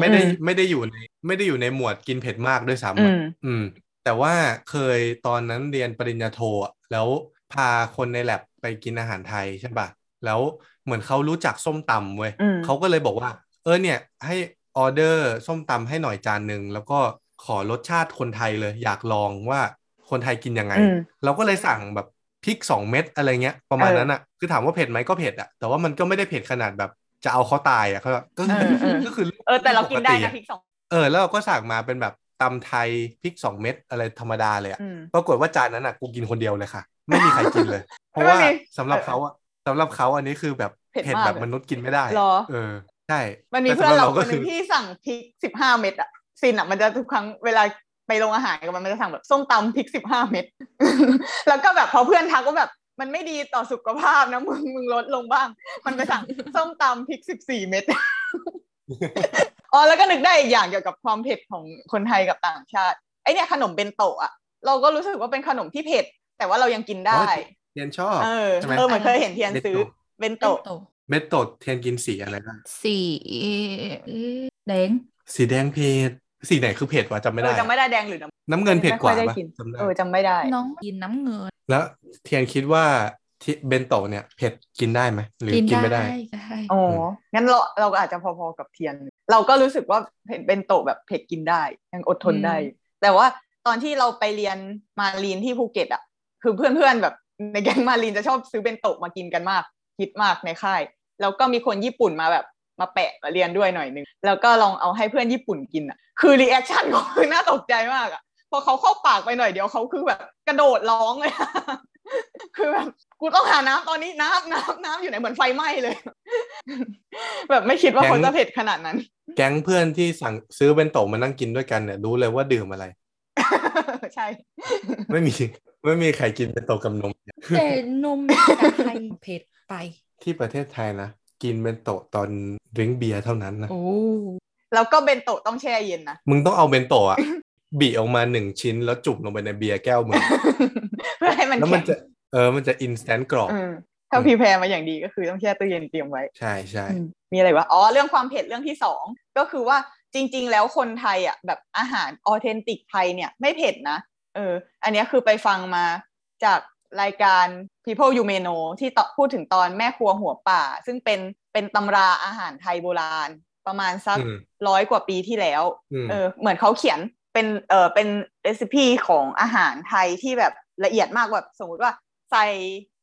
[SPEAKER 3] ไม่ได้
[SPEAKER 2] อืม
[SPEAKER 3] ไม่ได้อยู่ในไม่ได้อยู่ในหมวดกินเผ็ดมากด้วยซ้ำ
[SPEAKER 2] อื
[SPEAKER 3] อะ
[SPEAKER 2] ม
[SPEAKER 3] อืม แต่ว่าเคยตอนนั้นเรียนปริญญาโทอะแล้วพาคนในแลบไปกินอาหารไทยใช่ปะแล้วเหมือนเขารู้จักส้มตำเว้ย
[SPEAKER 2] อืม
[SPEAKER 3] เขาก็เลยบอกว่า เออเนี่ย ให้ออเดอร์ส้มตำให้หน่อยจานหนึ่งแล้วก็ขอรสชาติคนไทยเลย อยากลองว่าคนไทยกินยังไง
[SPEAKER 2] อืม
[SPEAKER 3] เราก็เลยสั่งแบบพริกสองเม็ดอะไรเงี้ย ประมาณ
[SPEAKER 2] เออ
[SPEAKER 3] นั้นอ่ะ คือถามว่าเผ็ดไหมก็เผ็ดอ่ะ แต่ว่ามันก็ไม่ได้เผ็ดขนาดแบบจะเอาเขาตายอ่ะเขาแบบก็คือ
[SPEAKER 2] เออเออ
[SPEAKER 3] ก็คือ
[SPEAKER 2] เออแต่เรากินได้
[SPEAKER 3] ป
[SPEAKER 2] นะ
[SPEAKER 3] ติ
[SPEAKER 2] พริกสอง
[SPEAKER 3] เออแล้วเราก็สั่งมาเป็นแบบตำไทยพริกสองเม็ดอะไรธรรมดาเลยอ่ะ
[SPEAKER 2] อืม
[SPEAKER 3] ปรากฏว่าจานนั้นอ่ะกูกินคนเดียวเลยค่ะ ไม่มีใครกิน
[SPEAKER 2] <laughs>
[SPEAKER 3] เลย เพราะ
[SPEAKER 2] ไม่
[SPEAKER 3] ว่า
[SPEAKER 2] มี
[SPEAKER 3] สำหรับเขาอ่ะสำหรับเขาอันนี้คือแบบ
[SPEAKER 2] เผ็ด
[SPEAKER 3] เผ็ด
[SPEAKER 2] มาก
[SPEAKER 3] แบบ
[SPEAKER 2] เลย
[SPEAKER 3] มนุษย์กินไม่ได้
[SPEAKER 2] หรอ
[SPEAKER 3] เออใช่
[SPEAKER 2] มันมี
[SPEAKER 3] แต่
[SPEAKER 2] เพื่อ
[SPEAKER 3] สำ
[SPEAKER 2] น
[SPEAKER 3] หรับ
[SPEAKER 2] เราคน
[SPEAKER 3] ก็
[SPEAKER 2] ห
[SPEAKER 3] คื
[SPEAKER 2] นึ่ง
[SPEAKER 3] อ
[SPEAKER 2] ที่สั่งพริกสิบห้าเม็ดอะซินอะมันจะทุกครั้งเวลาไปโรงอาหารกับมันมันจะสั่งแบบส้มตำพริกสิบห้าเม็ด <laughs> แล้วก็แบบพอเพื่อนทักว่าแบบมันไม่ดีต่อสุขภาพนะมึงมึงลดลงบ้าง มันไปสั่ง <laughs> ส้มตำพริกสิบสี่เม็ด <laughs> อ๋อแล้วก็นึกได้อีกอย่างเกี่ยวกับความเผ็ดของคนไทยกับต่างชาติไอเนี่ยขนมเบนโตะอะเราก็รู้สึกว่าเป็นขนมที่เผ็ด แต่ว่าเรายังกินได้
[SPEAKER 3] โอ้ย เทียนชอบ
[SPEAKER 2] เออ
[SPEAKER 3] ใช่ไหม
[SPEAKER 2] เออเหมือนเคยเห็นเทียนซื้อเบน
[SPEAKER 4] โต
[SPEAKER 2] โตะ
[SPEAKER 3] เม็ดโตดเทียนกินสีอะไรนะ
[SPEAKER 4] สีแดง
[SPEAKER 3] สีแดงเผ็ดสีไหนคือเผ็ดวะจำไม่
[SPEAKER 2] เอ
[SPEAKER 3] ได้
[SPEAKER 2] อจำไม่ได้แดงหรือน้ำ
[SPEAKER 3] น้ำเงินเผ็ดกว่า
[SPEAKER 2] ไม่ค่อยได้
[SPEAKER 3] ปะ
[SPEAKER 2] กิน
[SPEAKER 3] จำได้
[SPEAKER 2] เออจำไม่ได้
[SPEAKER 4] น้องกินน้ำเงิน
[SPEAKER 3] แล้วเทียนคิดว่าที่เบนโตะเนี่ยเผ็ดกินได้ไหมหรือกินไม่ได้
[SPEAKER 4] ได้
[SPEAKER 2] อ๋ออ
[SPEAKER 3] ม
[SPEAKER 2] งั้นเราเราก็อาจจะพอๆกับเทียน เราก็รู้สึกว่าเห็นเป็นโตะแบบเผ็ดกินได้ ยังอดทนได้
[SPEAKER 4] อืม
[SPEAKER 2] แต่ว่าตอนที่เราไปเรียนมาลีนที่ภูเก็ตอ่ะ คือเพื่อนๆแบบในแก๊งมาลีนจะชอบซื้อเบนโตะมากินกันมากฮิตมากในค่าย แล้วก็มีคนญี่ปุ่นมาแบบมาแปะมาเรียนด้วยหน่อยนึง แล้วก็ลองเอาให้เพื่อนญี่ปุ่นกินอ่ะ คือรีแอคชั่นเขาคือน่าตกใจมากอ่ะ พอเขาเข้าปากไปหน่อยเดียวเขาคือแบบกระ <laughs> โดดร้องเลย คือแบบกูต้องหาน้ำตอนนี้น้ำน้ำน้ำอยู่ไหนเหมือนไฟไหม้เลย <laughs> แบบไม่คิดว่าคนจะเผ็ดขนาด <laughs> นั้น
[SPEAKER 3] แก๊งเพื่อนที่สั่งซื้อเบนโตะมานั่งกินด้วยกันเนี่ยรู้เลยว่าดื่มอะไร
[SPEAKER 2] ใช่
[SPEAKER 3] ไม่มี ไม่มีใครกินเบนโตะกับนม
[SPEAKER 4] แต่นมจากไทยเผ็ดไป
[SPEAKER 3] ที่ประเทศไทยนะ กินเบนโตะตอนดื่มเบียร์เท่านั้นนะ
[SPEAKER 4] โอ้
[SPEAKER 2] แล้วก็เบนโตะต้องแช่เย็นนะ <laughs>
[SPEAKER 3] มึงต้องเอาเบนโตะอะ บีออกมาหนึ่งชิ้นแล้วจุ่มลงไปในเบียร์แก้วมึง
[SPEAKER 2] เพื่อให้มัน
[SPEAKER 3] แล้วมั
[SPEAKER 2] แข็
[SPEAKER 3] น
[SPEAKER 2] ง
[SPEAKER 3] จะเออมันจะอินสแตนต์กรอบ
[SPEAKER 2] อืมถ้าพรีแพร์มาอย่างดีก็คือต้องแช่ตู้เย็นเตรียมไว้
[SPEAKER 3] ใช่ใช่
[SPEAKER 2] อืมมีอะไรวะ อ๋อ เรื่องความเผ็ดเรื่องที่สองก็คือว่าจริง ๆ แล้วคนไทยอ่ะแบบอาหารออเทนติกไทยเนี่ยไม่เผ็ดนะ เออ อันเนี้ยคือไปฟังมาจาก รายการ People You May Know ที่ต่อพูดถึงตอนแม่ครัวหัวป่า ซึ่งเป็นเป็นตำราอาหารไทยโบราณ ประมาณสัก
[SPEAKER 3] อืม
[SPEAKER 2] ร้อยกว่าปีที่แล้ว
[SPEAKER 3] อืม
[SPEAKER 2] เออเหมือนเขาเขียนเป็นเออเป็นเรซิปีของอาหารไทยที่แบบละเอียดมากแบบสมมติว่าใส่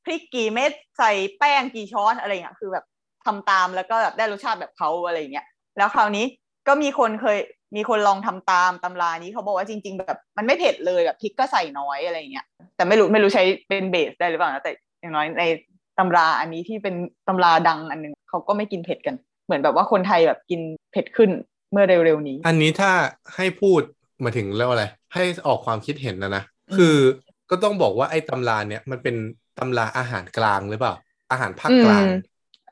[SPEAKER 2] พริกกี่เม็ดใส่แป้งกี่ช้อนอะไรเงี้ยคือแบบทำตามแล้วก็แบบได้รสชาติแบบเขาอะไรเงี้ยแล้วคราวนี้ก็มีคนเคยมีคนลองทำตามตำรานี้เขาบอกว่าจริง ๆ แบบมันไม่เผ็ดเลยแบบพริกก็ใส่น้อยอะไรเงี้ยแต่ไม่รู้ไม่รู้ใช้เป็นเบสได้หรือเปล่านะแต่อย่างน้อยในตำราอันนี้ที่เป็นตำราดังอันหนึงเขาก็ไม่กินเผ็ดกัน เหมือนแบบว่าคนไทยแบบกินเผ็ดขึ้นเมื่อเร็วๆนี้
[SPEAKER 3] อันนี้ถ้าให้พูดหมายถึงเรียกว่าอะไร ให้ออกความคิดเห็นนะนะ คือก็ต้องบอกว่าไอ้ตำราเนี่ยมันเป็นตำราอาหารกลางหรือเปล่า อาหารภาคกลาง
[SPEAKER 2] อืม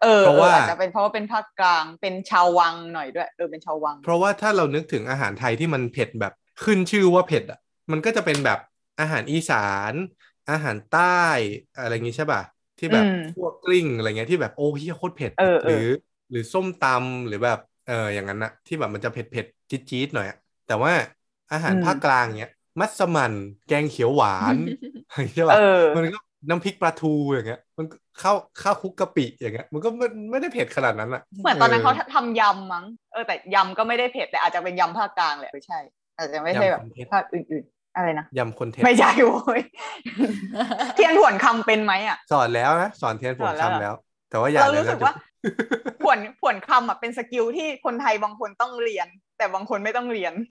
[SPEAKER 2] เออ
[SPEAKER 3] เพราะว่า
[SPEAKER 2] อออาจจะเป็นเพราะว่าเป็นภาคกลางเป็นชาววังหน่อยด้วย เออเป็นชาววัง
[SPEAKER 3] เพราะว่าถ้าเรานึกถึงอาหารไทยที่มันเผ็ดแบบขึ้นชื่อว่าเผ็ดอ่ะมันก็จะเป็นแบบอาหารอีสาน อาหารใต้อะไรอย่างงี้ใช่ป่ะที่แบบ
[SPEAKER 2] อืม
[SPEAKER 3] พวกกลิ้งอะไรเงี้ยที่แบบโอ้เฮียโคตรเผ็ด
[SPEAKER 2] เออ
[SPEAKER 3] ห
[SPEAKER 2] เออ
[SPEAKER 3] รือหรือส้มตำหรือแบบเอออย่างนั้นนะที่แบบมันจะเผ็ดเผ็ดจี๊ดจี๊ดๆหน่อยอะแต่ว่าอาหารภาคกลางเนี้ยมัสมั่นแกงเขียวหวานใช่ป่ะ
[SPEAKER 2] เออ
[SPEAKER 3] มันก็น้ำพริกปลาทูอย่างเงี้ย มันก็ข้าวข้าวคลุกกะปิอย่างเงี้ยมันก็ไม่ไม่ได้เผ็ดขนาดนั้นอ่ะ
[SPEAKER 2] เหมือนตอนนั้นเขาทำยำมั้งเออแต่ยำก็ไม่ได้เผ็ดแต่อาจจะเป็นยำภาคกลางแหละไม่ใช่ อาจจะไม่ใช่แบบ
[SPEAKER 3] ยำคนเผ็ด
[SPEAKER 2] ภาคอื่นๆ อะไรนะ
[SPEAKER 3] ยำคนเทศ
[SPEAKER 2] ไม่ใช่โว้ยเทียนหวนคำเป็นไหมอ่ะ
[SPEAKER 3] สอนแล้วนะสอนเทียนผ
[SPEAKER 2] ส
[SPEAKER 3] ม
[SPEAKER 2] อนแล้วเหรอ
[SPEAKER 3] คำแล้ว แต่ว่าอย่า
[SPEAKER 2] เรา
[SPEAKER 3] เลย
[SPEAKER 2] รู้สึกว่าหวนหวนคำอ่ะเป็นสกิลที่คนไทยบางคนต้องเรียน แต่บางคนไม่ต้องเรียน
[SPEAKER 3] <laughs>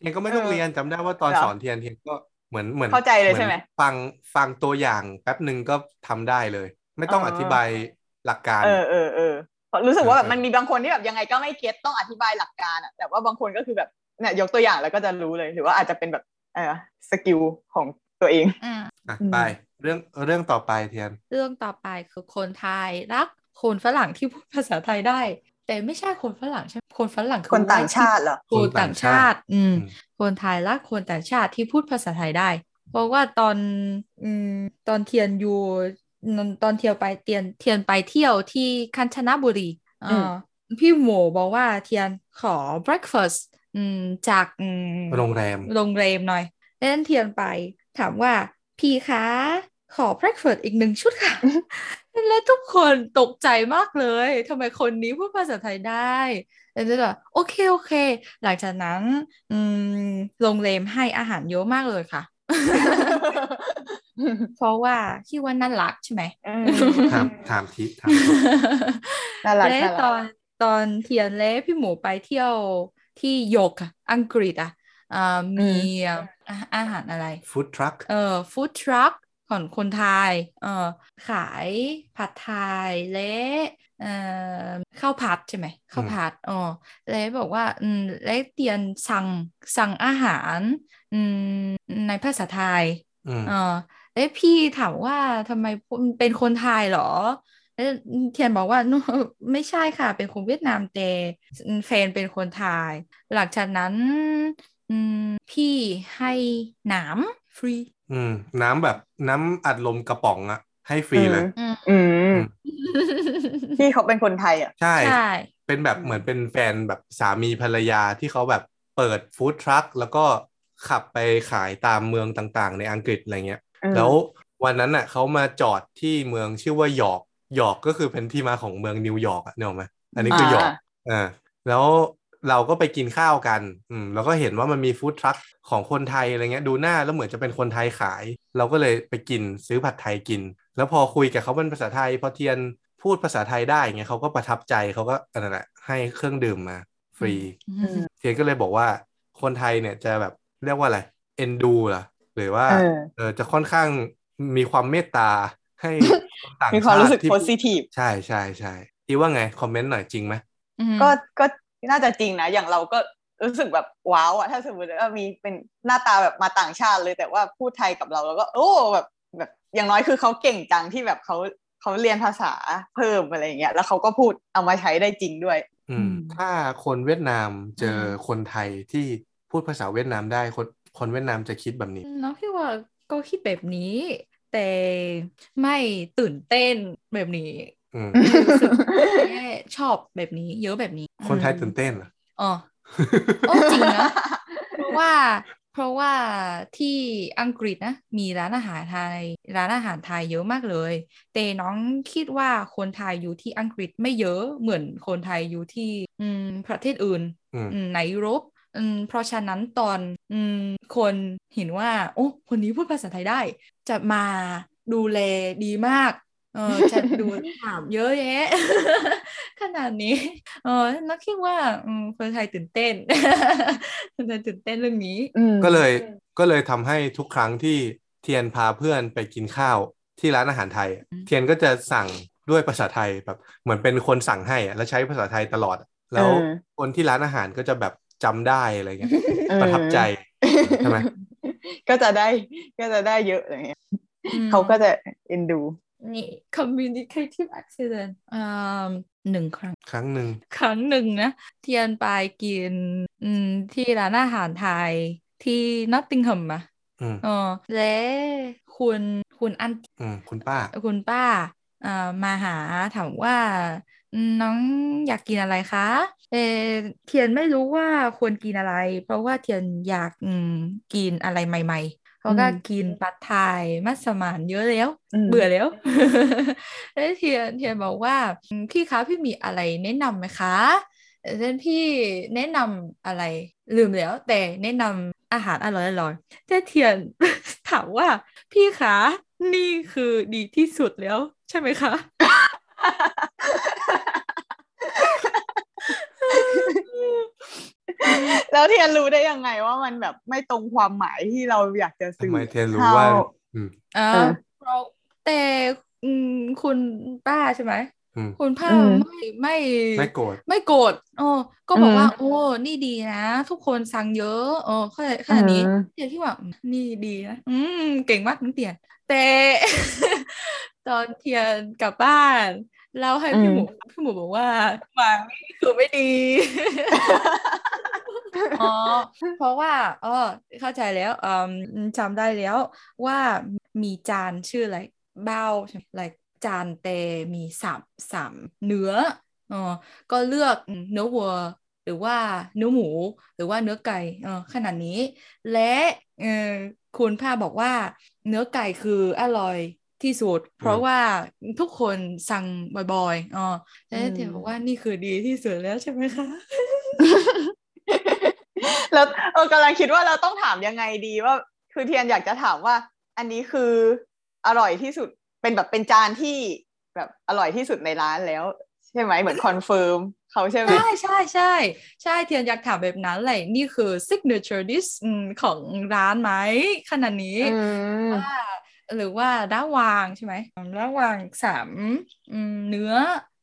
[SPEAKER 3] เทียนก็ไม่ต้อง
[SPEAKER 2] เออ
[SPEAKER 3] เรียนจำได้ว่าตอน
[SPEAKER 2] เหรอ
[SPEAKER 3] สอนเทียนเทียนก็เหมือนเหมือน
[SPEAKER 2] เข้าใจเลยใช่ไหม
[SPEAKER 3] อนฟังฟังตัวอย่างแป๊บหนึ่งก็ทำได้เลย ไม่ต้อง
[SPEAKER 2] อ๋
[SPEAKER 3] อ
[SPEAKER 2] ออ
[SPEAKER 3] ธิบายหลักการ
[SPEAKER 2] เออเออเออเพราะรู้สึกว่าแบบ
[SPEAKER 3] เออเออ
[SPEAKER 2] มันมีบางคนที่แบบยังไงก็ไม่เก็ตต้องอธิบายหลักการอะแต่ว่าบางคนก็คือแบบเนี่ยยกตัวอย่างแล้วก็จะรู้เลยหรือว่าอาจจะเป็นแบบเออสกิลของตัวเอง
[SPEAKER 4] อ่า
[SPEAKER 3] อ่ะ
[SPEAKER 2] อืม
[SPEAKER 3] ไปเรื่องเรื่องต่อไปเทียน
[SPEAKER 4] เรื่องต่อไปคือคนไทยรักคนฝรั่งที่พูดภาษาไทยได้ แต่ไม่ใช่คนฝรั่งใช่ไหมคนฝรั่งอ
[SPEAKER 2] คนต่างชาติเหรอ
[SPEAKER 4] คนต่างชาติ อืม
[SPEAKER 3] อืม
[SPEAKER 4] คนไทยรักคนต่างชาติที่พูดภาษาไทยได้ เพราะว่าตอนอืมตอนเทียนอยู่นนตอนเที่ยวไปเทียนเทียนไปเที่ยวที่คัญชนบุรีเอ่ออพี่หมูบอกว่าเทียนขอ breakfast อืมจากอืม
[SPEAKER 3] โรงแรม
[SPEAKER 4] โรงแรมหน่อยแล้วนั่นเทียนไป ถามว่า พี่คะขอ breakfast อีกหนึ่งชุดค่ะ <laughs> แล้วทุกคนตกใจมากเลยทำไมคนนี้พูดภาษาไทยได้แล้วจะแบบโอเค โอเค หลังจากนั้น อืมโรงแรมให้อาหารเยอะมากเลยค่ะ <laughs> เพราะว่าคิดว่าน่ารักใช่ไหม
[SPEAKER 2] <laughs> อืม
[SPEAKER 3] ถามถามทิถาม
[SPEAKER 2] <laughs>
[SPEAKER 3] <laughs>
[SPEAKER 4] <laughs>
[SPEAKER 2] น่ารัก
[SPEAKER 4] และ
[SPEAKER 2] น่ารัก
[SPEAKER 4] ตอนตอนเทียนและพี่หมูไปเที่ยวที่โยกอะอังกฤษอะเอ่อมีอ่ะอาหารอะไร
[SPEAKER 3] ฟู้ดทรัค
[SPEAKER 4] เอ่อฟู้ดทรัคของคนไทยเอ่อขายผัดไทยและเอ่อข้าวผัดใช่ไหมข้าวผัดอ๋อและบอกว่าอืมและเตียนสั่งสั่งอาหารอืมในภาษาไทย
[SPEAKER 3] อืม
[SPEAKER 4] เอ่อและพี่ถามว่าทำไมเป็นคนไทยเหรอแล้วเทียนบอกว่า no ไม่ใช่ค่ะ เป็นคนเวียดนามแต่แฟนเป็นคนไทย หลังจากนั้นอืมพี่ให้หนามฟรี
[SPEAKER 3] อืมน้ำแบบน้ำอัดลมกระป๋องอะให้ฟรีเลย
[SPEAKER 2] อืม อืมพี่เขาเป็นคนไทยอ่ะ
[SPEAKER 3] ใช่
[SPEAKER 4] ใช่
[SPEAKER 3] เป็นแบบเหมือนเป็นแฟนแบบสามีภรรยาที่เขาแบบเปิดฟู้ดทรัคแล้วก็ขับไปขายตามเมืองต่างๆ ในอังกฤษอะไรเงี้ย
[SPEAKER 2] อืม
[SPEAKER 3] แล้ววันนั้นน่ะเขามาจอดที่เมืองชื่อว่าหยอร์กหยอร์กก็คือเป็นที่มาของเมืองนิวยอร์กอะเนี่ยหรอกไหมอันนี้คือหยอร์ก อ่าแล้วเราก็ไปกินข้าวกันอืมแล้วก็เห็นว่ามันมีฟู้ดทรัคของคนไทยอะไรเงี้ยดูหน้าแล้วเหมือนจะเป็นคนไทยขาย เราก็เลยไปกินซื้อผัดไทยกิน แล้วพอคุยกับเขาเป็นภาษาไทย พอเทียนพูดภาษาไทยได้เงี้ยเขาก็ประทับใจเขาก็อันนั้นแหละให้เครื่องดื่มมา ฟรี
[SPEAKER 2] อืม
[SPEAKER 3] เทียนก็เลยบอกว่าคนไทยเนี่ยจะแบบเรียกว่าอะไรเอ็นดูเหรอหรือว่า
[SPEAKER 2] เออ
[SPEAKER 3] เออจะค่อนข้างมีความเมตตาให้นต่ง
[SPEAKER 2] มีความรู้สึก
[SPEAKER 3] ชติที่
[SPEAKER 2] positive
[SPEAKER 3] ใช่ใช่ใช่ที่ว่าไงคอมเมนต์หน่อยจริงไหม
[SPEAKER 2] ก็ก็น่าจะจริงนะ อย่างเราก็รู้สึกแบบว้าวอะถ้าสมมติว่ามีเป็นหน้าตาแบบมาต่างชาติเลยแต่ว่าพูดไทยกับเราแล้วก็ โอ้แบบแบบอย่างน้อยคือเขาเก่งจังที่แบบเขาเขาเรียนภาษาเพิ่มอะไรอย่างเงี้ยแล้วเขาก็พูดเอามาใช้ได้จริงด้วย
[SPEAKER 3] อื
[SPEAKER 4] อื
[SPEAKER 3] ม
[SPEAKER 4] ม
[SPEAKER 3] ถ้าคนเวียดนามเจออ
[SPEAKER 4] ม
[SPEAKER 3] คนไทยที่พูดภาษาเวียดนามได้คนคนเวียดนามจะคิดแบบนี้
[SPEAKER 4] น้องพี่ว่าก็คิดแบบนี้ แต่ไม่ตื่นเต้นแบบนี้
[SPEAKER 3] อืม
[SPEAKER 4] รู้สึกแค่ชอบแบบนี้ เยอะแบบนี้
[SPEAKER 3] คนไทย
[SPEAKER 4] อืม
[SPEAKER 3] ตื่นเต้นเหรอ
[SPEAKER 4] อ๋อ โอ้จริงนะ เพราะว่า เพราะว่าที่อังกฤษนะมีร้านอาหารไทย ร้านอาหารไทยเยอะมากเลย แต่น้องคิดว่าคนไทยอยู่ที่อังกฤษไม่เยอะเหมือนคนไทยอยู่ที่อืมประเทศอื่น
[SPEAKER 3] อืม
[SPEAKER 4] อืมในยุโรปอืมเพราะฉะนั้นตอนอืมคนเห็นว่า โอ้คนนี้พูดภาษาไทยได้ จะมาดูแลดีมากเออจะดู <laughs> ถามเยอะแยะ <laughs> ขนาดนี้ <laughs> เออนักคิดว่าอืมคนไทยตื่นเต้น <laughs> คนไทยตื่นเต้นเรื่องนี้
[SPEAKER 2] อืม
[SPEAKER 3] ก็เลยก็เลยทำให้ทุกครั้งที่เทียนพาเพื่อนไปกินข้าวที่ร้านอาหารไทยอะ
[SPEAKER 4] อืม
[SPEAKER 3] เทียนก็จะสั่งด้วยภาษาไทยแบบเหมือนเป็นคนสั่งให้อะแล้วใช้ภาษาไทยตลอดอะแล้วคนที่ร้านอาหารก็จะแบบจำได้อะไรเงี้ยประทับใจใช่ไหม
[SPEAKER 2] <laughs> ก็จะได้ก็จะได้เยอะอะไรเงี้ย
[SPEAKER 4] อืม
[SPEAKER 2] เขาก็จะเอ็นดู
[SPEAKER 4] นี่ communicative accident อ่าหนึ่งครั้ง
[SPEAKER 3] ครั้งหนึ่ง
[SPEAKER 4] ครั้งหนึ่งนะ เทียนไปกินอืมที่ร้านอาหารไทยที่นอตติงแฮมอะ
[SPEAKER 3] อืม
[SPEAKER 4] เออและคุณคุณอัน
[SPEAKER 3] อืมคุณป้า
[SPEAKER 4] คุณป้าเอ่อมาหาถามว่าอืมน้องอยากกินอะไรคะเออเทียนไม่รู้ว่าควรกินอะไร เพราะว่าเทียนอยากอืมกินอะไรใหม่ ๆ เพราะก็
[SPEAKER 2] อืม
[SPEAKER 4] กินปัดไทยมัสมั่นเยอะแล้ว
[SPEAKER 2] ม
[SPEAKER 4] เบื่อแล้ว แล้วเทียนเทียนบอกว่าอืมพี่คะพี่มีอะไรแนะนำไหมคะเช่นพี่แนะนำอะไรลืมแล้ว แต่แนะนำอาหารอร่อยอร่อยๆแต่เทียน ถามว่า พี่คะนี่คือดีที่สุดแล้ว ใช่ไหมคะ
[SPEAKER 2] แล้วเทียนรู้ได้ยังไงว่ามันแบบไม่ตรงความหมายที่เราอยากจะ
[SPEAKER 3] ทำ
[SPEAKER 2] สื่อ
[SPEAKER 3] ไมเทียนรู้ว่า
[SPEAKER 2] เข้า
[SPEAKER 3] อืม
[SPEAKER 4] อ่า
[SPEAKER 2] เออ
[SPEAKER 4] เพราะแต่อืมคุณป้าใช่ไหม
[SPEAKER 3] อืม
[SPEAKER 4] คุณป้า
[SPEAKER 2] อืม
[SPEAKER 4] ไม่ไม่
[SPEAKER 3] ไม่โกรธ
[SPEAKER 4] ไม่โกรธโอ้ก็บอก
[SPEAKER 2] อืม
[SPEAKER 4] ว่า โอ้ นี่ดีนะ ทุกคนสั่งเยอะโอ้ขนาดขนาดนี้
[SPEAKER 2] อืม
[SPEAKER 4] เดี๋ยวที่ว่าอืมนี่ดีนะ อืม เก่งมากน้องเตียน <laughs> แต่ ตอนเทียนกลับบ้านเล่าให้
[SPEAKER 2] อื
[SPEAKER 4] พี่
[SPEAKER 2] ม
[SPEAKER 4] หมูฟังพี่หมูบอกว่าหมาไม่คือไม่ดี <laughs> อ๋อ เพราะว่าอ๋อเข้าใจแล้วอืมจำได้แล้วว่ามีจานชื่ออะไรเบ้าใช่ไหม like จานเตมีสามสามเนื้ออ๋อก็เลือกเนื้อวัว หรือว่าเนื้อหมู หรือว่าเนื้อไก่เออขนาดนี้ และเออคุณผ้าบอกว่าเนื้อไก่คืออร่อยที่สุด เพราะว่าทุกคนสั่งบ่อยๆอ๋อแล้วเทียนบอกว่านี่คือดีที่สุดแล้วใช่ไหมคะ
[SPEAKER 2] แล้วเออกำลังคิดว่าเราต้องถามยังไงดีว่า คือเทียนอยากจะถามว่า อันนี้คืออร่อยที่สุดเป็นแบบเป็นจานที่แบบอร่อยที่สุดในร้านแล้ว ใช่ไหมเหมือนคอนเฟิร์มเขาใช่ไหม <laughs>
[SPEAKER 4] ใช่ใช่ใช่ใช่เทียนอยากถามแบบนั้นเลยนี่คือ signature dish อืมของร้านไหมขนาดนี้
[SPEAKER 2] อืม
[SPEAKER 4] ว่าหรือว่าด้าวางใช่ไหมด้าวางสามอืมเนื้อ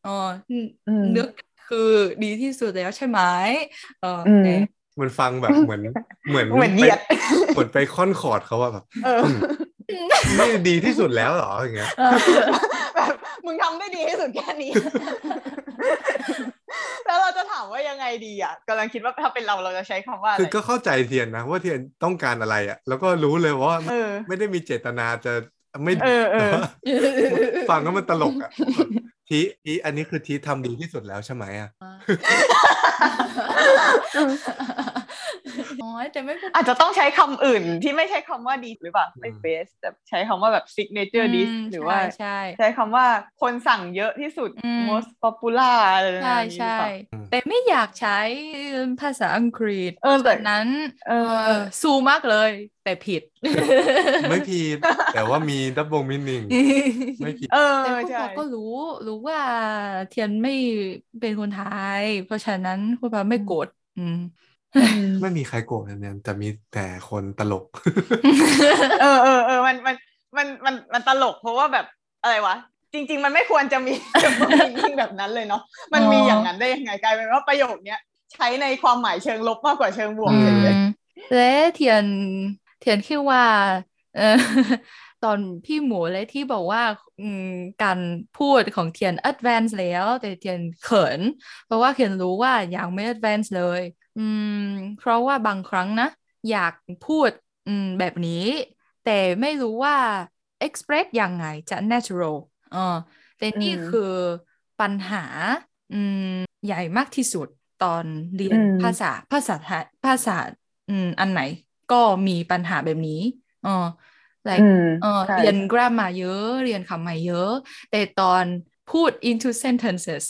[SPEAKER 4] อ๋อ
[SPEAKER 2] อืม
[SPEAKER 4] เนื้อคือดีที่สุดแล้วใช่ไหมเออ
[SPEAKER 2] อืม
[SPEAKER 4] แต่
[SPEAKER 3] มันฟังแบบเหมือนเหมือน
[SPEAKER 2] เหมือนเหยียด
[SPEAKER 3] ไปเหมือนไปค่อนคอร์ดเขาว่าแบบ
[SPEAKER 2] เออ
[SPEAKER 3] นี่ดีที่สุดแล้วเหรออย่างเงี้ย
[SPEAKER 4] เออ
[SPEAKER 2] แบบมึงทำได้ดีที่สุดแค่นี้ <laughs> แล้วเราจะถามว่ายังไงดีอ่ะกำลังคิดว่าถ้าเป็นเราเราจะใช้คำว่าอะไร
[SPEAKER 3] คือก็เข้าใจเทียนนะว่าเทียนต้องการอะไรอ่ะ แล้วก็รู้เลยว่า
[SPEAKER 2] เออ
[SPEAKER 3] ไม่ได้มีเจตนาจะไม่
[SPEAKER 2] เออเออ <laughs>
[SPEAKER 3] แต่ว่า <laughs> ฟังแล้วมันตลกอ่ะแบบทีทีอันนี้คือทีทำดีที่สุดแล้วใช่ไหมอ่ะ
[SPEAKER 4] โอ้ยแต่ไม่เป็น
[SPEAKER 2] อาจจะต้องใช้คำอื่นที่ไม่ใช่คำว่าดีหรือเปล่าไม่
[SPEAKER 3] อืม
[SPEAKER 2] เบสแต่ใช้คำว่าแบบ signature dish
[SPEAKER 4] ม
[SPEAKER 2] หรือว่า
[SPEAKER 4] ใช่ใช่
[SPEAKER 2] ใช้คำว่าคนสั่งเยอะที่สุด
[SPEAKER 4] อืม
[SPEAKER 2] most popular อะไรประ
[SPEAKER 4] ใช่
[SPEAKER 2] มาณนี้หรือ
[SPEAKER 4] ใช่
[SPEAKER 2] เปล่า
[SPEAKER 3] อืม
[SPEAKER 4] แต่ไม่อยากใช้ภาษาอังกฤษ
[SPEAKER 2] เออแต่
[SPEAKER 4] ฉะนั้น
[SPEAKER 2] เออ
[SPEAKER 4] เออสู้มากเลย แต่ผิด
[SPEAKER 3] ไม่ผิดแต่ว่ามีดับเบิลมินิ่งไม่ผิด
[SPEAKER 2] เออ
[SPEAKER 4] แต่พวก
[SPEAKER 2] ใช่
[SPEAKER 4] เราก็รู้รู้ว่าเทียนไม่เป็นคนไทย เพราะฉะนั้นคุณปาไม่โกรธอืม
[SPEAKER 3] ไม่มีใครโกรธนะเนี่ยแต่มีแต่คนตลก
[SPEAKER 2] เออเออเออมันมันมันมันมันตลกเพราะว่าแบบอะไรวะ จริง ๆ มันไม่ควรจะมี <laughs> จะมียิ่งแบบนั้นเลยเนาะมันมี
[SPEAKER 4] อ๋อ
[SPEAKER 2] อ
[SPEAKER 4] อ
[SPEAKER 2] ย่างนั้นได้ยังไงกลายเป็นว่าประโยคเนี้ยใช้ในความหมายเชิงลบมากกว่าเชิงบวก
[SPEAKER 4] อื
[SPEAKER 2] เฉยเลย
[SPEAKER 4] มและเทียนเทียนคิดว่าเอ <laughs> อ ตอนพี่หมูและที่บอกว่าอืมการพูดของเทียน advance แล้ว แต่เทียนเขิน เพราะว่าเทียนรู้ว่ายังไม่ advance เลย อืม เพราะว่าบางครั้งนะ อยากพูดอืมแบบนี้ แต่ไม่รู้ว่า express ยังไงจะ natural เออแต่นี่
[SPEAKER 2] อืม
[SPEAKER 4] คือปัญหาอืมใหญ่มากที่สุดตอนเรียน
[SPEAKER 2] อืม
[SPEAKER 4] ภาษาภาษาไทยภาษาอืมอันไหน ก็มีปัญหาแบบนี้เออ like
[SPEAKER 2] อืม
[SPEAKER 4] เออ
[SPEAKER 2] ใช่
[SPEAKER 4] เรียน grammar เยอะเรียนคำใหม่เยอะ แต่ตอนพูด into sentences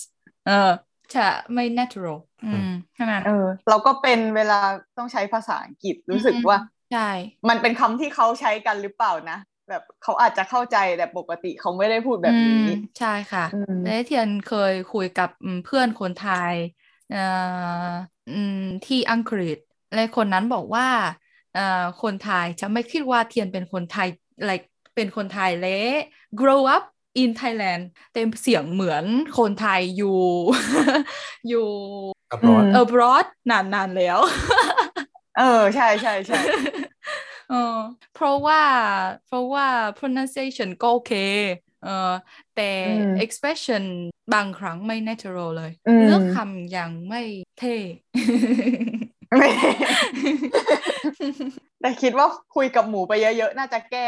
[SPEAKER 4] เออจะไม่ natural อืมใช่ไหม
[SPEAKER 2] เออ เราก็เป็นเวลาต้องใช้ภาษาอังกฤษรู้สึกว่า
[SPEAKER 4] ใช่
[SPEAKER 2] มันเป็นคำที่เขาใช้กันหรือเปล่านะ แบบเขาอาจจะเข้าใจแต่ปกติเขาไม่ได้พูดแบบนี้
[SPEAKER 4] อืมใช่ค่ะ
[SPEAKER 2] อืม
[SPEAKER 4] และเทียนเคยคุยกับอืมเพื่อนคนไทยเอ่ออืมที่อังกฤษ และคนนั้นบอกว่าเอ่อคนไทยจะไม่คิดว่าเทียนเป็นคนไทย like เป็นคนไทยและ grow up in Thailand เต็มเสียงเหมือนคนไทยอยู่ <laughs> อยู่
[SPEAKER 3] อับร้อน
[SPEAKER 2] อืม
[SPEAKER 4] abroad นานๆแล้ว
[SPEAKER 2] เออใช่ใช่ใช่ <laughs>
[SPEAKER 4] เออเพราะว่าเพราะว่า pronunciation ก็โอเคเออแต่
[SPEAKER 2] อืม
[SPEAKER 4] expression บางครั้งไม่ natural เลย
[SPEAKER 2] อืม
[SPEAKER 4] เลือกคำยังไม่เท่ <laughs>
[SPEAKER 2] ไม่แต่คิดว่าคุยกับหมูไปเยอะๆ น่าจะแก้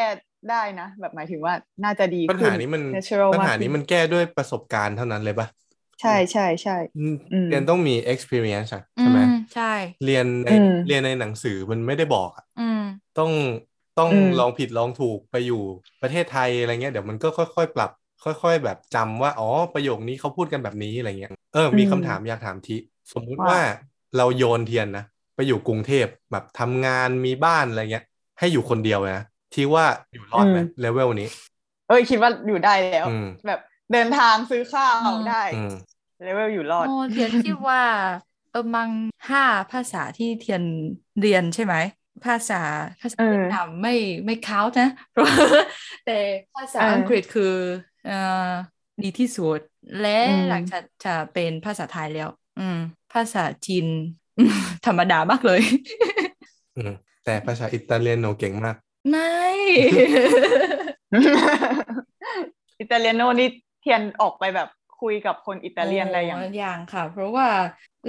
[SPEAKER 2] ได้นะ แบบหมายถึงว่าน่าจะดี
[SPEAKER 3] ปัญ
[SPEAKER 2] ขึ้
[SPEAKER 3] หาน นี้มัน
[SPEAKER 2] natural
[SPEAKER 3] ปัญหาม
[SPEAKER 2] ากขึ้น
[SPEAKER 3] นี้มันแก้ด้วยประสบการณ์เท่านั้นเลยปะ
[SPEAKER 2] ใช่ใช่ใช่
[SPEAKER 3] อืม
[SPEAKER 2] อืม
[SPEAKER 3] เรียนต้องมี experience อะใช่ไหม
[SPEAKER 4] อืมใช่
[SPEAKER 3] เรียนใน
[SPEAKER 2] อืม
[SPEAKER 3] เรียนในหนังสือมันไม่ได้บอกอะ
[SPEAKER 4] อืม
[SPEAKER 3] ต้องต้อง
[SPEAKER 2] อืม
[SPEAKER 3] ลองผิดลองถูกไปอยู่ประเทศไทยอะไรเงี้ยเดี๋ยวมันก็ค่อยๆ ปรับ ค่อย ๆ แบบจำว่าอ๋อประโยคนี้เขาพูดกันแบบนี้อะไรเงี้ยเออมีคำถามอยากถามทิสมมุติ
[SPEAKER 2] ว่า
[SPEAKER 3] ว่าเราโยนเทียนนะไปอยู่กรุงเทพแบบทำงานมีบ้านอะไรเงี้ย ให้อยู่คนเดียวเลยนะที่ว่าอยู่รอดไหมเลเวลนี้
[SPEAKER 2] เอ้ยคิดว่าอยู่ได้แล้ว
[SPEAKER 3] อืม
[SPEAKER 2] แบบเดินทางซื้อข้า
[SPEAKER 4] อื
[SPEAKER 2] ว
[SPEAKER 4] ม
[SPEAKER 2] ได้
[SPEAKER 3] อืม
[SPEAKER 2] เลเวลอยู่รอด
[SPEAKER 4] โอ้เทียนคิดว่าประมาณห้าภาษาที่เทียนเรียนใช่ไหม ภาษาภาษา
[SPEAKER 2] เออ
[SPEAKER 4] เวียดนามไม่ไม่ค้าวนะ <laughs> เพราะแต่ภาษา
[SPEAKER 2] เอออั
[SPEAKER 4] อังกฤษคือเอ่อดีที่สุด และ
[SPEAKER 2] อืม
[SPEAKER 4] หลังจากจะเป็นภาษาไทยแล้ว อืม ภาษาจีน <laughs> ธรรมดามากเลย <laughs>
[SPEAKER 3] อืมแต่ภาษาอิตาเลียนโนเก่งมาก
[SPEAKER 4] ไม่
[SPEAKER 2] <laughs> <laughs> อิตาเลียโนนี่เทียนออกไปแบบคุยกับคนอิตาเลียนอะไรอย่าง
[SPEAKER 4] โอย่างค่ะ เพราะว่า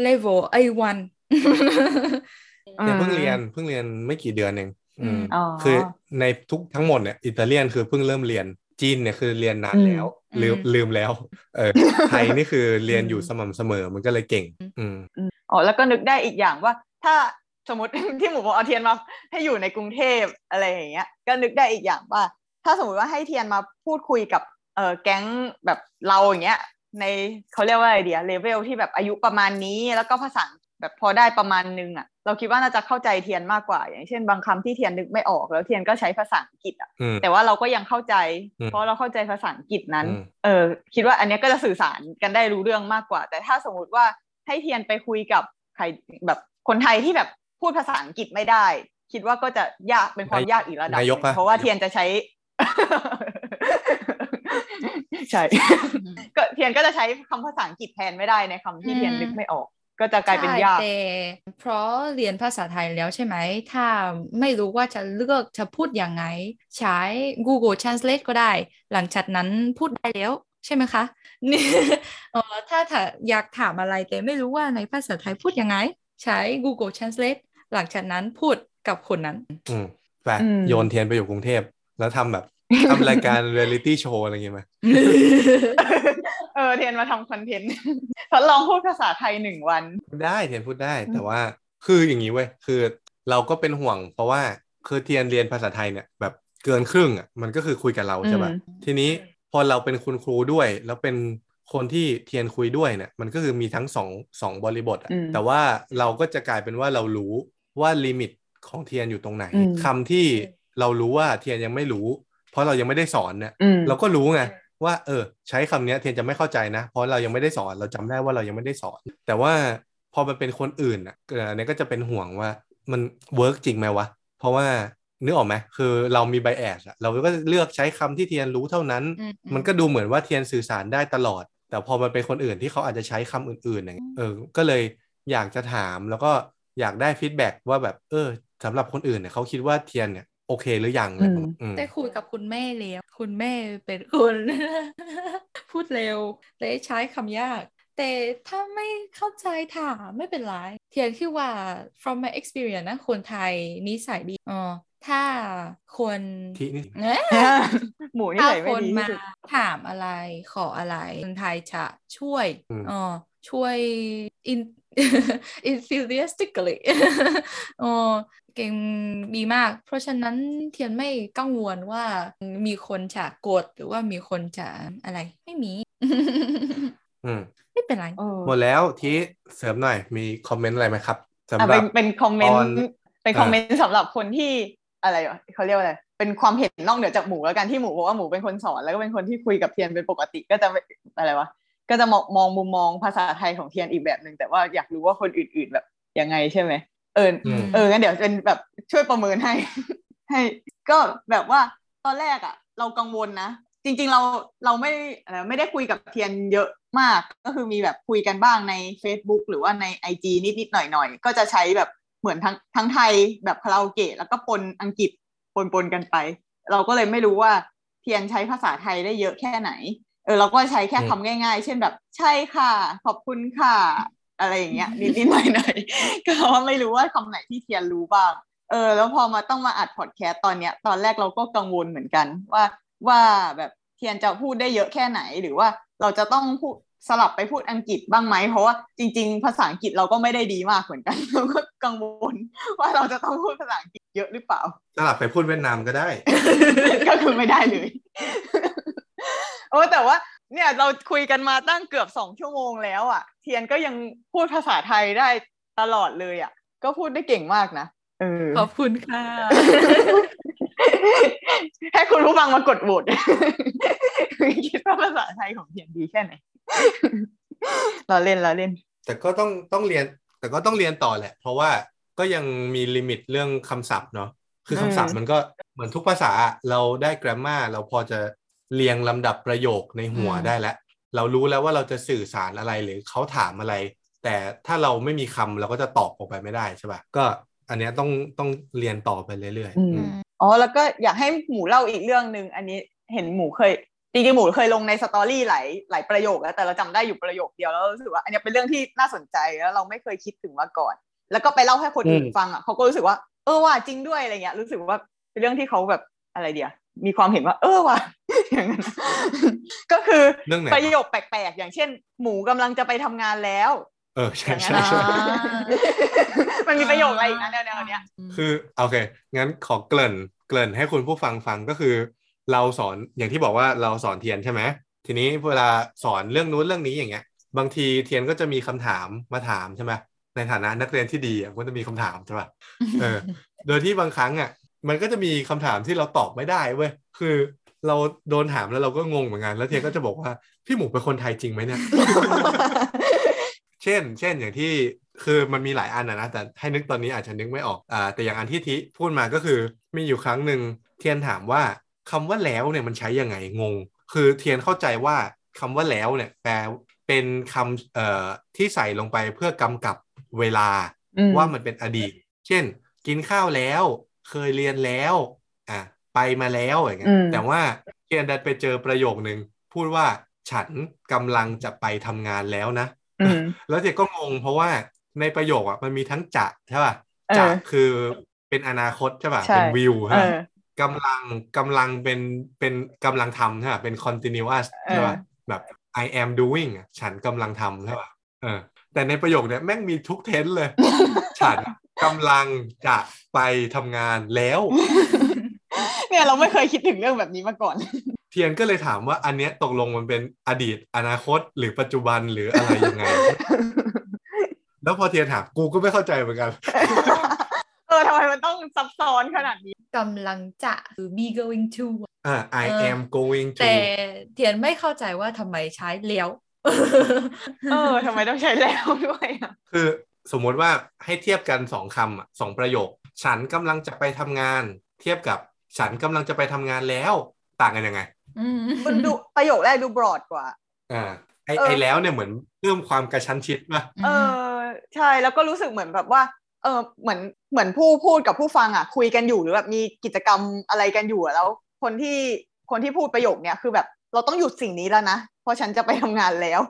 [SPEAKER 4] เลเวลไอวัน <laughs>
[SPEAKER 3] เนี่ยเพิ่งเรียนเพิ่งเรียนไม่กี่เดือนเอง
[SPEAKER 4] อืม
[SPEAKER 2] อ๋อ
[SPEAKER 3] คือในทุกทั้งหมดเนี่ยอิตาเลียนคือเพิ่งเริ่มเรียนจีนเนี่ยคือเรียนนานแล้ว
[SPEAKER 4] อืม
[SPEAKER 3] ลืม
[SPEAKER 4] อืม
[SPEAKER 3] ลืมแล้วเออไทยนี่คือเรียน
[SPEAKER 4] อืม
[SPEAKER 3] อยู่สม่ำเสมอมันก็เลยเก่ง อืม
[SPEAKER 2] อ๋อแล้วก็นึกได้อีกอย่างว่า ถ้าสมมติ <laughs> ที่หมูบอกเอาเทียนมาให้อยู่ในกรุงเทพอะไรอย่างเงี้ยก็นึกได้อีกอย่างว่า ถ้าสมมติว่าให้เทียนมาพูดคุยกับเออแก๊งแบบเราอย่างเงี้ยในเขาเรียกว่าอะไรเดียเลเวลที่แบบอายุประมาณนี้แล้วก็ภาษาแบบพอได้ประมาณนึงอ่ะเราคิดว่าน่าจะเข้าใจเทียนมากกว่า อย่างเช่นบางคำที่เทียนนึกไม่ออกแล้วเทียนก็ใช้ภาษาอังกฤษอ่ะ
[SPEAKER 3] อืม
[SPEAKER 2] แต่ว่าเราก็ยังเข้าใจ
[SPEAKER 3] อืม
[SPEAKER 2] เพราะเราเข้าใจภาษาอังกฤษนั้น
[SPEAKER 3] อืม
[SPEAKER 2] เออคิดว่าอันเนี้ยก็จะสื่อสารกันได้รู้เรื่องมากกว่า แต่ถ้าสมมติว่าให้เทียนไปคุยกับใครแบบคนไทยที่แบบพูดภาษาอังกฤษไม่ได้ คิดว่าก็จะยากเป็นความยากอีกระดับห
[SPEAKER 3] นายก
[SPEAKER 2] นึ่
[SPEAKER 3] ปะ
[SPEAKER 2] งเพราะว่าเทียนจะใช้ ใช่ <laughs> ก็เทียนก็จะใช้คำภาษาอังกฤษแทนไม่ได้ในคำที่เทียนนึกไม่ออก ก็จะกลายเป็นยาก
[SPEAKER 4] ใช่แต่เพราะเรียนภาษาไทยแล้วใช่ไหม ถ้าไม่รู้ว่าจะเลือกจะพูดยังไง ใช้ Google Translate ก็ได้ หลังจากนั้นพูดได้แล้วใช่ไหมคะ <laughs> นี่ เออถ้าถ้าอยากถามอะไรแต่ไม่รู้ว่าในภาษาไทยพูดยังไง ใช้ Google Translate หลังจากนั้นพูดกับคนนั้น
[SPEAKER 3] อืมไป
[SPEAKER 2] อืม
[SPEAKER 3] โยนเทียนไปอยู่กรุงเทพแล้วทำแบบทำรายการเรียลิตี้โชว์อะไรเงี้ยไหม
[SPEAKER 2] <laughs> เออเทียนมาทำคอนเทนต์ ทดลองพูดภาษาไทยหนึ่งวัน
[SPEAKER 3] พูดได้เทียนพูดได้ แต่ว่าคืออย่างนี้เว้ยคือเราก็เป็นห่วง เพราะว่าคือเทียนเรียนภาษาไทยเนี่ยแบบเกินครึ่งอ่ะมันก็คือคุยกับเราใช่ปะ
[SPEAKER 2] อืม
[SPEAKER 3] ทีนี้พอเราเป็นคุณครูด้วย แล้วเป็นคนที่เทียนคุยด้วยเนี่ยมันก็คือมีทั้งสองสองบริบทอะ
[SPEAKER 2] อืม
[SPEAKER 3] แต่ว่าเราก็จะกลายเป็นว่าเรารู้ว่าลิมิตของเทียนอยู่ตรงไหน
[SPEAKER 2] อืม
[SPEAKER 3] คำที่เรารู้ว่าเทียนยังไม่รู้ เพราะเรายังไม่ได้สอนเนี่ย
[SPEAKER 2] อืม
[SPEAKER 3] เราก็รู้ไงว่าเออ ใช้คำเนี้ยเทียนจะไม่เข้าใจนะ เพราะเรายังไม่ได้สอนเราจำได้ว่าเรายังไม่ได้สอน แต่ว่าพอมันเป็นคนอื่นอ่ะเอออันนี้ก็จะเป็นห่วงว่ามันเวิร์กจริงไหมวะ เพราะว่านึกออกไหมคือเรามีไบแอสอะเราก็เลือกใช้คำที่เทียนรู้เท่านั้น
[SPEAKER 4] อืม
[SPEAKER 3] มันก็ดูเหมือนว่าเทียนสื่อสารได้ตลอด แต่พอมันเป็นคนอื่นที่เขาอาจจะใช้คำอื่นๆอย่างเงี้ยเออก็เลยอยากจะถามแล้วก็อยากได้ฟีดแบ็กว่าแบบเออสำหรับคนอื่นเนี่ยเขาคิดว่าเทียนเนี่ยโอเคหรือยังอะไรประมาณอืม
[SPEAKER 4] ได้คุยกับคุณแม่แล้ว คุณแม่เป็นคน <laughs> พูดเร็วและใช้คำยาก แต่ถ้าไม่เข้าใจถามไม่เป็นไรเทียนคิดว่า from my experience นะคนไทยนิสัยดีอ๋อถ้าคน
[SPEAKER 3] ที่นี่
[SPEAKER 4] เอ๊ะ
[SPEAKER 2] หมูนี่
[SPEAKER 4] ถ้า
[SPEAKER 2] ไหน
[SPEAKER 4] ค
[SPEAKER 2] ไม่
[SPEAKER 4] น
[SPEAKER 2] ดี
[SPEAKER 4] มา
[SPEAKER 2] ที่สุด
[SPEAKER 4] ถามอะไรขออะไร คนไทยจะช่วย
[SPEAKER 3] อืม
[SPEAKER 4] อ๋อ <laughs> ช่วย in enthusiastically <laughs> อ๋อ เก่งดีมาก เพราะฉะนั้นเทียนไม่กังวลว่ามีคนจะโกรธหรือว่ามีคนจะอะไรไม่มี <laughs>
[SPEAKER 3] อืม
[SPEAKER 4] ไม่เป็นไร
[SPEAKER 2] เออ
[SPEAKER 3] หมดแล้วทีเสริมหน่อยมีคอมเมนต์อะไรไหมครับสำ
[SPEAKER 2] อ่ะ
[SPEAKER 3] หรั
[SPEAKER 2] เป็
[SPEAKER 3] บ
[SPEAKER 2] นเป็นคอมเมน
[SPEAKER 3] ต
[SPEAKER 2] ต์
[SPEAKER 3] อน
[SPEAKER 2] เป็น
[SPEAKER 3] เอ่อ
[SPEAKER 2] คอมเมนต์สำหรับคนที่อะไรวะเขาเรียกว่าอะไรเป็นความเห็นนอกเหนือจากหมูแล้วกันที่หมูบอกว่าหมูเป็นคนสอนแล้วก็เป็นคนที่คุยกับเทียนเป็นปกติก็จะไม่อะไรวะก็จะมองมองมุมมองภาษาไทยของเทียนอีกแบบหนึ่งแต่ว่าอยากรู้ว่าคนอื่น ๆแบบยังไงใช่ไหมเออ
[SPEAKER 3] อืม
[SPEAKER 2] เอองั้นเดี๋ยวเป็นแบบช่วยประเมินให้ <laughs> ให้ ก็แบบว่าตอนแรกอะ่ะ เรากังวลนะ จริง ๆ เราเราไม่อะไรไม่ได้คุยกับเทียนเยอะมาก ก็คือมีแบบคุยกันบ้างใน Facebook หรือว่าใน IG นิด ๆ หน่อย ๆ ก็จะใช้แบบเหมือนทั้งทั้งไทยแบบคาราโอเกะแล้วก็ปนอังกฤษปนปนๆกันไป เราก็เลยไม่รู้ว่าเทียนใช้ภาษาไทยได้เยอะแค่ไหน เออเราก็ใช้แค่
[SPEAKER 3] อืม
[SPEAKER 2] คำง่าย ๆ เช่นแบบใช่ค่ะ ขอบคุณค่ะ อะไรอย่างเงี้ย
[SPEAKER 3] <laughs>
[SPEAKER 2] นิดนิดๆหน่อยหน่อยๆ <laughs> ก็ว่าไม่รู้ว่าคำไหนที่เทียนรู้บ้าง เออ แล้วพอมาต้องมาอัดพอดแคสต์ตอนเนี้ย ตอนแรกเราก็กังวลเหมือนกัน ว่าว่าแบบเทียนจะพูดได้เยอะแค่ไหน หรือว่าเราจะต้องพูดสลับไปพูดอังกฤษบ้างไหมเพราะว่าจริง ๆ ภาษาอังกฤษเราก็ไม่ได้ดีมากเหมือน <laughs> กัน เราก็กังวล <laughs> ว่าเราจะต้องพูดภาษาอังกฤษเยอะหรือเปล่า
[SPEAKER 3] สลับไปพูดเวียดนามก็ได้
[SPEAKER 2] <laughs> ก็คือไม่ได้เลย โอ้แต่ว่า เนี่ยเราคุยกันมาตั้งเกือบสองชั่วโมงแล้วอะ่ะ เทียนก็ยังพูดภาษาไทยได้ตลอดเลยอะ่ะ ก็พูดได้เก่งมากนะเออ
[SPEAKER 4] ขอบคุณค่ะ
[SPEAKER 2] ให้คุณผู้ฟังมากดโหวต <laughs> คิดว่าภาษาไทยของเทียนดีแค่ไหน <laughs> เราเล่นเราเล่น
[SPEAKER 3] แต่ก็ต้องต้องเรียน แต่ก็ต้องเรียนต่อแหละ เพราะว่าก็ยังมีลิมิตเรื่องคำศัพท์เนาะคือคำศัพท์
[SPEAKER 2] อืม
[SPEAKER 3] มันก็เหมือนทุกภาษาอะเราได้ grammar เราพอจะเรียงลำดับประโยคในหัว
[SPEAKER 4] อืม
[SPEAKER 3] ได้แล้ว เรารู้แล้วว่าเราจะสื่อสารอะไรหรือเขาถามอะไร แต่ถ้าเราไม่มีคำเราก็จะตอบออกไปไม่ได้ใช่ป่ะก็อันเนี้ยต้องต้องเรียนต่อไปเรื่อยๆ
[SPEAKER 2] อืม
[SPEAKER 3] อืม
[SPEAKER 2] อ๋อแล้วก็อยากให้หมูเล่าอีกเรื่องหนึ่งอันนี้เห็นหมูเคยจริงๆหมูเคยลงในสตอรี่หลายหลายประโยคแล้วแต่เราจำได้อยู่ประโยคเดียวแล้วรู้สึกว่าอันเนี้ยเป็นเรื่องที่น่าสนใจแล้วเราไม่เคยคิดถึงมาก่อน แล้วก็ไปเล่าให้คนอื่น
[SPEAKER 3] อืม
[SPEAKER 2] ฟังอ่ะเขาก็รู้สึกว่าเออว่ะจริงด้วยอะไรเงี้ยรู้สึกว่าเป็นเรื่องที่เขาแบบอะไรเดียวมีความเห็นว่า เออว่ะ <laughs> อย่างนั้นก็คือ
[SPEAKER 3] เรื่องไหน
[SPEAKER 2] ประโยคแปลกๆ อย่างเช่น หมูกำลังจะไปทำงานแล้ว
[SPEAKER 3] เออ
[SPEAKER 2] อ
[SPEAKER 3] ใช่
[SPEAKER 2] ย่างนั้น
[SPEAKER 3] ใช่ใช่
[SPEAKER 2] อ่ะมันมีประโยคอะไรอีกนะแนวๆเนี้ย
[SPEAKER 3] คือโอเค งั้นขอเกริ่นเกริ่นให้คุณผู้ฟังฟังก็คือ เราสอนอย่างที่บอกว่าเราสอนเทียนใช่ไหมทีนี้เวลาสอนเรื่องนู้นเรื่องนี้อย่างเงี้ย บางทีเทียนก็จะมีคำถามมาถามใช่ไหมในฐานะนักเรียนที่ดีอ่ะก็จะมีคำถามใช่ป่ะ เออ โดยที่บางครั้งอ่ะมันก็จะมีคำถามที่เราตอบไม่ได้เว้ยคือเราโดนถามแล้วเราก็งงเหมือนกันแล้วเทียนก็จะบอกว่าพี่หมูเป็นคนไทยจริงไหมเนี่ย เช่น เช่น อย่างที่ คือมันมีหลายอันนะนะ แต่ให้นึกตอนนี้อาจจะนึกไม่ออก อ่า แต่อย่างอันที่ทิพูดมาก็คือ มีอยู่ครั้งหนึ่งเทียนถามว่าคำว่าแล้วเนี่ยมันใช้ยังไงงง คือเทียนเข้าใจว่าคำว่าแล้วเนี่ยแปลเป็นคำเอ่อที่ใส่ลงไปเพื่อกำกับเวลา ว่ามันเป็นอดีต เช่น กินข้าวแล้ว เคยเรียนแล้ว อ่ะ ไปมาแล้วอย่างเงี้
[SPEAKER 2] อื
[SPEAKER 3] ย
[SPEAKER 2] ม
[SPEAKER 3] แต่ว่าเทียนดันไปเจอประโยคนึง พูดว่าฉันกำลังจะไปทำงานแล้วนะ
[SPEAKER 2] อืม
[SPEAKER 3] แล้วเจก็งงเพราะว่าในประโยคอ่ะมันมีทั้งจะใช่ป่ะ
[SPEAKER 2] เออ
[SPEAKER 3] จะคือเป็นอนาคตใช่ป่ะ
[SPEAKER 2] ใช่
[SPEAKER 3] เป็นวิว
[SPEAKER 2] เอ
[SPEAKER 3] ใช่ป่ะ
[SPEAKER 2] อ
[SPEAKER 3] กำลังกำลังเป็นเป็นกำลังทำใช่ป่ะเป็น continuous
[SPEAKER 2] เออ
[SPEAKER 3] ใช่ป่ะแบบ I am doing อะฉันกำลังทำใช่ป่ะเออแต่ในประโยคเนี้ยแม่งมีทุกเทนเลย <laughs> ฉันกำลังจะไปทำงานแล้ว
[SPEAKER 2] <laughs> เนี่ยเราไม่เคยคิดถึงเรื่องแบบนี้มาก่อน <laughs>
[SPEAKER 3] เทียนก็เลยถามว่าอันเนี้ยตกลงมันเป็นอดีตอนาคตหรือปัจจุบันหรืออะไรยังไง แล้วพอเทียนถามกูก็ไม่เข้าใจเหมือนกัน
[SPEAKER 2] เออทำไมมันต้องซับซ้อนขนาด <laughs> นี้
[SPEAKER 4] กำลังจะคือ be going to
[SPEAKER 3] อ่า I
[SPEAKER 4] เออ
[SPEAKER 3] am going to
[SPEAKER 4] แต่เทียนไม่เข้าใจว่าทำไมใช้เลี้ยว <laughs>
[SPEAKER 2] เออทำไมต้องใช้แล้วด้วยอ่ะ
[SPEAKER 3] คือสมมติว่าให้เทียบกันสองคำอ่ะสองประโยค ฉันกำลังจะไปทำงาน เทียบกับฉันกำลังจะไปทำงานแล้ว ต่างกันยังไง
[SPEAKER 4] อืม
[SPEAKER 2] มันดูประโยคแรกดูบรอดกว่า
[SPEAKER 3] อ่าไอ
[SPEAKER 2] เออ
[SPEAKER 3] ไอแล้วเนี่ยเหมือนเพิ่มความกระชั้นชิดป่ะ
[SPEAKER 2] เออ ใช่แล้วก็รู้สึกเหมือนแบบว่า เออเหมือนเหมือนผู้พูดกับผู้ฟังอ่ะ คุยกันอยู่หรือแบบมีกิจกรรมอะไรกันอยู่อะแล้ว คนที่คนที่พูดประโยคเนี้ยคือแบบ เราต้องหยุดสิ่งนี้แล้วนะเพราะฉันจะไปทำงานแล้ว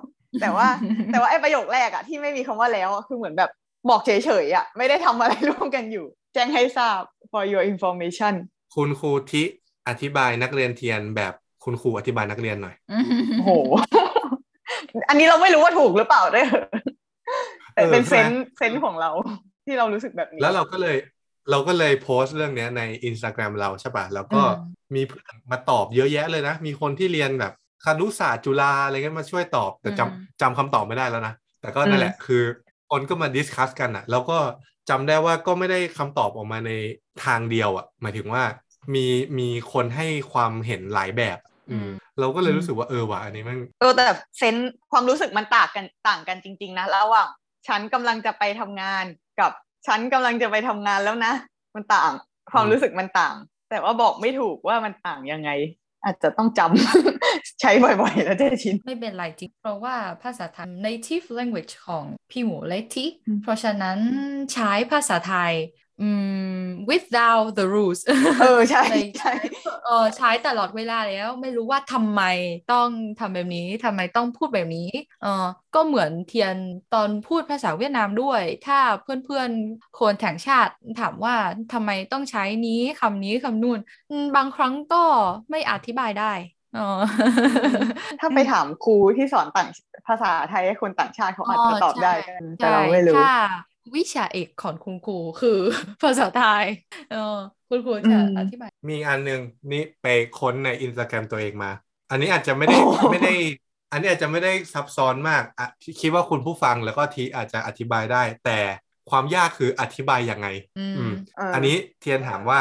[SPEAKER 2] แต่ว่า แต่ว่าไอ้ประโยคแรกอะที่ไม่มีคำว่าแล้วอะคือเหมือนแบบบอกเฉยๆอะไม่ได้ทำอะไรร่วมกันอยู่ แจ้งให้ทราบ for your information
[SPEAKER 3] คุณครูทิอธิบายนักเรียนเทียนแบบคุณครูอธิบายนักเรียนหน่อย
[SPEAKER 2] โอ้โห อันนี้เราไม่รู้ว่าถูกหรือเปล่าด้วยเหรอแต่เป็น
[SPEAKER 3] เออใช่
[SPEAKER 2] เซ
[SPEAKER 3] ไหม
[SPEAKER 2] นส์เซนส์ของเรา ที่เรารู้สึกแบบนี้
[SPEAKER 3] แล้วเราก็เลย เราก็เลยโพสต์เรื่องเนี้ยใน Instagram เราใช่ปะแล้วก็
[SPEAKER 4] อืม
[SPEAKER 3] มีเพื่อนมาตอบเยอะแยะเลยนะ มีคนที่เรียนแบบคณุศาสตร์จุฬาอะไรเงี้ยมาช่วยตอบ แต่จำ
[SPEAKER 4] อืม
[SPEAKER 3] จำคำตอบไม่ได้แล้วนะ แต่ก็นั่นแหละคือคนก็มาดิสคัสกันอะแล้วก็จำได้ว่าก็ไม่ได้คำตอบออกมาในทางเดียวอะหมายถึงว่ามีมีคนให้ความเห็นหลายแบบ อืมเราก็เลยรู้สึกว่าเออว่ะอันนี้มัน
[SPEAKER 2] เออแต่เซนส์ความรู้สึกมันต่างกันต่างกันจริง ๆ นะระหว่างฉันกำลังจะไปทำงานกับฉันกำลังจะไปทำงานแล้วนะ มันต่าง ความรู้สึกมันต่าง แต่ว่าบอกไม่ถูกว่ามันต่างยังไง อาจจะต้องจำ <laughs> ใช้บ่อยๆ แล้วจะชิน
[SPEAKER 4] ไม่เป็นไรจริง เพราะว่าภาษาไทย native language ของพี่หมูและที่เพราะฉะนั้นใช้ภาษาไทยอืม without the rules
[SPEAKER 2] เออใช่
[SPEAKER 4] เลย
[SPEAKER 2] ใช่
[SPEAKER 4] เออใช้ตลอดเวลาแล้ว ไม่รู้ว่าทำไมต้องทำแบบนี้ทำไมต้องพูดแบบนี้เออก็เหมือนเทียนตอนพูดภาษาเวียดนามด้วย ถ้าเพื่อนๆคนต่างชาติถามว่าทำไมต้องใช้นี้คำนี้คำนู่นอืมบางครั้งก็ไม่อธิบายได้เออ
[SPEAKER 2] ถ้าไปถามครูที่สอนต่างภาษาไทยให้คนต่างชาติเขาอาจจะตอบได้
[SPEAKER 4] ใช่
[SPEAKER 2] <laughs> แต่เราไม่รู้
[SPEAKER 4] ใช่ถ้าวิชาเอกของคุณครูคือ <laughs> ภาษาไทยเออคุณครู
[SPEAKER 2] อื
[SPEAKER 4] จะ
[SPEAKER 2] ม
[SPEAKER 4] อธิบาย
[SPEAKER 3] มีอันหนึ่งนี่ไปค้นในอินสตาแกรมตัวเองมา อันนี้อาจจะไม่ได้
[SPEAKER 2] <laughs> โอ้
[SPEAKER 3] ไม่ได้ อันนี้อาจจะไม่ได้ซับซ้อนมากอ่ะคิดว่าคุณผู้ฟังแล้วก็ทีอาจจะอธิบายได้ แต่ความยากคืออธิบายยังไง
[SPEAKER 4] อื
[SPEAKER 3] อื
[SPEAKER 4] ม
[SPEAKER 3] ม
[SPEAKER 2] เอออั
[SPEAKER 3] อันนี้เทียนถามว่า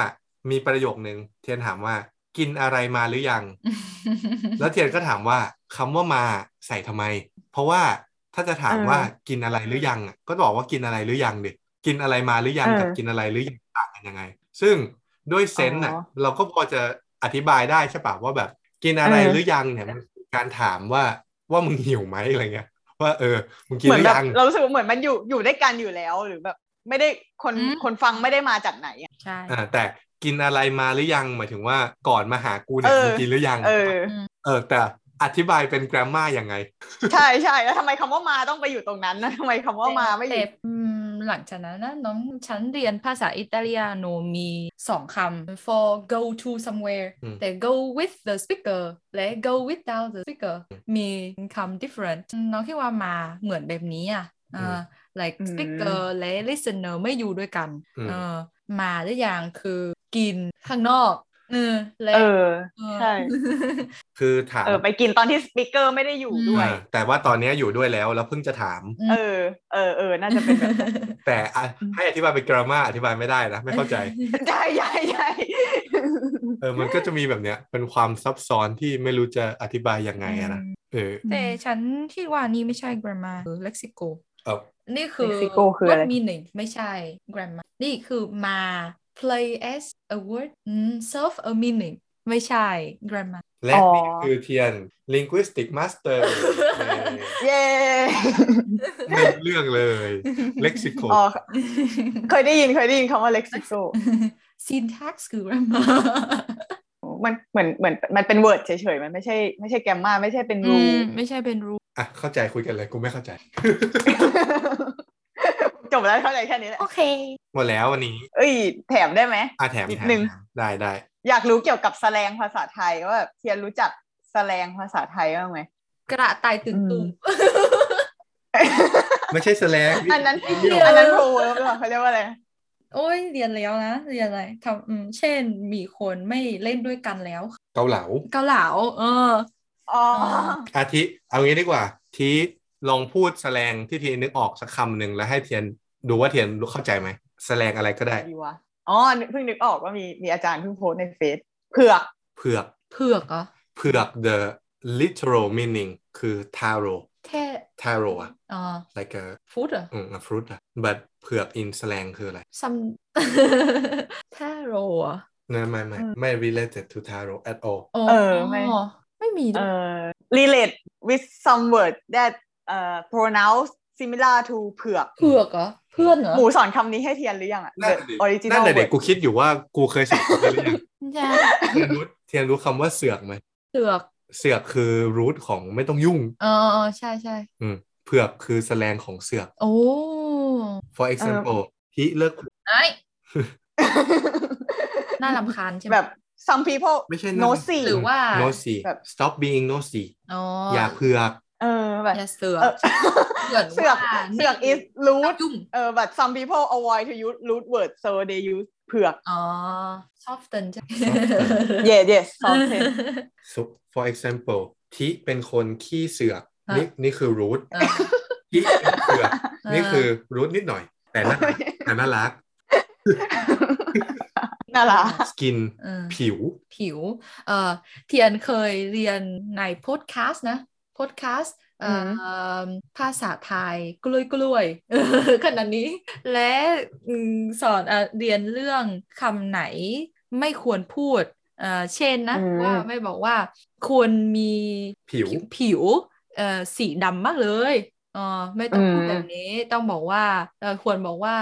[SPEAKER 3] มีประโยคนึงเทียนถามว่ากินอะไรมาหรือยัง แล้วเทียนก็ถามว่าคำว่ามาใส่ทำไม เพราะว่าถ้าจะถาม
[SPEAKER 2] เออ
[SPEAKER 3] ว่ากินอะไรหรือยังอ่ะก็บอกว่ากินอะไรหรือยังดิกินอะไรมาหรือยัง
[SPEAKER 2] เออ
[SPEAKER 3] กับกินอะไรหรือยังต่างกันยังไง ซึ่งด้วยเซนส์น่ะ
[SPEAKER 2] อ๋อ
[SPEAKER 3] เราก็พอจะอธิบายได้ใช่ปะว่าแบบ กินอะไร
[SPEAKER 2] เออ
[SPEAKER 3] หรือยังเนี่ยมันคือการถามว่าว่ามึงหิวไหมอะไรเงี้ยว่าเออมึงกิน
[SPEAKER 2] เหมื
[SPEAKER 3] ห
[SPEAKER 2] อน
[SPEAKER 3] รือ
[SPEAKER 2] แบบ
[SPEAKER 3] ยัง
[SPEAKER 2] เรารู้สึกว่าเหมือนมันอยู่อยู่ด้วยกันอยู่แล้วหรือแบบ ไม่ได้คน
[SPEAKER 4] อืม
[SPEAKER 2] คนฟังไม่ได้มาจากไหนอะ
[SPEAKER 4] ใช่
[SPEAKER 3] อ่าแต่กินอะไรมาหรือยังหมายถึงว่าก่อนมาหากูเนี่ย
[SPEAKER 2] เออ
[SPEAKER 3] มึงกินหรือยัง
[SPEAKER 2] เออ
[SPEAKER 3] เออแต่อธิบายเป็นแกรมมายังไง
[SPEAKER 2] ใช่ใช่แล้วทำไมคำว่ามาต้องไปอยู่ตรงนั้นนะทำไมคำว่ามาไม่อ
[SPEAKER 4] แต่
[SPEAKER 2] ยู่
[SPEAKER 4] อืมหลังจากนั้นนะน้องฉันเรียนภาษาอิตาเลียโนมีสองคำ for go to somewhere
[SPEAKER 3] อืม
[SPEAKER 4] แต่ go with the speaker และ go without the speaker มีคำ different น้องคิดว่ามาเหมือนแบบนี้อ่ะอ่า like speaker และ listener ไม่อยู่ด้วยกัน
[SPEAKER 3] อืม
[SPEAKER 4] เออมาหรือยังคือกินข้างนอกเออและ
[SPEAKER 2] เออ
[SPEAKER 4] เออ <laughs>
[SPEAKER 2] ใช่
[SPEAKER 3] คือถาม
[SPEAKER 2] เออ ไปกินตอนที่สปิเกอร์ไม่ได้อยู่ด้วย
[SPEAKER 3] อ่าแต่ว่าตอนเนี้ยอยู่ด้วยแล้วแล้วเพิ่งจะถาม
[SPEAKER 4] อืม
[SPEAKER 2] เออ เออเออน่าจะเป็นแบบนั้น <laughs>
[SPEAKER 3] แต่อ่ะให้อธิบายเป็นกรามาอธิบายไม่ได้นะ ไม่เข้าใจ
[SPEAKER 2] ใช่ใช่ใช่
[SPEAKER 3] เอ
[SPEAKER 2] <laughs>
[SPEAKER 3] อมันก็จะมีแบบเนี้ยเป็นความซับซ้อนที่ไม่รู้จะอธิบายยังไงอะนะเออ
[SPEAKER 4] แต่ฉันคิดว่านี่ไม่ใช่ grammar คือ lexical
[SPEAKER 3] เอา
[SPEAKER 4] นี่คือ
[SPEAKER 2] ซิโกคืออะไร
[SPEAKER 4] what meaning ไม่ใช่ grammar นี่คือมา play as a word อืม serve a meaning ไม่ใช่ grammar <laughs>
[SPEAKER 3] และ
[SPEAKER 2] อ๋อ
[SPEAKER 3] นี่คือเทียน linguistic master
[SPEAKER 2] เย้
[SPEAKER 3] ในเรื่องเลย lexico
[SPEAKER 2] อ๋อเคยได้ยินเคยได้ยินคำว่าเล็กซิโก
[SPEAKER 4] syntax คือ grammar
[SPEAKER 2] มันเหมือนเหมือนมันเป็นเวิร์ดเฉยๆ มันไม่ใช่ไม่ใช่แกมมาไม่ใช่เป็น
[SPEAKER 4] อื
[SPEAKER 2] รู
[SPEAKER 4] มไม่ใช่เป็น rule
[SPEAKER 3] อ่ะเข้าใจคุยกันเลยกูไม่เข้าใจ
[SPEAKER 2] <laughs>
[SPEAKER 3] <laughs>
[SPEAKER 2] จบแล้วเท่าไหร่แค่นี้แหละ
[SPEAKER 4] โอเค
[SPEAKER 3] หมดแล้ววันนี้
[SPEAKER 2] เอ้ย แถมได้ไหม
[SPEAKER 3] อ่ะแถม
[SPEAKER 2] นิด
[SPEAKER 3] แถม
[SPEAKER 2] นึง
[SPEAKER 3] แถมได้ได้
[SPEAKER 2] อยากรู้เกี่ยวกับแสลงภาษาไทยว่าแบบเทียนรู้จักแสลงภาษาไทย <laughs> บ้างไหม
[SPEAKER 4] กระต่ายตื่นตูม
[SPEAKER 3] ไม่ใช่แสลง
[SPEAKER 2] อันนั้น
[SPEAKER 4] ไม่เกี่ยว
[SPEAKER 2] อันนั้นโปรเวิร์บหรอเขาเรียกว่าอะไร
[SPEAKER 4] โอ้ยเรียนแล้วนะ เรียนอะไรทำอืมเช่นมีคนไม่เล่นด้วยกันแล้ว
[SPEAKER 3] เกาเหลา
[SPEAKER 4] เกาเหลาเออ
[SPEAKER 2] อ๋อ
[SPEAKER 3] อาทิ เอางี้ดีกว่า ทีลองพูดแสลงที่ทีนึกออกสักคำหนึ่งแล้วให้เทียนดูว่าเทียนรู้เข้าใจไหมแสลงอะไรก็ได้
[SPEAKER 2] ดีวะอ๋อ เพิ่งนึกออกว่ามีมีอาจารย์เพิ่งโพสต์ในเฟซเผือก
[SPEAKER 3] เผือก
[SPEAKER 4] เผือกเหรอ
[SPEAKER 3] เผือก the literal meaning คือ taro
[SPEAKER 4] แค่
[SPEAKER 3] taro อะ
[SPEAKER 4] อ่า
[SPEAKER 3] like a
[SPEAKER 4] ฟูดเหรอ
[SPEAKER 3] อืม a fruit อะ but เผือก in แสลงคืออะไร
[SPEAKER 4] ซัม <laughs> แทโรอ่ะ
[SPEAKER 3] ไม่ไม่ไม่ไม่ related to taro at all
[SPEAKER 4] โอ้
[SPEAKER 2] เออไม่
[SPEAKER 4] ไม่มีด้
[SPEAKER 2] เอ
[SPEAKER 4] วย
[SPEAKER 2] อ relate with some word that เอ่อ pronounce similar to เผือก
[SPEAKER 4] เผือกเหรอเพื่อนเหรอ
[SPEAKER 2] หมูสอนคำนี้ให้เทียนหรือยังอ่ะ
[SPEAKER 3] นั่นน่ะดิ
[SPEAKER 2] The original
[SPEAKER 3] นั่นแหละเด็ก
[SPEAKER 2] word
[SPEAKER 3] กูคิดอยู่ว่ากูเคยสอนเขาไปหรือยัง
[SPEAKER 4] ใช่
[SPEAKER 3] เทียนรู้เทียนรู้คำว่าเสือกไหม
[SPEAKER 4] เผือก
[SPEAKER 3] เสือกคือ root ของไม่ต้องยุ่ง
[SPEAKER 4] เออเออใช่ใช่
[SPEAKER 3] อืมเผือกคือแสลงของเสือก
[SPEAKER 4] โอ้
[SPEAKER 3] for example ทีเลิก
[SPEAKER 4] ไอ้น่ารำคาญใช่ไหม
[SPEAKER 2] <laughs> แบบ some people
[SPEAKER 3] ไม่ใช่นะ
[SPEAKER 2] no see
[SPEAKER 4] หรือว่า
[SPEAKER 3] nosy
[SPEAKER 2] แบบ
[SPEAKER 3] stop being nosy
[SPEAKER 4] อ๋อ
[SPEAKER 3] อ
[SPEAKER 4] อ
[SPEAKER 3] ย่าเผือก
[SPEAKER 2] เออแบบ
[SPEAKER 4] อย่าเสือก
[SPEAKER 2] เออ
[SPEAKER 4] เสือก
[SPEAKER 2] เสือก
[SPEAKER 4] ว่า
[SPEAKER 2] เสือก is rude
[SPEAKER 4] ยุ่ง
[SPEAKER 2] เออ but some people avoid to use root words so they use เผือก
[SPEAKER 4] อ๋อ soften ใช่ไหม
[SPEAKER 2] yes yes <laughs>
[SPEAKER 4] <laughs>
[SPEAKER 2] soften
[SPEAKER 3] so for example ทิเป็นคนขี้เสือก
[SPEAKER 4] ฮะ
[SPEAKER 3] นี่นี่คือ root
[SPEAKER 4] เออ
[SPEAKER 3] ทิเป็นเสือก
[SPEAKER 4] เออ
[SPEAKER 3] นี่คือ root นิดหน่อย แต่น่าแต่น่ารัก
[SPEAKER 2] น่ารัก
[SPEAKER 3] skin
[SPEAKER 4] เออ
[SPEAKER 3] ผิว
[SPEAKER 4] ผิวเอ่อเทียนเคยเรียนในพอดแคสต์นะพอดแคสต์เอ่ออภาษาไทยกล้วยกล้วยๆ <laughs> ขนาดนี้ และอืมสอนเอ่อเรียนเรื่องคำไหนไม่ควรพูดเอ่อเช่นนะ
[SPEAKER 2] อืม
[SPEAKER 4] ว่าไม่บอกว่าควรมี
[SPEAKER 3] ผิว
[SPEAKER 4] ผิวเอ่อสีดำมากเลยเอ่อไม่ต้องพูด
[SPEAKER 2] อืม
[SPEAKER 4] แบบนี้ต้องบอกว่าเอ่อควรบอกว่า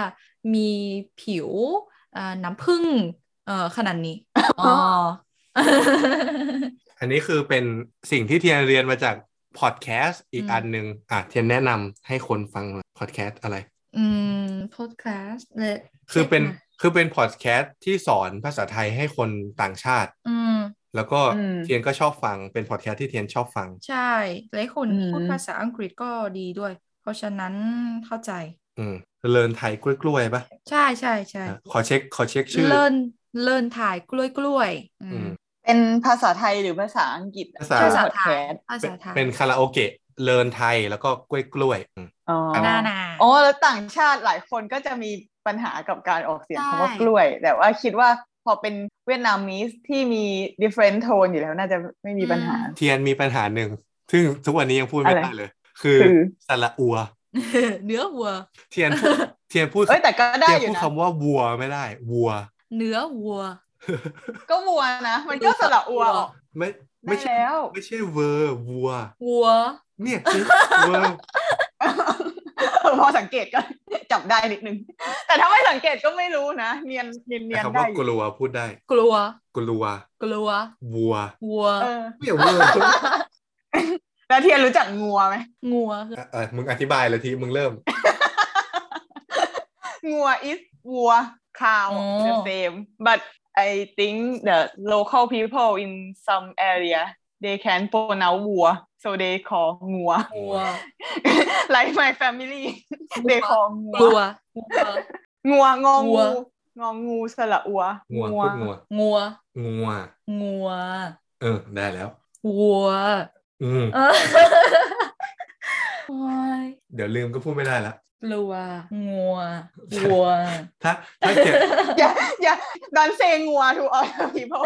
[SPEAKER 4] มีผิวเอ่อน้ำผึ้งเอ่อขนาด
[SPEAKER 3] <laughs>
[SPEAKER 4] นี้ อ๋ <laughs> อ
[SPEAKER 3] อันนี้คือเป็นสิ่งที่เทียนเรียนมาจากพอดแคสต์อีก
[SPEAKER 4] อืม
[SPEAKER 3] อันหนึ่งอ่ะเทียนแนะนำให้คนฟังพอดแคสต์อะไร
[SPEAKER 4] อืมพอดแคสต์เลย
[SPEAKER 3] คือเป็นคือเป็นพอดแคสต์ที่สอนภาษาไทยให้คนต่างชาติ
[SPEAKER 4] อืม
[SPEAKER 3] แล้วก็
[SPEAKER 2] อืม
[SPEAKER 3] เทียนก็ชอบฟังเป็นพอดแคสต์ที่เทียนชอบฟัง
[SPEAKER 4] ใช่และคน
[SPEAKER 2] อืม
[SPEAKER 4] พูดภาษาอังกฤษก็ดีด้วย เพราะฉะนั้นเข้าใจ
[SPEAKER 3] อืมเลินไทยกล้วยๆปะ
[SPEAKER 4] ใช่ใช่ใช่
[SPEAKER 3] อ่ะขอเช็คขอเช็คชื่อ
[SPEAKER 4] เลินเลินถ่ายกล้วยกล้วยๆอื
[SPEAKER 3] อื
[SPEAKER 4] ม
[SPEAKER 3] ม
[SPEAKER 2] เป็นภาษาไทยหรือภาษาอังกฤษ
[SPEAKER 3] ภาษา
[SPEAKER 4] ภาษา
[SPEAKER 2] พอด
[SPEAKER 4] ไท
[SPEAKER 2] แค
[SPEAKER 4] ย
[SPEAKER 2] สต์
[SPEAKER 4] ภา
[SPEAKER 3] เป็
[SPEAKER 4] ษาน ไทย
[SPEAKER 3] เป็นคาราโอเกะเลินไทยแล้วก็กล้วยกล้วยๆอืม
[SPEAKER 2] อ๋อ
[SPEAKER 4] หน้าหนา
[SPEAKER 2] อ๋อแล้วต่างชาติหลายคนก็จะมีปัญหากับการออกเสียง
[SPEAKER 4] ใช่
[SPEAKER 2] คำว่ากล้วย แต่ว่าคิดว่าพอเป็นเวียดนามีสที่มี different tone อยู่แล้วน่าจะไม่มีปัญหา
[SPEAKER 3] เทียนมีปัญหาหนึ่ง ซึ่งทุกวันนี้ยังพูดไม่
[SPEAKER 2] อะไร
[SPEAKER 3] ได้เลย คือ
[SPEAKER 2] คือ
[SPEAKER 3] สระอัว
[SPEAKER 4] เนื้อวัว
[SPEAKER 3] เทียน
[SPEAKER 4] <laughs>
[SPEAKER 3] พูดเทียนพูด
[SPEAKER 2] เอ้ยแต่ก็ได้
[SPEAKER 3] เทียน
[SPEAKER 2] อยู่
[SPEAKER 3] พูด
[SPEAKER 2] นะ
[SPEAKER 3] คำว่าวัวไม่ได้ วัว
[SPEAKER 4] เนื้อวัว
[SPEAKER 2] ก็วัวนะ มันก็สระอัวออก
[SPEAKER 3] ไม่
[SPEAKER 2] ได้
[SPEAKER 3] ไม่ใช่
[SPEAKER 2] แล้ว
[SPEAKER 3] ไม่ใช่เวอร์วัว
[SPEAKER 4] วัว
[SPEAKER 3] เนี่ย
[SPEAKER 2] <laughs>
[SPEAKER 3] คือเวอร์
[SPEAKER 2] พอสังเกตก็ จับได้นิดนึง แต่ถ้าไม่สังเกตก็ไม่รู้นะ เนียนเนียนเนียน
[SPEAKER 3] คำ
[SPEAKER 2] ได้
[SPEAKER 3] ว่า
[SPEAKER 2] อก ยู่
[SPEAKER 3] ลัวพูดได้
[SPEAKER 4] กลัว
[SPEAKER 3] กลัว
[SPEAKER 4] กลัว
[SPEAKER 3] วัว
[SPEAKER 4] วัว
[SPEAKER 2] เออ
[SPEAKER 3] เนี่ยเวอ
[SPEAKER 2] <laughs>
[SPEAKER 3] ร์
[SPEAKER 2] แล้วเทียนรู้จักงัวไหม
[SPEAKER 4] งัว
[SPEAKER 3] อ่ะอ่ะมึงอธิบายเลยทีมึงเริ่ม
[SPEAKER 2] งัว is วัว cow
[SPEAKER 4] อ๋อ
[SPEAKER 2] the same but I think the local people in some area they can pronounce วัว so they call งัว
[SPEAKER 4] วัว
[SPEAKER 2] <laughs> like my family <laughs>
[SPEAKER 4] วัว
[SPEAKER 2] they call
[SPEAKER 4] กลั
[SPEAKER 2] งัว
[SPEAKER 4] ววัว
[SPEAKER 2] งัวงอ
[SPEAKER 4] วัว
[SPEAKER 2] งูงองูสระอัว
[SPEAKER 3] งัวพูด
[SPEAKER 2] <laughs>
[SPEAKER 3] งัว
[SPEAKER 4] งัว
[SPEAKER 3] งัว
[SPEAKER 4] งัว
[SPEAKER 3] เออได้แล้ว
[SPEAKER 4] วั
[SPEAKER 2] <laughs>
[SPEAKER 4] ว
[SPEAKER 3] อืม
[SPEAKER 4] เออโอ้ย
[SPEAKER 3] เดี๋ยวลืมก็พูดไม่ได้ละ
[SPEAKER 4] กลัวงั <laughs> ววัว
[SPEAKER 3] ถ้าถ้าเขียน
[SPEAKER 2] อย่าอย่า don't say งัว to all the people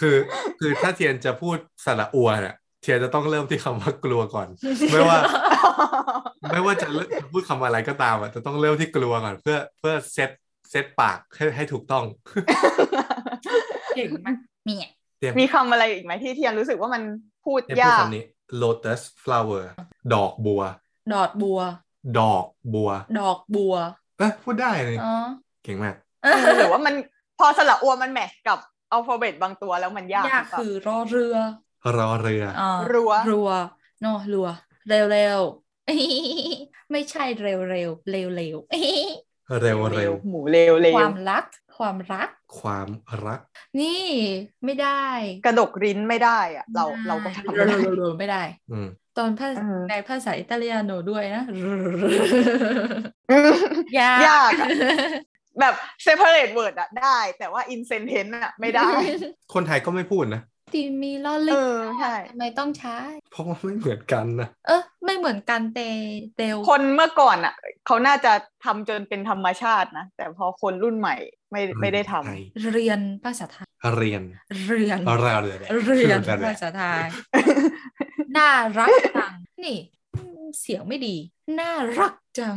[SPEAKER 3] คือคือถ้าเทียนจะพูดสระอัวเนี่ยเทียนจะต้องเริ่มที่คำว่ากลัวก่อน ไม่ว่า ไม่ว่าจะเริ่มจะพูดคำอะไรก็ตามอ่ะจะต้องเริ่มที่กลัวก่อนเพื่อเพื่อเซตเซตปากให้ให้ถูกต้อง
[SPEAKER 4] เก่งมากเมีย
[SPEAKER 3] เทียน
[SPEAKER 2] มีคำอะไรอีกไหมที่เทียนรู้สึกว่ามันพูด
[SPEAKER 3] เทียนพูด
[SPEAKER 2] ยาก
[SPEAKER 3] คำนี้ lotus flower ดอกบัว
[SPEAKER 4] ดอดบัว
[SPEAKER 3] ดอกบัว
[SPEAKER 4] ดอกบัว
[SPEAKER 3] เอ้ยพูดได้เลย
[SPEAKER 4] อ๋อ
[SPEAKER 3] เก่งมาก
[SPEAKER 2] หรือว่ามันพอสระอัวมันแมทช์กับอัลฟาเบตบางตัวแล้วมันยาก
[SPEAKER 4] ยาก <laughs> คือรอเรือ
[SPEAKER 3] รอเรือ
[SPEAKER 4] อ่า
[SPEAKER 2] รัว
[SPEAKER 4] รัวเนอะรัว เร็วเร็วๆ <laughs> ไม่ใช่เร็วเร็วเร็วเร็วๆ
[SPEAKER 3] เร็วเร็ว
[SPEAKER 2] หมูเร็วเร็
[SPEAKER 4] คว วามรัก ความรัก
[SPEAKER 3] ความรัก
[SPEAKER 4] นี่ไม่ได้
[SPEAKER 2] กระดกริ้นไม่ได้อะเรา
[SPEAKER 4] ไม่ได้
[SPEAKER 2] เราก็ทำไม่ได้
[SPEAKER 4] เร็วเร็วเร็วไม่ได้
[SPEAKER 3] อืม
[SPEAKER 4] ตอนภาษา
[SPEAKER 2] เออ
[SPEAKER 4] ในภาษาอิตาเลียโนด้วยนะ
[SPEAKER 2] อืม
[SPEAKER 4] ยาก
[SPEAKER 2] ยากอะ แบบ separate word อะได้ แต่ว่า in sentence อะไม่ได้
[SPEAKER 3] คนไทยก็ไม่พูดนะ
[SPEAKER 4] ตีนมีล้อ
[SPEAKER 2] เอ
[SPEAKER 4] เลึก
[SPEAKER 2] อใช่
[SPEAKER 4] ทำไมต้องใช้
[SPEAKER 3] เพราะว่าไม่เหมือนกันนะ
[SPEAKER 4] เออไม่เหมือนกันเตเตล
[SPEAKER 2] คนเมื่อก่อนอะเขาน่าจะทำจนเป็นธรรมชาตินะ แต่พอคนรุ่นใหม่ไม่ไม่ได้ทำ
[SPEAKER 3] ไทย
[SPEAKER 4] เรียนภาษาไทย
[SPEAKER 3] เรียน
[SPEAKER 4] เรียน
[SPEAKER 3] เรอเรือ
[SPEAKER 4] เรียน
[SPEAKER 3] รือ
[SPEAKER 4] ภาษาไทยน่ารักจัง นี่เสียงไม่ดี น่ารักจัง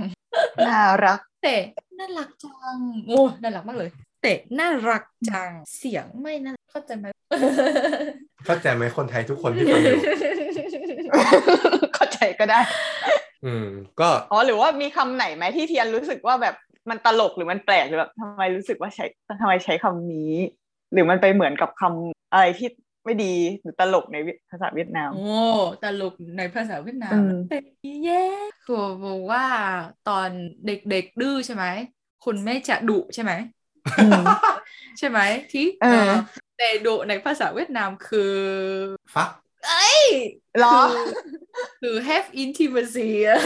[SPEAKER 2] น่ารัก <laughs>
[SPEAKER 4] เตะน่ารักจังโอ้น่ารักมากเลย เตะน่ารักจัง เสียงไม่น่ารักเข้าใจไหม
[SPEAKER 3] เข้าใจไหมคนไทยทุกคนที่ฟัง
[SPEAKER 2] <laughs>
[SPEAKER 3] อยู่
[SPEAKER 2] เข้าใจก็ได้
[SPEAKER 3] อืม ก็
[SPEAKER 2] อ๋อหรือว่ามีคำไหนไหมที่เทียนรู้สึกว่าแบบมันตลกหรือมันแปลกหรือแบบทำไมรู้สึกว่าใช้ทำไมใช้คำนี้ หรือมันไปเหมือนกับคำอะไรที่ไม่ดีหรือตลกในภาษาเวียดนาม
[SPEAKER 4] โอ้ตลกในภาษาเวียดนาม
[SPEAKER 2] อืม
[SPEAKER 4] เตะแย่ครูบอกว่าตอนเด็กๆดื้อใช่ไหมคุณแม่จะดุใช่ไหม ใช่ไหมที่
[SPEAKER 2] เออ
[SPEAKER 4] เตโดะในภาษาเวียดนามคือ
[SPEAKER 3] ฟัก
[SPEAKER 4] เอ้ย
[SPEAKER 2] เหรอ
[SPEAKER 4] คือคือ have intimacy อะ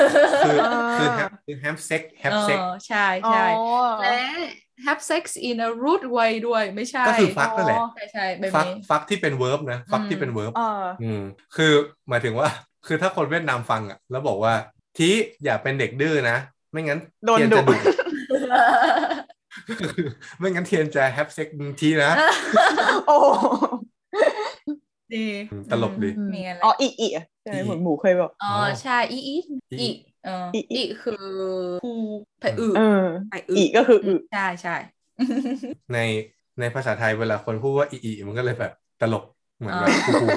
[SPEAKER 3] คือ
[SPEAKER 2] อ่า
[SPEAKER 3] คือแฮปคือแฮปเซ็กแฮปเซ็ก
[SPEAKER 4] เออใช่ใช่
[SPEAKER 2] อ๋อ
[SPEAKER 4] และ have sex in a rude way ด้วยไม่ใช่
[SPEAKER 3] ก็คือฟักนั่นแหละ
[SPEAKER 2] อ๋อ
[SPEAKER 4] ใช่ใช่แบบ
[SPEAKER 3] ฟัก
[SPEAKER 4] นี้
[SPEAKER 3] ฟักที่เป็นเวิร์บนะฟักที่เป็นเวิร์บ
[SPEAKER 2] เออ
[SPEAKER 3] อืมคือหมายถึงว่า คือถ้าคนเวียดนามฟังอ่ะ แล้วบอกว่าทีอย่าเป็นเด็กดื้อนะ ไม่งั้น
[SPEAKER 2] โดน
[SPEAKER 3] เทีย
[SPEAKER 2] ดุ
[SPEAKER 3] จะ <laughs> ไม่งั้นเทียนจะแฮปเซ็กทีนะ
[SPEAKER 2] โอ้
[SPEAKER 4] <laughs> ดี
[SPEAKER 3] อืมตลกดี
[SPEAKER 4] มีอะไร
[SPEAKER 2] อ๋ออีอีอะใช่ไหมเหมือนหมูเคยบอก
[SPEAKER 4] อ๋อใช่อีอีอีเออ
[SPEAKER 2] อีอี
[SPEAKER 4] อีคือคูไปอึ
[SPEAKER 2] เออ
[SPEAKER 4] ไปอึ
[SPEAKER 2] อีก็คืออึ
[SPEAKER 4] ใช่
[SPEAKER 2] <laughs>
[SPEAKER 4] ใช่
[SPEAKER 3] ในในภาษาไทยเวลาคนพูดว่าอีอีมันก็เลยแบบตลกเหมือนแบบคูล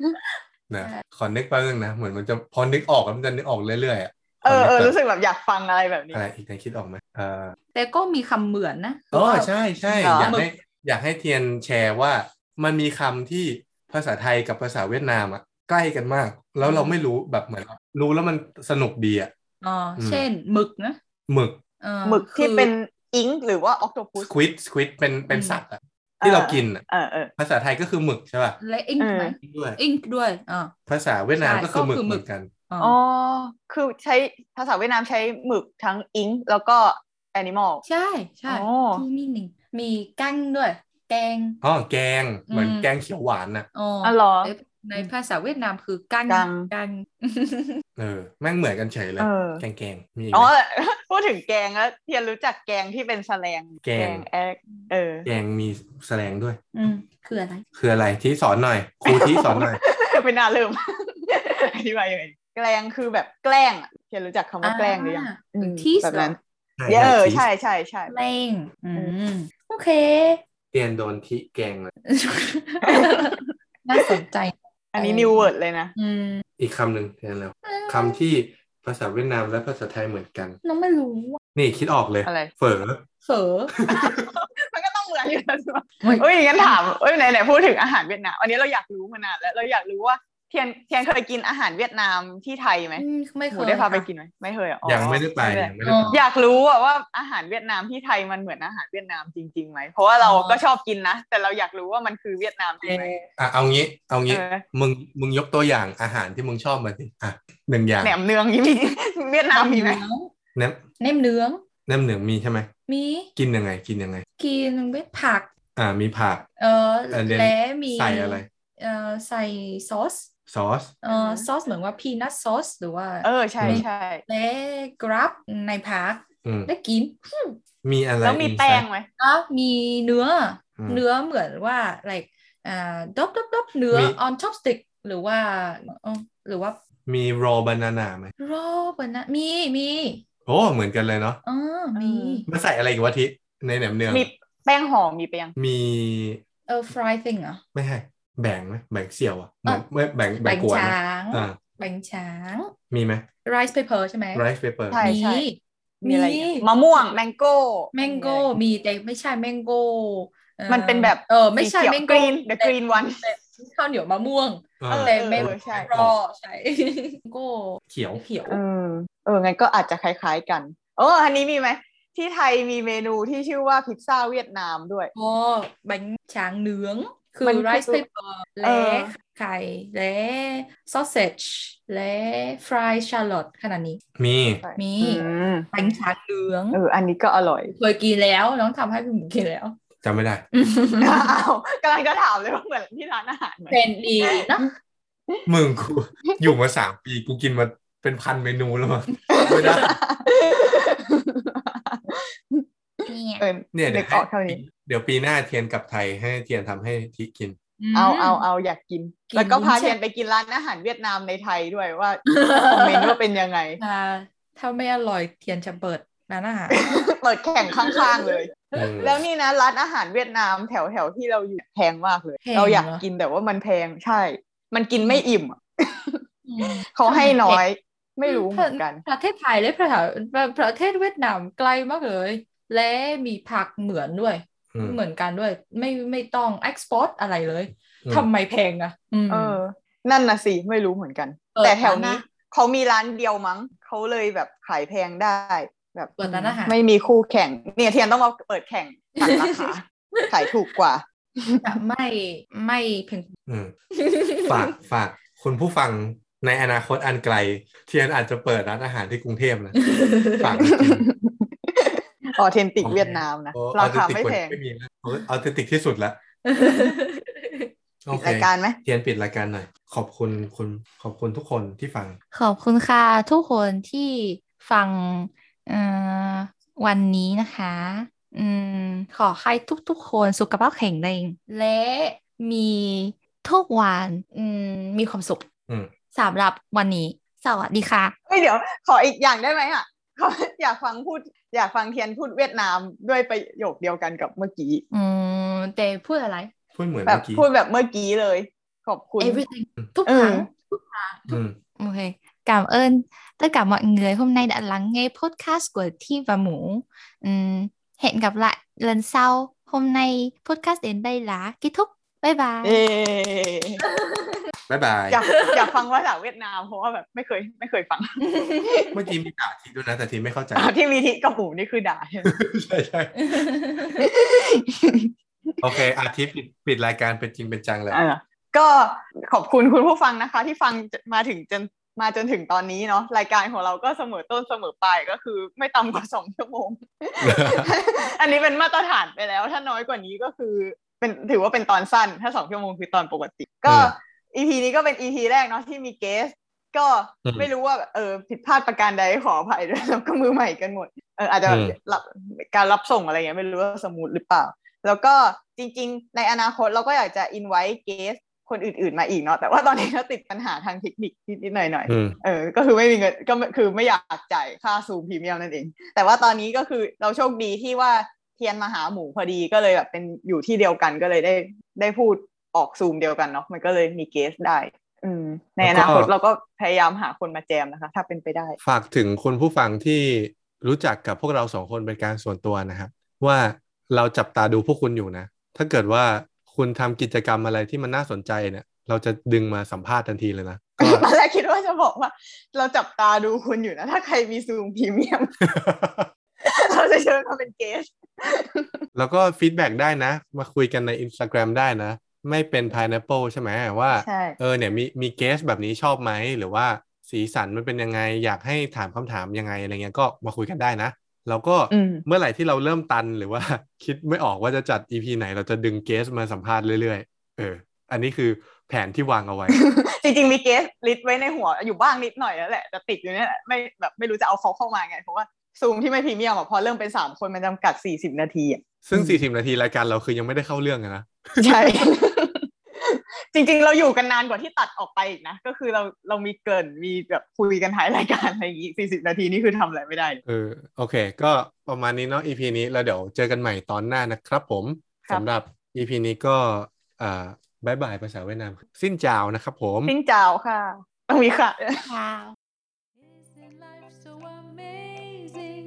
[SPEAKER 3] ๆนะขอนึกแป๊บนึงนะ เหมือนมันจะพอนึกออกแล้วมันจะนึกออกเรื่อยๆอะ
[SPEAKER 2] เออเออ
[SPEAKER 3] ขนึ
[SPEAKER 2] รู้สึกแบบอยากฟังอะไรแบบนี้
[SPEAKER 3] อะไรอีกในคิดออกไหมเออ
[SPEAKER 4] แต่ก็มีคำเหมือนนะ
[SPEAKER 3] อ๋อใช่ใช่
[SPEAKER 2] เหรอ
[SPEAKER 3] อยากให้อยากให้เทียนแชร์ว่ามันมีคำที่ภาษาไทยกับภาษาเวียดนามอะใกล้กันมาก แล้วเราไม่รู้แบบเหมือน รู้แล้วมันสนุกดีอะ
[SPEAKER 4] อ๋ออ
[SPEAKER 3] ม
[SPEAKER 4] เช่นหมึกนะ
[SPEAKER 3] หมึก
[SPEAKER 4] เออ
[SPEAKER 2] หมึกที่
[SPEAKER 4] คือ
[SPEAKER 2] เป็นอิงหรือว่าออกโตพุ
[SPEAKER 3] ส
[SPEAKER 2] ส
[SPEAKER 3] ควิดสควิดเป็นเป็น
[SPEAKER 2] อืม
[SPEAKER 3] สัตว์อะที่เรากินอะ
[SPEAKER 2] เออเออ
[SPEAKER 3] ภาษาไทยก็คือหมึกใช่ป่ะ
[SPEAKER 4] และอิง
[SPEAKER 2] เออ
[SPEAKER 4] ไหม
[SPEAKER 3] ด้วย
[SPEAKER 4] อิงด้วยอ่า
[SPEAKER 3] ภาษาเวียดนาม
[SPEAKER 4] ใช่
[SPEAKER 3] ก็คือหมึก
[SPEAKER 4] ก็คือ
[SPEAKER 3] เห
[SPEAKER 4] หมึ
[SPEAKER 3] มื
[SPEAKER 4] ก
[SPEAKER 3] อนกัน
[SPEAKER 4] อ๋ออ
[SPEAKER 2] อ๋อ คือใช้ภาษาเวียดนามใช้หมึกทั้งอิงแล้วก็แอนิมอล
[SPEAKER 4] ใช่ใช่
[SPEAKER 2] อ๋อ
[SPEAKER 4] two meaning มีกั้งด้วย แกง
[SPEAKER 3] อ๋อแกงเหมือน
[SPEAKER 4] อืม
[SPEAKER 3] แกงเขียวหวานน่ะ
[SPEAKER 4] อ๋ออ
[SPEAKER 2] อ๋อเหรอ
[SPEAKER 4] ในภาษาเวียดนามคือกั้ง
[SPEAKER 2] กั้ง
[SPEAKER 4] กั้ง
[SPEAKER 3] เออแม่งเหมือนกันเฉยเลย
[SPEAKER 2] เออ
[SPEAKER 3] แกงแกงมีอีก
[SPEAKER 2] อ๋อ <laughs>
[SPEAKER 3] ไหม
[SPEAKER 2] พูดถึงแกงแล้วเทียนรู้จักแกงที่เป็นแสลง
[SPEAKER 3] แกง
[SPEAKER 2] แอกเออ <laughs>
[SPEAKER 3] แกงมีแสดงด้วย
[SPEAKER 4] อืมคืออะไร
[SPEAKER 3] คืออะไรที่สอนหน่อย ครูที่สอนหน่อย
[SPEAKER 2] ไม่น่าลืม <laughs> อธิบายยังไงแกล้งคือแบบแกล้งอะเทียนรู้จักคำว่าแกล้งหรือยัง
[SPEAKER 4] อ่า
[SPEAKER 2] อืม
[SPEAKER 4] ที่
[SPEAKER 2] แบบนั้น
[SPEAKER 4] ส
[SPEAKER 2] เยอะเออใช่ใช่ใช่
[SPEAKER 4] แกล้งอืมโอเค
[SPEAKER 3] เรียนโดนที่แกงเลย
[SPEAKER 4] <laughs> น่าสนใจ
[SPEAKER 2] อันนี้
[SPEAKER 4] เออ
[SPEAKER 2] นิวเวิร์ดเลยนะ
[SPEAKER 4] อืม
[SPEAKER 3] อีกคำหนึ่งเรียนแล้วคำที่ภาษาเวียดนามและภาษาไทยเหมือนกัน
[SPEAKER 4] น้องไม่รู้อะ
[SPEAKER 3] นี่คิดออกเลย
[SPEAKER 2] อะไร
[SPEAKER 3] เฝอ
[SPEAKER 4] เฝอ
[SPEAKER 2] มันก็ต้องเหมือนอยู่แล้วใช่ไหม
[SPEAKER 4] โอ้ย
[SPEAKER 2] เอ้ยงั้นถามเอ้ยไหนไหนพูดถึงอาหารเวียดนามอันนี้เราอยากรู้มานานแล้วเราอยากรู้ว่าเทียนเทียนเคยกินอาหารเวียดนามที่ไทยไหม
[SPEAKER 4] อืมไม่
[SPEAKER 2] ห
[SPEAKER 4] เค
[SPEAKER 2] มู
[SPEAKER 4] ย
[SPEAKER 2] ได้พาไป
[SPEAKER 4] ค่ะ
[SPEAKER 2] กินไหมไม่เคยอ่ะอ๋อ
[SPEAKER 3] ยังไม่ได้ไป
[SPEAKER 2] ม่เป็นร
[SPEAKER 3] ยังไม่ได้ไป
[SPEAKER 4] อ๋อ
[SPEAKER 2] อยากรู้อะว่าอาหารเวียดนามที่ไทยมันเหมือนอาหารเวียดนามจริงๆไหมเพราะว่าเราก็ชอบกินนะแต่เราอยากรู้ว่ามันคือเวียดนามจริงไหม
[SPEAKER 3] อ่ะเอางี้ เอางี้
[SPEAKER 2] เออ
[SPEAKER 3] มึงมึงยกตัวอย่างอาหารที่มึงชอบมาสิอ่ะหนึ่งอย่าง
[SPEAKER 2] แหนมเนืองนี่มี เวียดนามมีไหม
[SPEAKER 3] แน้
[SPEAKER 4] เน้มเนื้อง
[SPEAKER 3] ำน้ำหนึ่งมีใช่ไหม
[SPEAKER 4] มี
[SPEAKER 3] กินยังไง กินยังไง
[SPEAKER 4] กินเม็ดผัก
[SPEAKER 3] อ่ามีผัก
[SPEAKER 4] เออ
[SPEAKER 3] เอ่อเดี๋ยว
[SPEAKER 4] และมี
[SPEAKER 3] ใส่อะไร
[SPEAKER 4] เออใส่ซอส
[SPEAKER 3] ซอส
[SPEAKER 4] เออ
[SPEAKER 2] อ
[SPEAKER 4] อ
[SPEAKER 2] ฮึ
[SPEAKER 4] ซอสเหมือนว่าพีนัทซอสหรือว่า
[SPEAKER 2] เออใช่ใช่
[SPEAKER 4] และกรับในพัก
[SPEAKER 3] อืม
[SPEAKER 4] ได้กิน
[SPEAKER 3] มีอะไร
[SPEAKER 2] แล้วมี
[SPEAKER 3] อีก
[SPEAKER 2] แป้ง
[SPEAKER 3] สัก
[SPEAKER 2] ไหม
[SPEAKER 4] อ่ะมีเนื้ออ
[SPEAKER 3] ม
[SPEAKER 4] เนื้อเหมือนว่า like อ่าดับดับดับเนื้อ
[SPEAKER 3] มี
[SPEAKER 4] on top stick หรือว่าเอ่อหรือว่า
[SPEAKER 3] มี raw banana ไหม
[SPEAKER 4] รอบอันนะมีมี
[SPEAKER 3] โอ้เหมือนกันเลยเนาะ
[SPEAKER 4] เออมี
[SPEAKER 2] อืม
[SPEAKER 3] มันใส่อะไรอีกวะทิในแหนมเนือง
[SPEAKER 2] มีแป้งห่อมีไปยัง
[SPEAKER 3] มี
[SPEAKER 4] เออ fry thing เหรอ
[SPEAKER 3] ไม่ใช่แบ่งไหมแบ่งเสี่ยวอ่ะเหมือนไม่แบ่งแบ่
[SPEAKER 4] แบ่
[SPEAKER 3] ง
[SPEAKER 4] ง
[SPEAKER 3] กวนนะ
[SPEAKER 4] ช้าง
[SPEAKER 3] อ่า
[SPEAKER 4] แบ่งช้าง
[SPEAKER 3] มีไหม
[SPEAKER 4] rice paper ใช่ไหม
[SPEAKER 3] rice paper
[SPEAKER 2] ใช่
[SPEAKER 4] มี
[SPEAKER 2] มีอะไร
[SPEAKER 4] มี
[SPEAKER 2] อีกมะม่วงแมงโก้
[SPEAKER 4] แมงโก้มีแต่ไม่ใช่แมงโก้อ่อ
[SPEAKER 2] มันเป็นแบบ
[SPEAKER 4] เออไม่ใช่
[SPEAKER 2] สีเขียว
[SPEAKER 4] แมงโก้
[SPEAKER 2] green the green one
[SPEAKER 4] แบบข้าวเหนียวมะม่วง
[SPEAKER 3] อ่า
[SPEAKER 2] เออ
[SPEAKER 4] แต่แมง
[SPEAKER 2] ใช่
[SPEAKER 4] รอใช่ <laughs> แมงโก้
[SPEAKER 3] เขียว
[SPEAKER 4] เขียว
[SPEAKER 2] เออเอองั้นก็อาจจะคล้าย ๆกันเอออันนี้มีไหม ที่ไทยมีเมนูที่ชื่อว่าพิซซ่าเวียดนามด้วย
[SPEAKER 4] ก็แบงช้างเนื้องคือ
[SPEAKER 2] มันคือ
[SPEAKER 4] rice paper
[SPEAKER 2] เอ
[SPEAKER 4] และ
[SPEAKER 2] อ
[SPEAKER 4] ไข่และ sausage และ fried shallot ขนาดนี้
[SPEAKER 3] มี
[SPEAKER 4] มี
[SPEAKER 2] อืม
[SPEAKER 4] แบงช้างเนื้อง
[SPEAKER 2] เอออันนี้ก็อร่อย
[SPEAKER 4] เคยกินแล้วน้องทำให้พี่หมูกินแล้ว
[SPEAKER 3] จำไม่ได้
[SPEAKER 2] อ้าวกำลังจะถามเลยว่าเหมือนที่ร้านอาหารไหม
[SPEAKER 4] เป็นดีนะ
[SPEAKER 3] มึงกู <laughs> อยู่มาสามปีกูกินมาเป็นพันเมนูแล้วมั้งไม่ได้
[SPEAKER 2] เออ
[SPEAKER 3] เนี่ยเดี๋ยว
[SPEAKER 2] นึกออกเท่านี้
[SPEAKER 3] เดี๋ยวปีหน้าเทียนกลับไทยให้เทียนทำให้ทิกิน
[SPEAKER 2] เอาเอาเอาอยากกิน
[SPEAKER 4] กิน
[SPEAKER 2] แล้วก็พาเทียน
[SPEAKER 4] ใช่
[SPEAKER 2] ไปกินร้านอาหารเวียดนามในไทยด้วยว่าคอมเมนต์ว่าเป็นยังไง
[SPEAKER 4] อ่าถ้าไม่อร่อยเทียนจะเปิดร้านอาหาร
[SPEAKER 2] เปิดแข่งข้างๆเลย
[SPEAKER 3] อืม
[SPEAKER 2] แล้วนี่นะร้านอาหารเวียดนามแถวแถวๆที่เราอยู่แพงมากเลย
[SPEAKER 4] แพงเหรอ
[SPEAKER 2] เราอยากกินแต่ว่ามันแพงใช่ มันกินไม่อิ่มอะเขาให้น้อย ไม่รู้เหมือนกัน
[SPEAKER 4] ประเทศไทยและประเทศประเทศเวียดนามไกลมากเลย และมีผักเหมือนด้วย
[SPEAKER 3] อืม
[SPEAKER 4] เหมือนกันด้วย ไม่ไม่ต้อง export อะไรเลย
[SPEAKER 3] อืม
[SPEAKER 4] ทำไมแพงอ่ะอืม
[SPEAKER 2] เออ นั่นนะสิไม่รู้เหมือนกัน
[SPEAKER 4] เปิด
[SPEAKER 2] แต่แถวนี้
[SPEAKER 4] ร้านอาหาร
[SPEAKER 2] เขามีร้านเดียวมั้งเขาเลยแบบขายแพงได้ แบบ
[SPEAKER 4] เปิดร้านอาหาร
[SPEAKER 2] <laughs> ไม่มีคู่แข่ง เนี่ยเทียนต้องมาเปิดแข่งตัดราคาขายถูกกว่า
[SPEAKER 5] จะไม่ไม่เพ่ง
[SPEAKER 3] อืม ฝากฝากคุณผู้ฟังในอนาคตอันไกล เทียนอาจจะเปิดร้านอาหารที่กรุงเทพนะ ฝากไปกิน
[SPEAKER 2] ออเทนติกเวียดนามนะ
[SPEAKER 3] โอ้
[SPEAKER 2] ราคาไม่
[SPEAKER 3] ออ
[SPEAKER 2] แพ
[SPEAKER 3] เทนติกกว่
[SPEAKER 2] ง
[SPEAKER 3] นี้ไม่มีแล้วเอาเทนติกที่สุดละโอเค
[SPEAKER 2] รายการไหม
[SPEAKER 3] เทียนปิดรายการหน่อย ขอบคุณคุณขอบคุณทุกคนที่ฟัง
[SPEAKER 4] <laughs> ขอบคุณค่ะทุกคนที่ฟังเอ่อวันนี้นะคะอืมขอให้ทุกๆ คนสุขภาพแข็งแรงและมีทุกวันอืมมีความสุข
[SPEAKER 3] อืม
[SPEAKER 4] สำหรับวันนี้ สวัสดีค่ะ
[SPEAKER 2] เอ้ยเดี๋ยวขออีกอย่างได้ไหมอ่ะขออยากฟังพูด อยากฟังเทียนพูดเวียดนามด้วยประโยคเดียวกันกับเมื่อกี้
[SPEAKER 4] อืม
[SPEAKER 5] แต่พูดอะไร
[SPEAKER 3] พูดเหมือน
[SPEAKER 2] แบบ
[SPEAKER 3] เมื่อกี้
[SPEAKER 2] พูดแบบเมื่อกี้เลย ขอบคุณ
[SPEAKER 5] everything ทุก
[SPEAKER 2] เอ
[SPEAKER 5] ค
[SPEAKER 2] อ
[SPEAKER 5] รั้ง
[SPEAKER 3] อืม
[SPEAKER 4] ok cảm ơn tất cả mọi người hôm nay đã lắng nghe podcast của Thi và Mũ Ừm, hẹn gặp lại lần sau hôm nay podcast đến đây là kết thúc bye bye
[SPEAKER 2] เอ๊ะ
[SPEAKER 3] บ๊ายบาย
[SPEAKER 2] อยากอยากฟังภาษาเวียดนามเพราะว่าแบบไม่เคยไม่เคยฟัง
[SPEAKER 3] เมื่อกี้มีด่าทีด้วยนะ แต่ทีไม่เข้าใจ
[SPEAKER 2] อ่ะที่มีทิกับหมูนี่คือด่าใช่ไหม
[SPEAKER 3] ใช่ใช่โอเค อาทิตย์ปิดปิดรายการเป็นจริงเป็นจังเลย
[SPEAKER 2] เออก็ขอบคุณคุณผู้ฟังนะคะ ที่ฟังมาถึงจนมาจนถึงตอนนี้เนาะรายการของเราก็เสมอต้นเสมอปลายก็คือไม่ต่ำกว่าสองชั่วโมง <laughs> อันนี้เป็นมาตรฐานไปแล้ว ถ้าน้อยกว่านี้ก็คือเป็นถือว่าเป็นตอนสั้น ถ้าสองชั่วโมงคือตอนปกติ ก็
[SPEAKER 3] เออ
[SPEAKER 2] อีพีนี้ก็เป็นอีพีแรกเนาะที่มีเกส ก็
[SPEAKER 3] อืม
[SPEAKER 2] ไม่รู้ว่าเออผิดพลาดประการใดขออภัยด้วยแล้วก็มือใหม่กันหมดเอออาจจะ
[SPEAKER 3] อืม
[SPEAKER 2] รับการรับส่งอะไรเงี้ยไม่รู้ว่าสมูทหรือเปล่า แล้วก็จริงๆ ในอนาคตเราก็อยากจะอินไว้เกสคนอื่นๆมาอีกเนาะแต่ว่าตอนนี้ก็ติดปัญหาทางเทคนิคนิดๆหน่อย
[SPEAKER 3] อืม
[SPEAKER 2] ๆเออก็คือไม่มีเงินก็คือไม่อยากจ่ายค่าซูมพรีเมียมนั่นเอง แต่ว่าตอนนี้ก็คือเราโชคดีที่ว่าเทียนมาหาหมูพอดีก็เลยแบบเป็นอยู่ที่เดียวกันก็เลยได้ได้พูดออกซูมเดียวกันเนาะมันก็เลยมีเกสได้ อืมในอนาคต
[SPEAKER 3] แล้
[SPEAKER 2] เรา
[SPEAKER 3] วก็
[SPEAKER 2] ก็พยายามหาคนมาแจมนะคะ ถ้าเป็นไปได้
[SPEAKER 3] ฝากถึงคุณผู้ฟังที่รู้จักกับพวกเราสองคนเป็นการส่วนตัวนะครับ ว่าเราจับตาดูพวกคุณอยู่นะ ถ้าเกิดว่าคุณทำกิจกรรมอะไรที่มันน่าสนใจเนี่ย เราจะดึงมาสัมภาษณ์ทันทีเลยนะก็ <laughs>
[SPEAKER 2] ตอนแรกคิดว่าจะบอกว่า เราจับตาดูคุณอยู่นะถ้าใครมีซูมพรีเมียม <laughs> เราจะเชิญมาเป็นเกส
[SPEAKER 3] แล้วก็ฟีดแบ็กได้นะ มาคุยกันใน Instagram ได้นะ ไม่เป็น Pineapple ใช่ไหมว่า
[SPEAKER 2] ใช่
[SPEAKER 3] เออเนี่ยมีมีเกสแบบนี้ชอบไหม หรือว่าสีสันมันเป็นยังไง อยากให้ถามคำถามยังไงอะไรเงี้ยก็มาคุยกันได้นะ แล้วก็
[SPEAKER 2] อืม
[SPEAKER 3] เมื่อไหร่ที่เราเริ่มตันหรือว่า คิดไม่ออกว่าจะจัด EP ไหน เราจะดึงเกสมาสัมภาษณ์เรื่อยๆ เออ อันนี้คือแผนที่วาง
[SPEAKER 2] <laughs>
[SPEAKER 3] เอาไว้
[SPEAKER 2] จริงๆมีเกสลิสต์ไว้ในหัวอยู่บ้างนิดหน่อยแล้วแหละแต่ติดอยู่เนี่ยแหละไม่แบบไม่รู้จะเอาเขาเข้ามาไง เพราะว่าซูมที่ไม่พรีเมียมอะพอเริ่มเป็นสามคนมันจำกัดสี่สิบนาทีอะ
[SPEAKER 3] ซึ่ง
[SPEAKER 2] อืม
[SPEAKER 3] 40 นาทีรายการเราคือยังไม่ได้เข้าเรื่องอะนะ
[SPEAKER 2] ใช่ <laughs> จริงๆ เราอยู่กันนานกว่าที่ตัดออกไปอีกนะ ก็คือเราเรามีเกรินมีแบบคุยกันท้ายรายการอะไรอย่างงี้สี่สิบนาทีนี่คือทำอะไรไม่ได้เลย
[SPEAKER 3] เออโอเค ก็ประมาณนี้เนาะ EP นี้แล้วเดี๋ยวเจอกันใหม่ตอนหน้านะครับผม
[SPEAKER 2] ครับ
[SPEAKER 3] สำหรับ EP นี้ก็อ่าบายบายภาษาเวียดนามสิ้นจาวนะครับผม
[SPEAKER 2] สิ้นจาวค่ะ ต้องมีค่ะ
[SPEAKER 4] wow
[SPEAKER 6] Isn't life so amazing?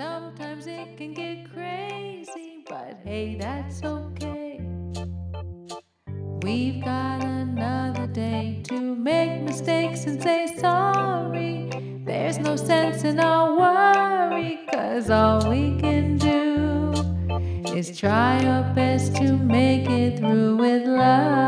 [SPEAKER 6] Sometimes it can get crazy, but hey, that's okay. We've got another day to make mistakes and say sorry. There's no sense in our worry, cause all we can do is try our best to make it through with love.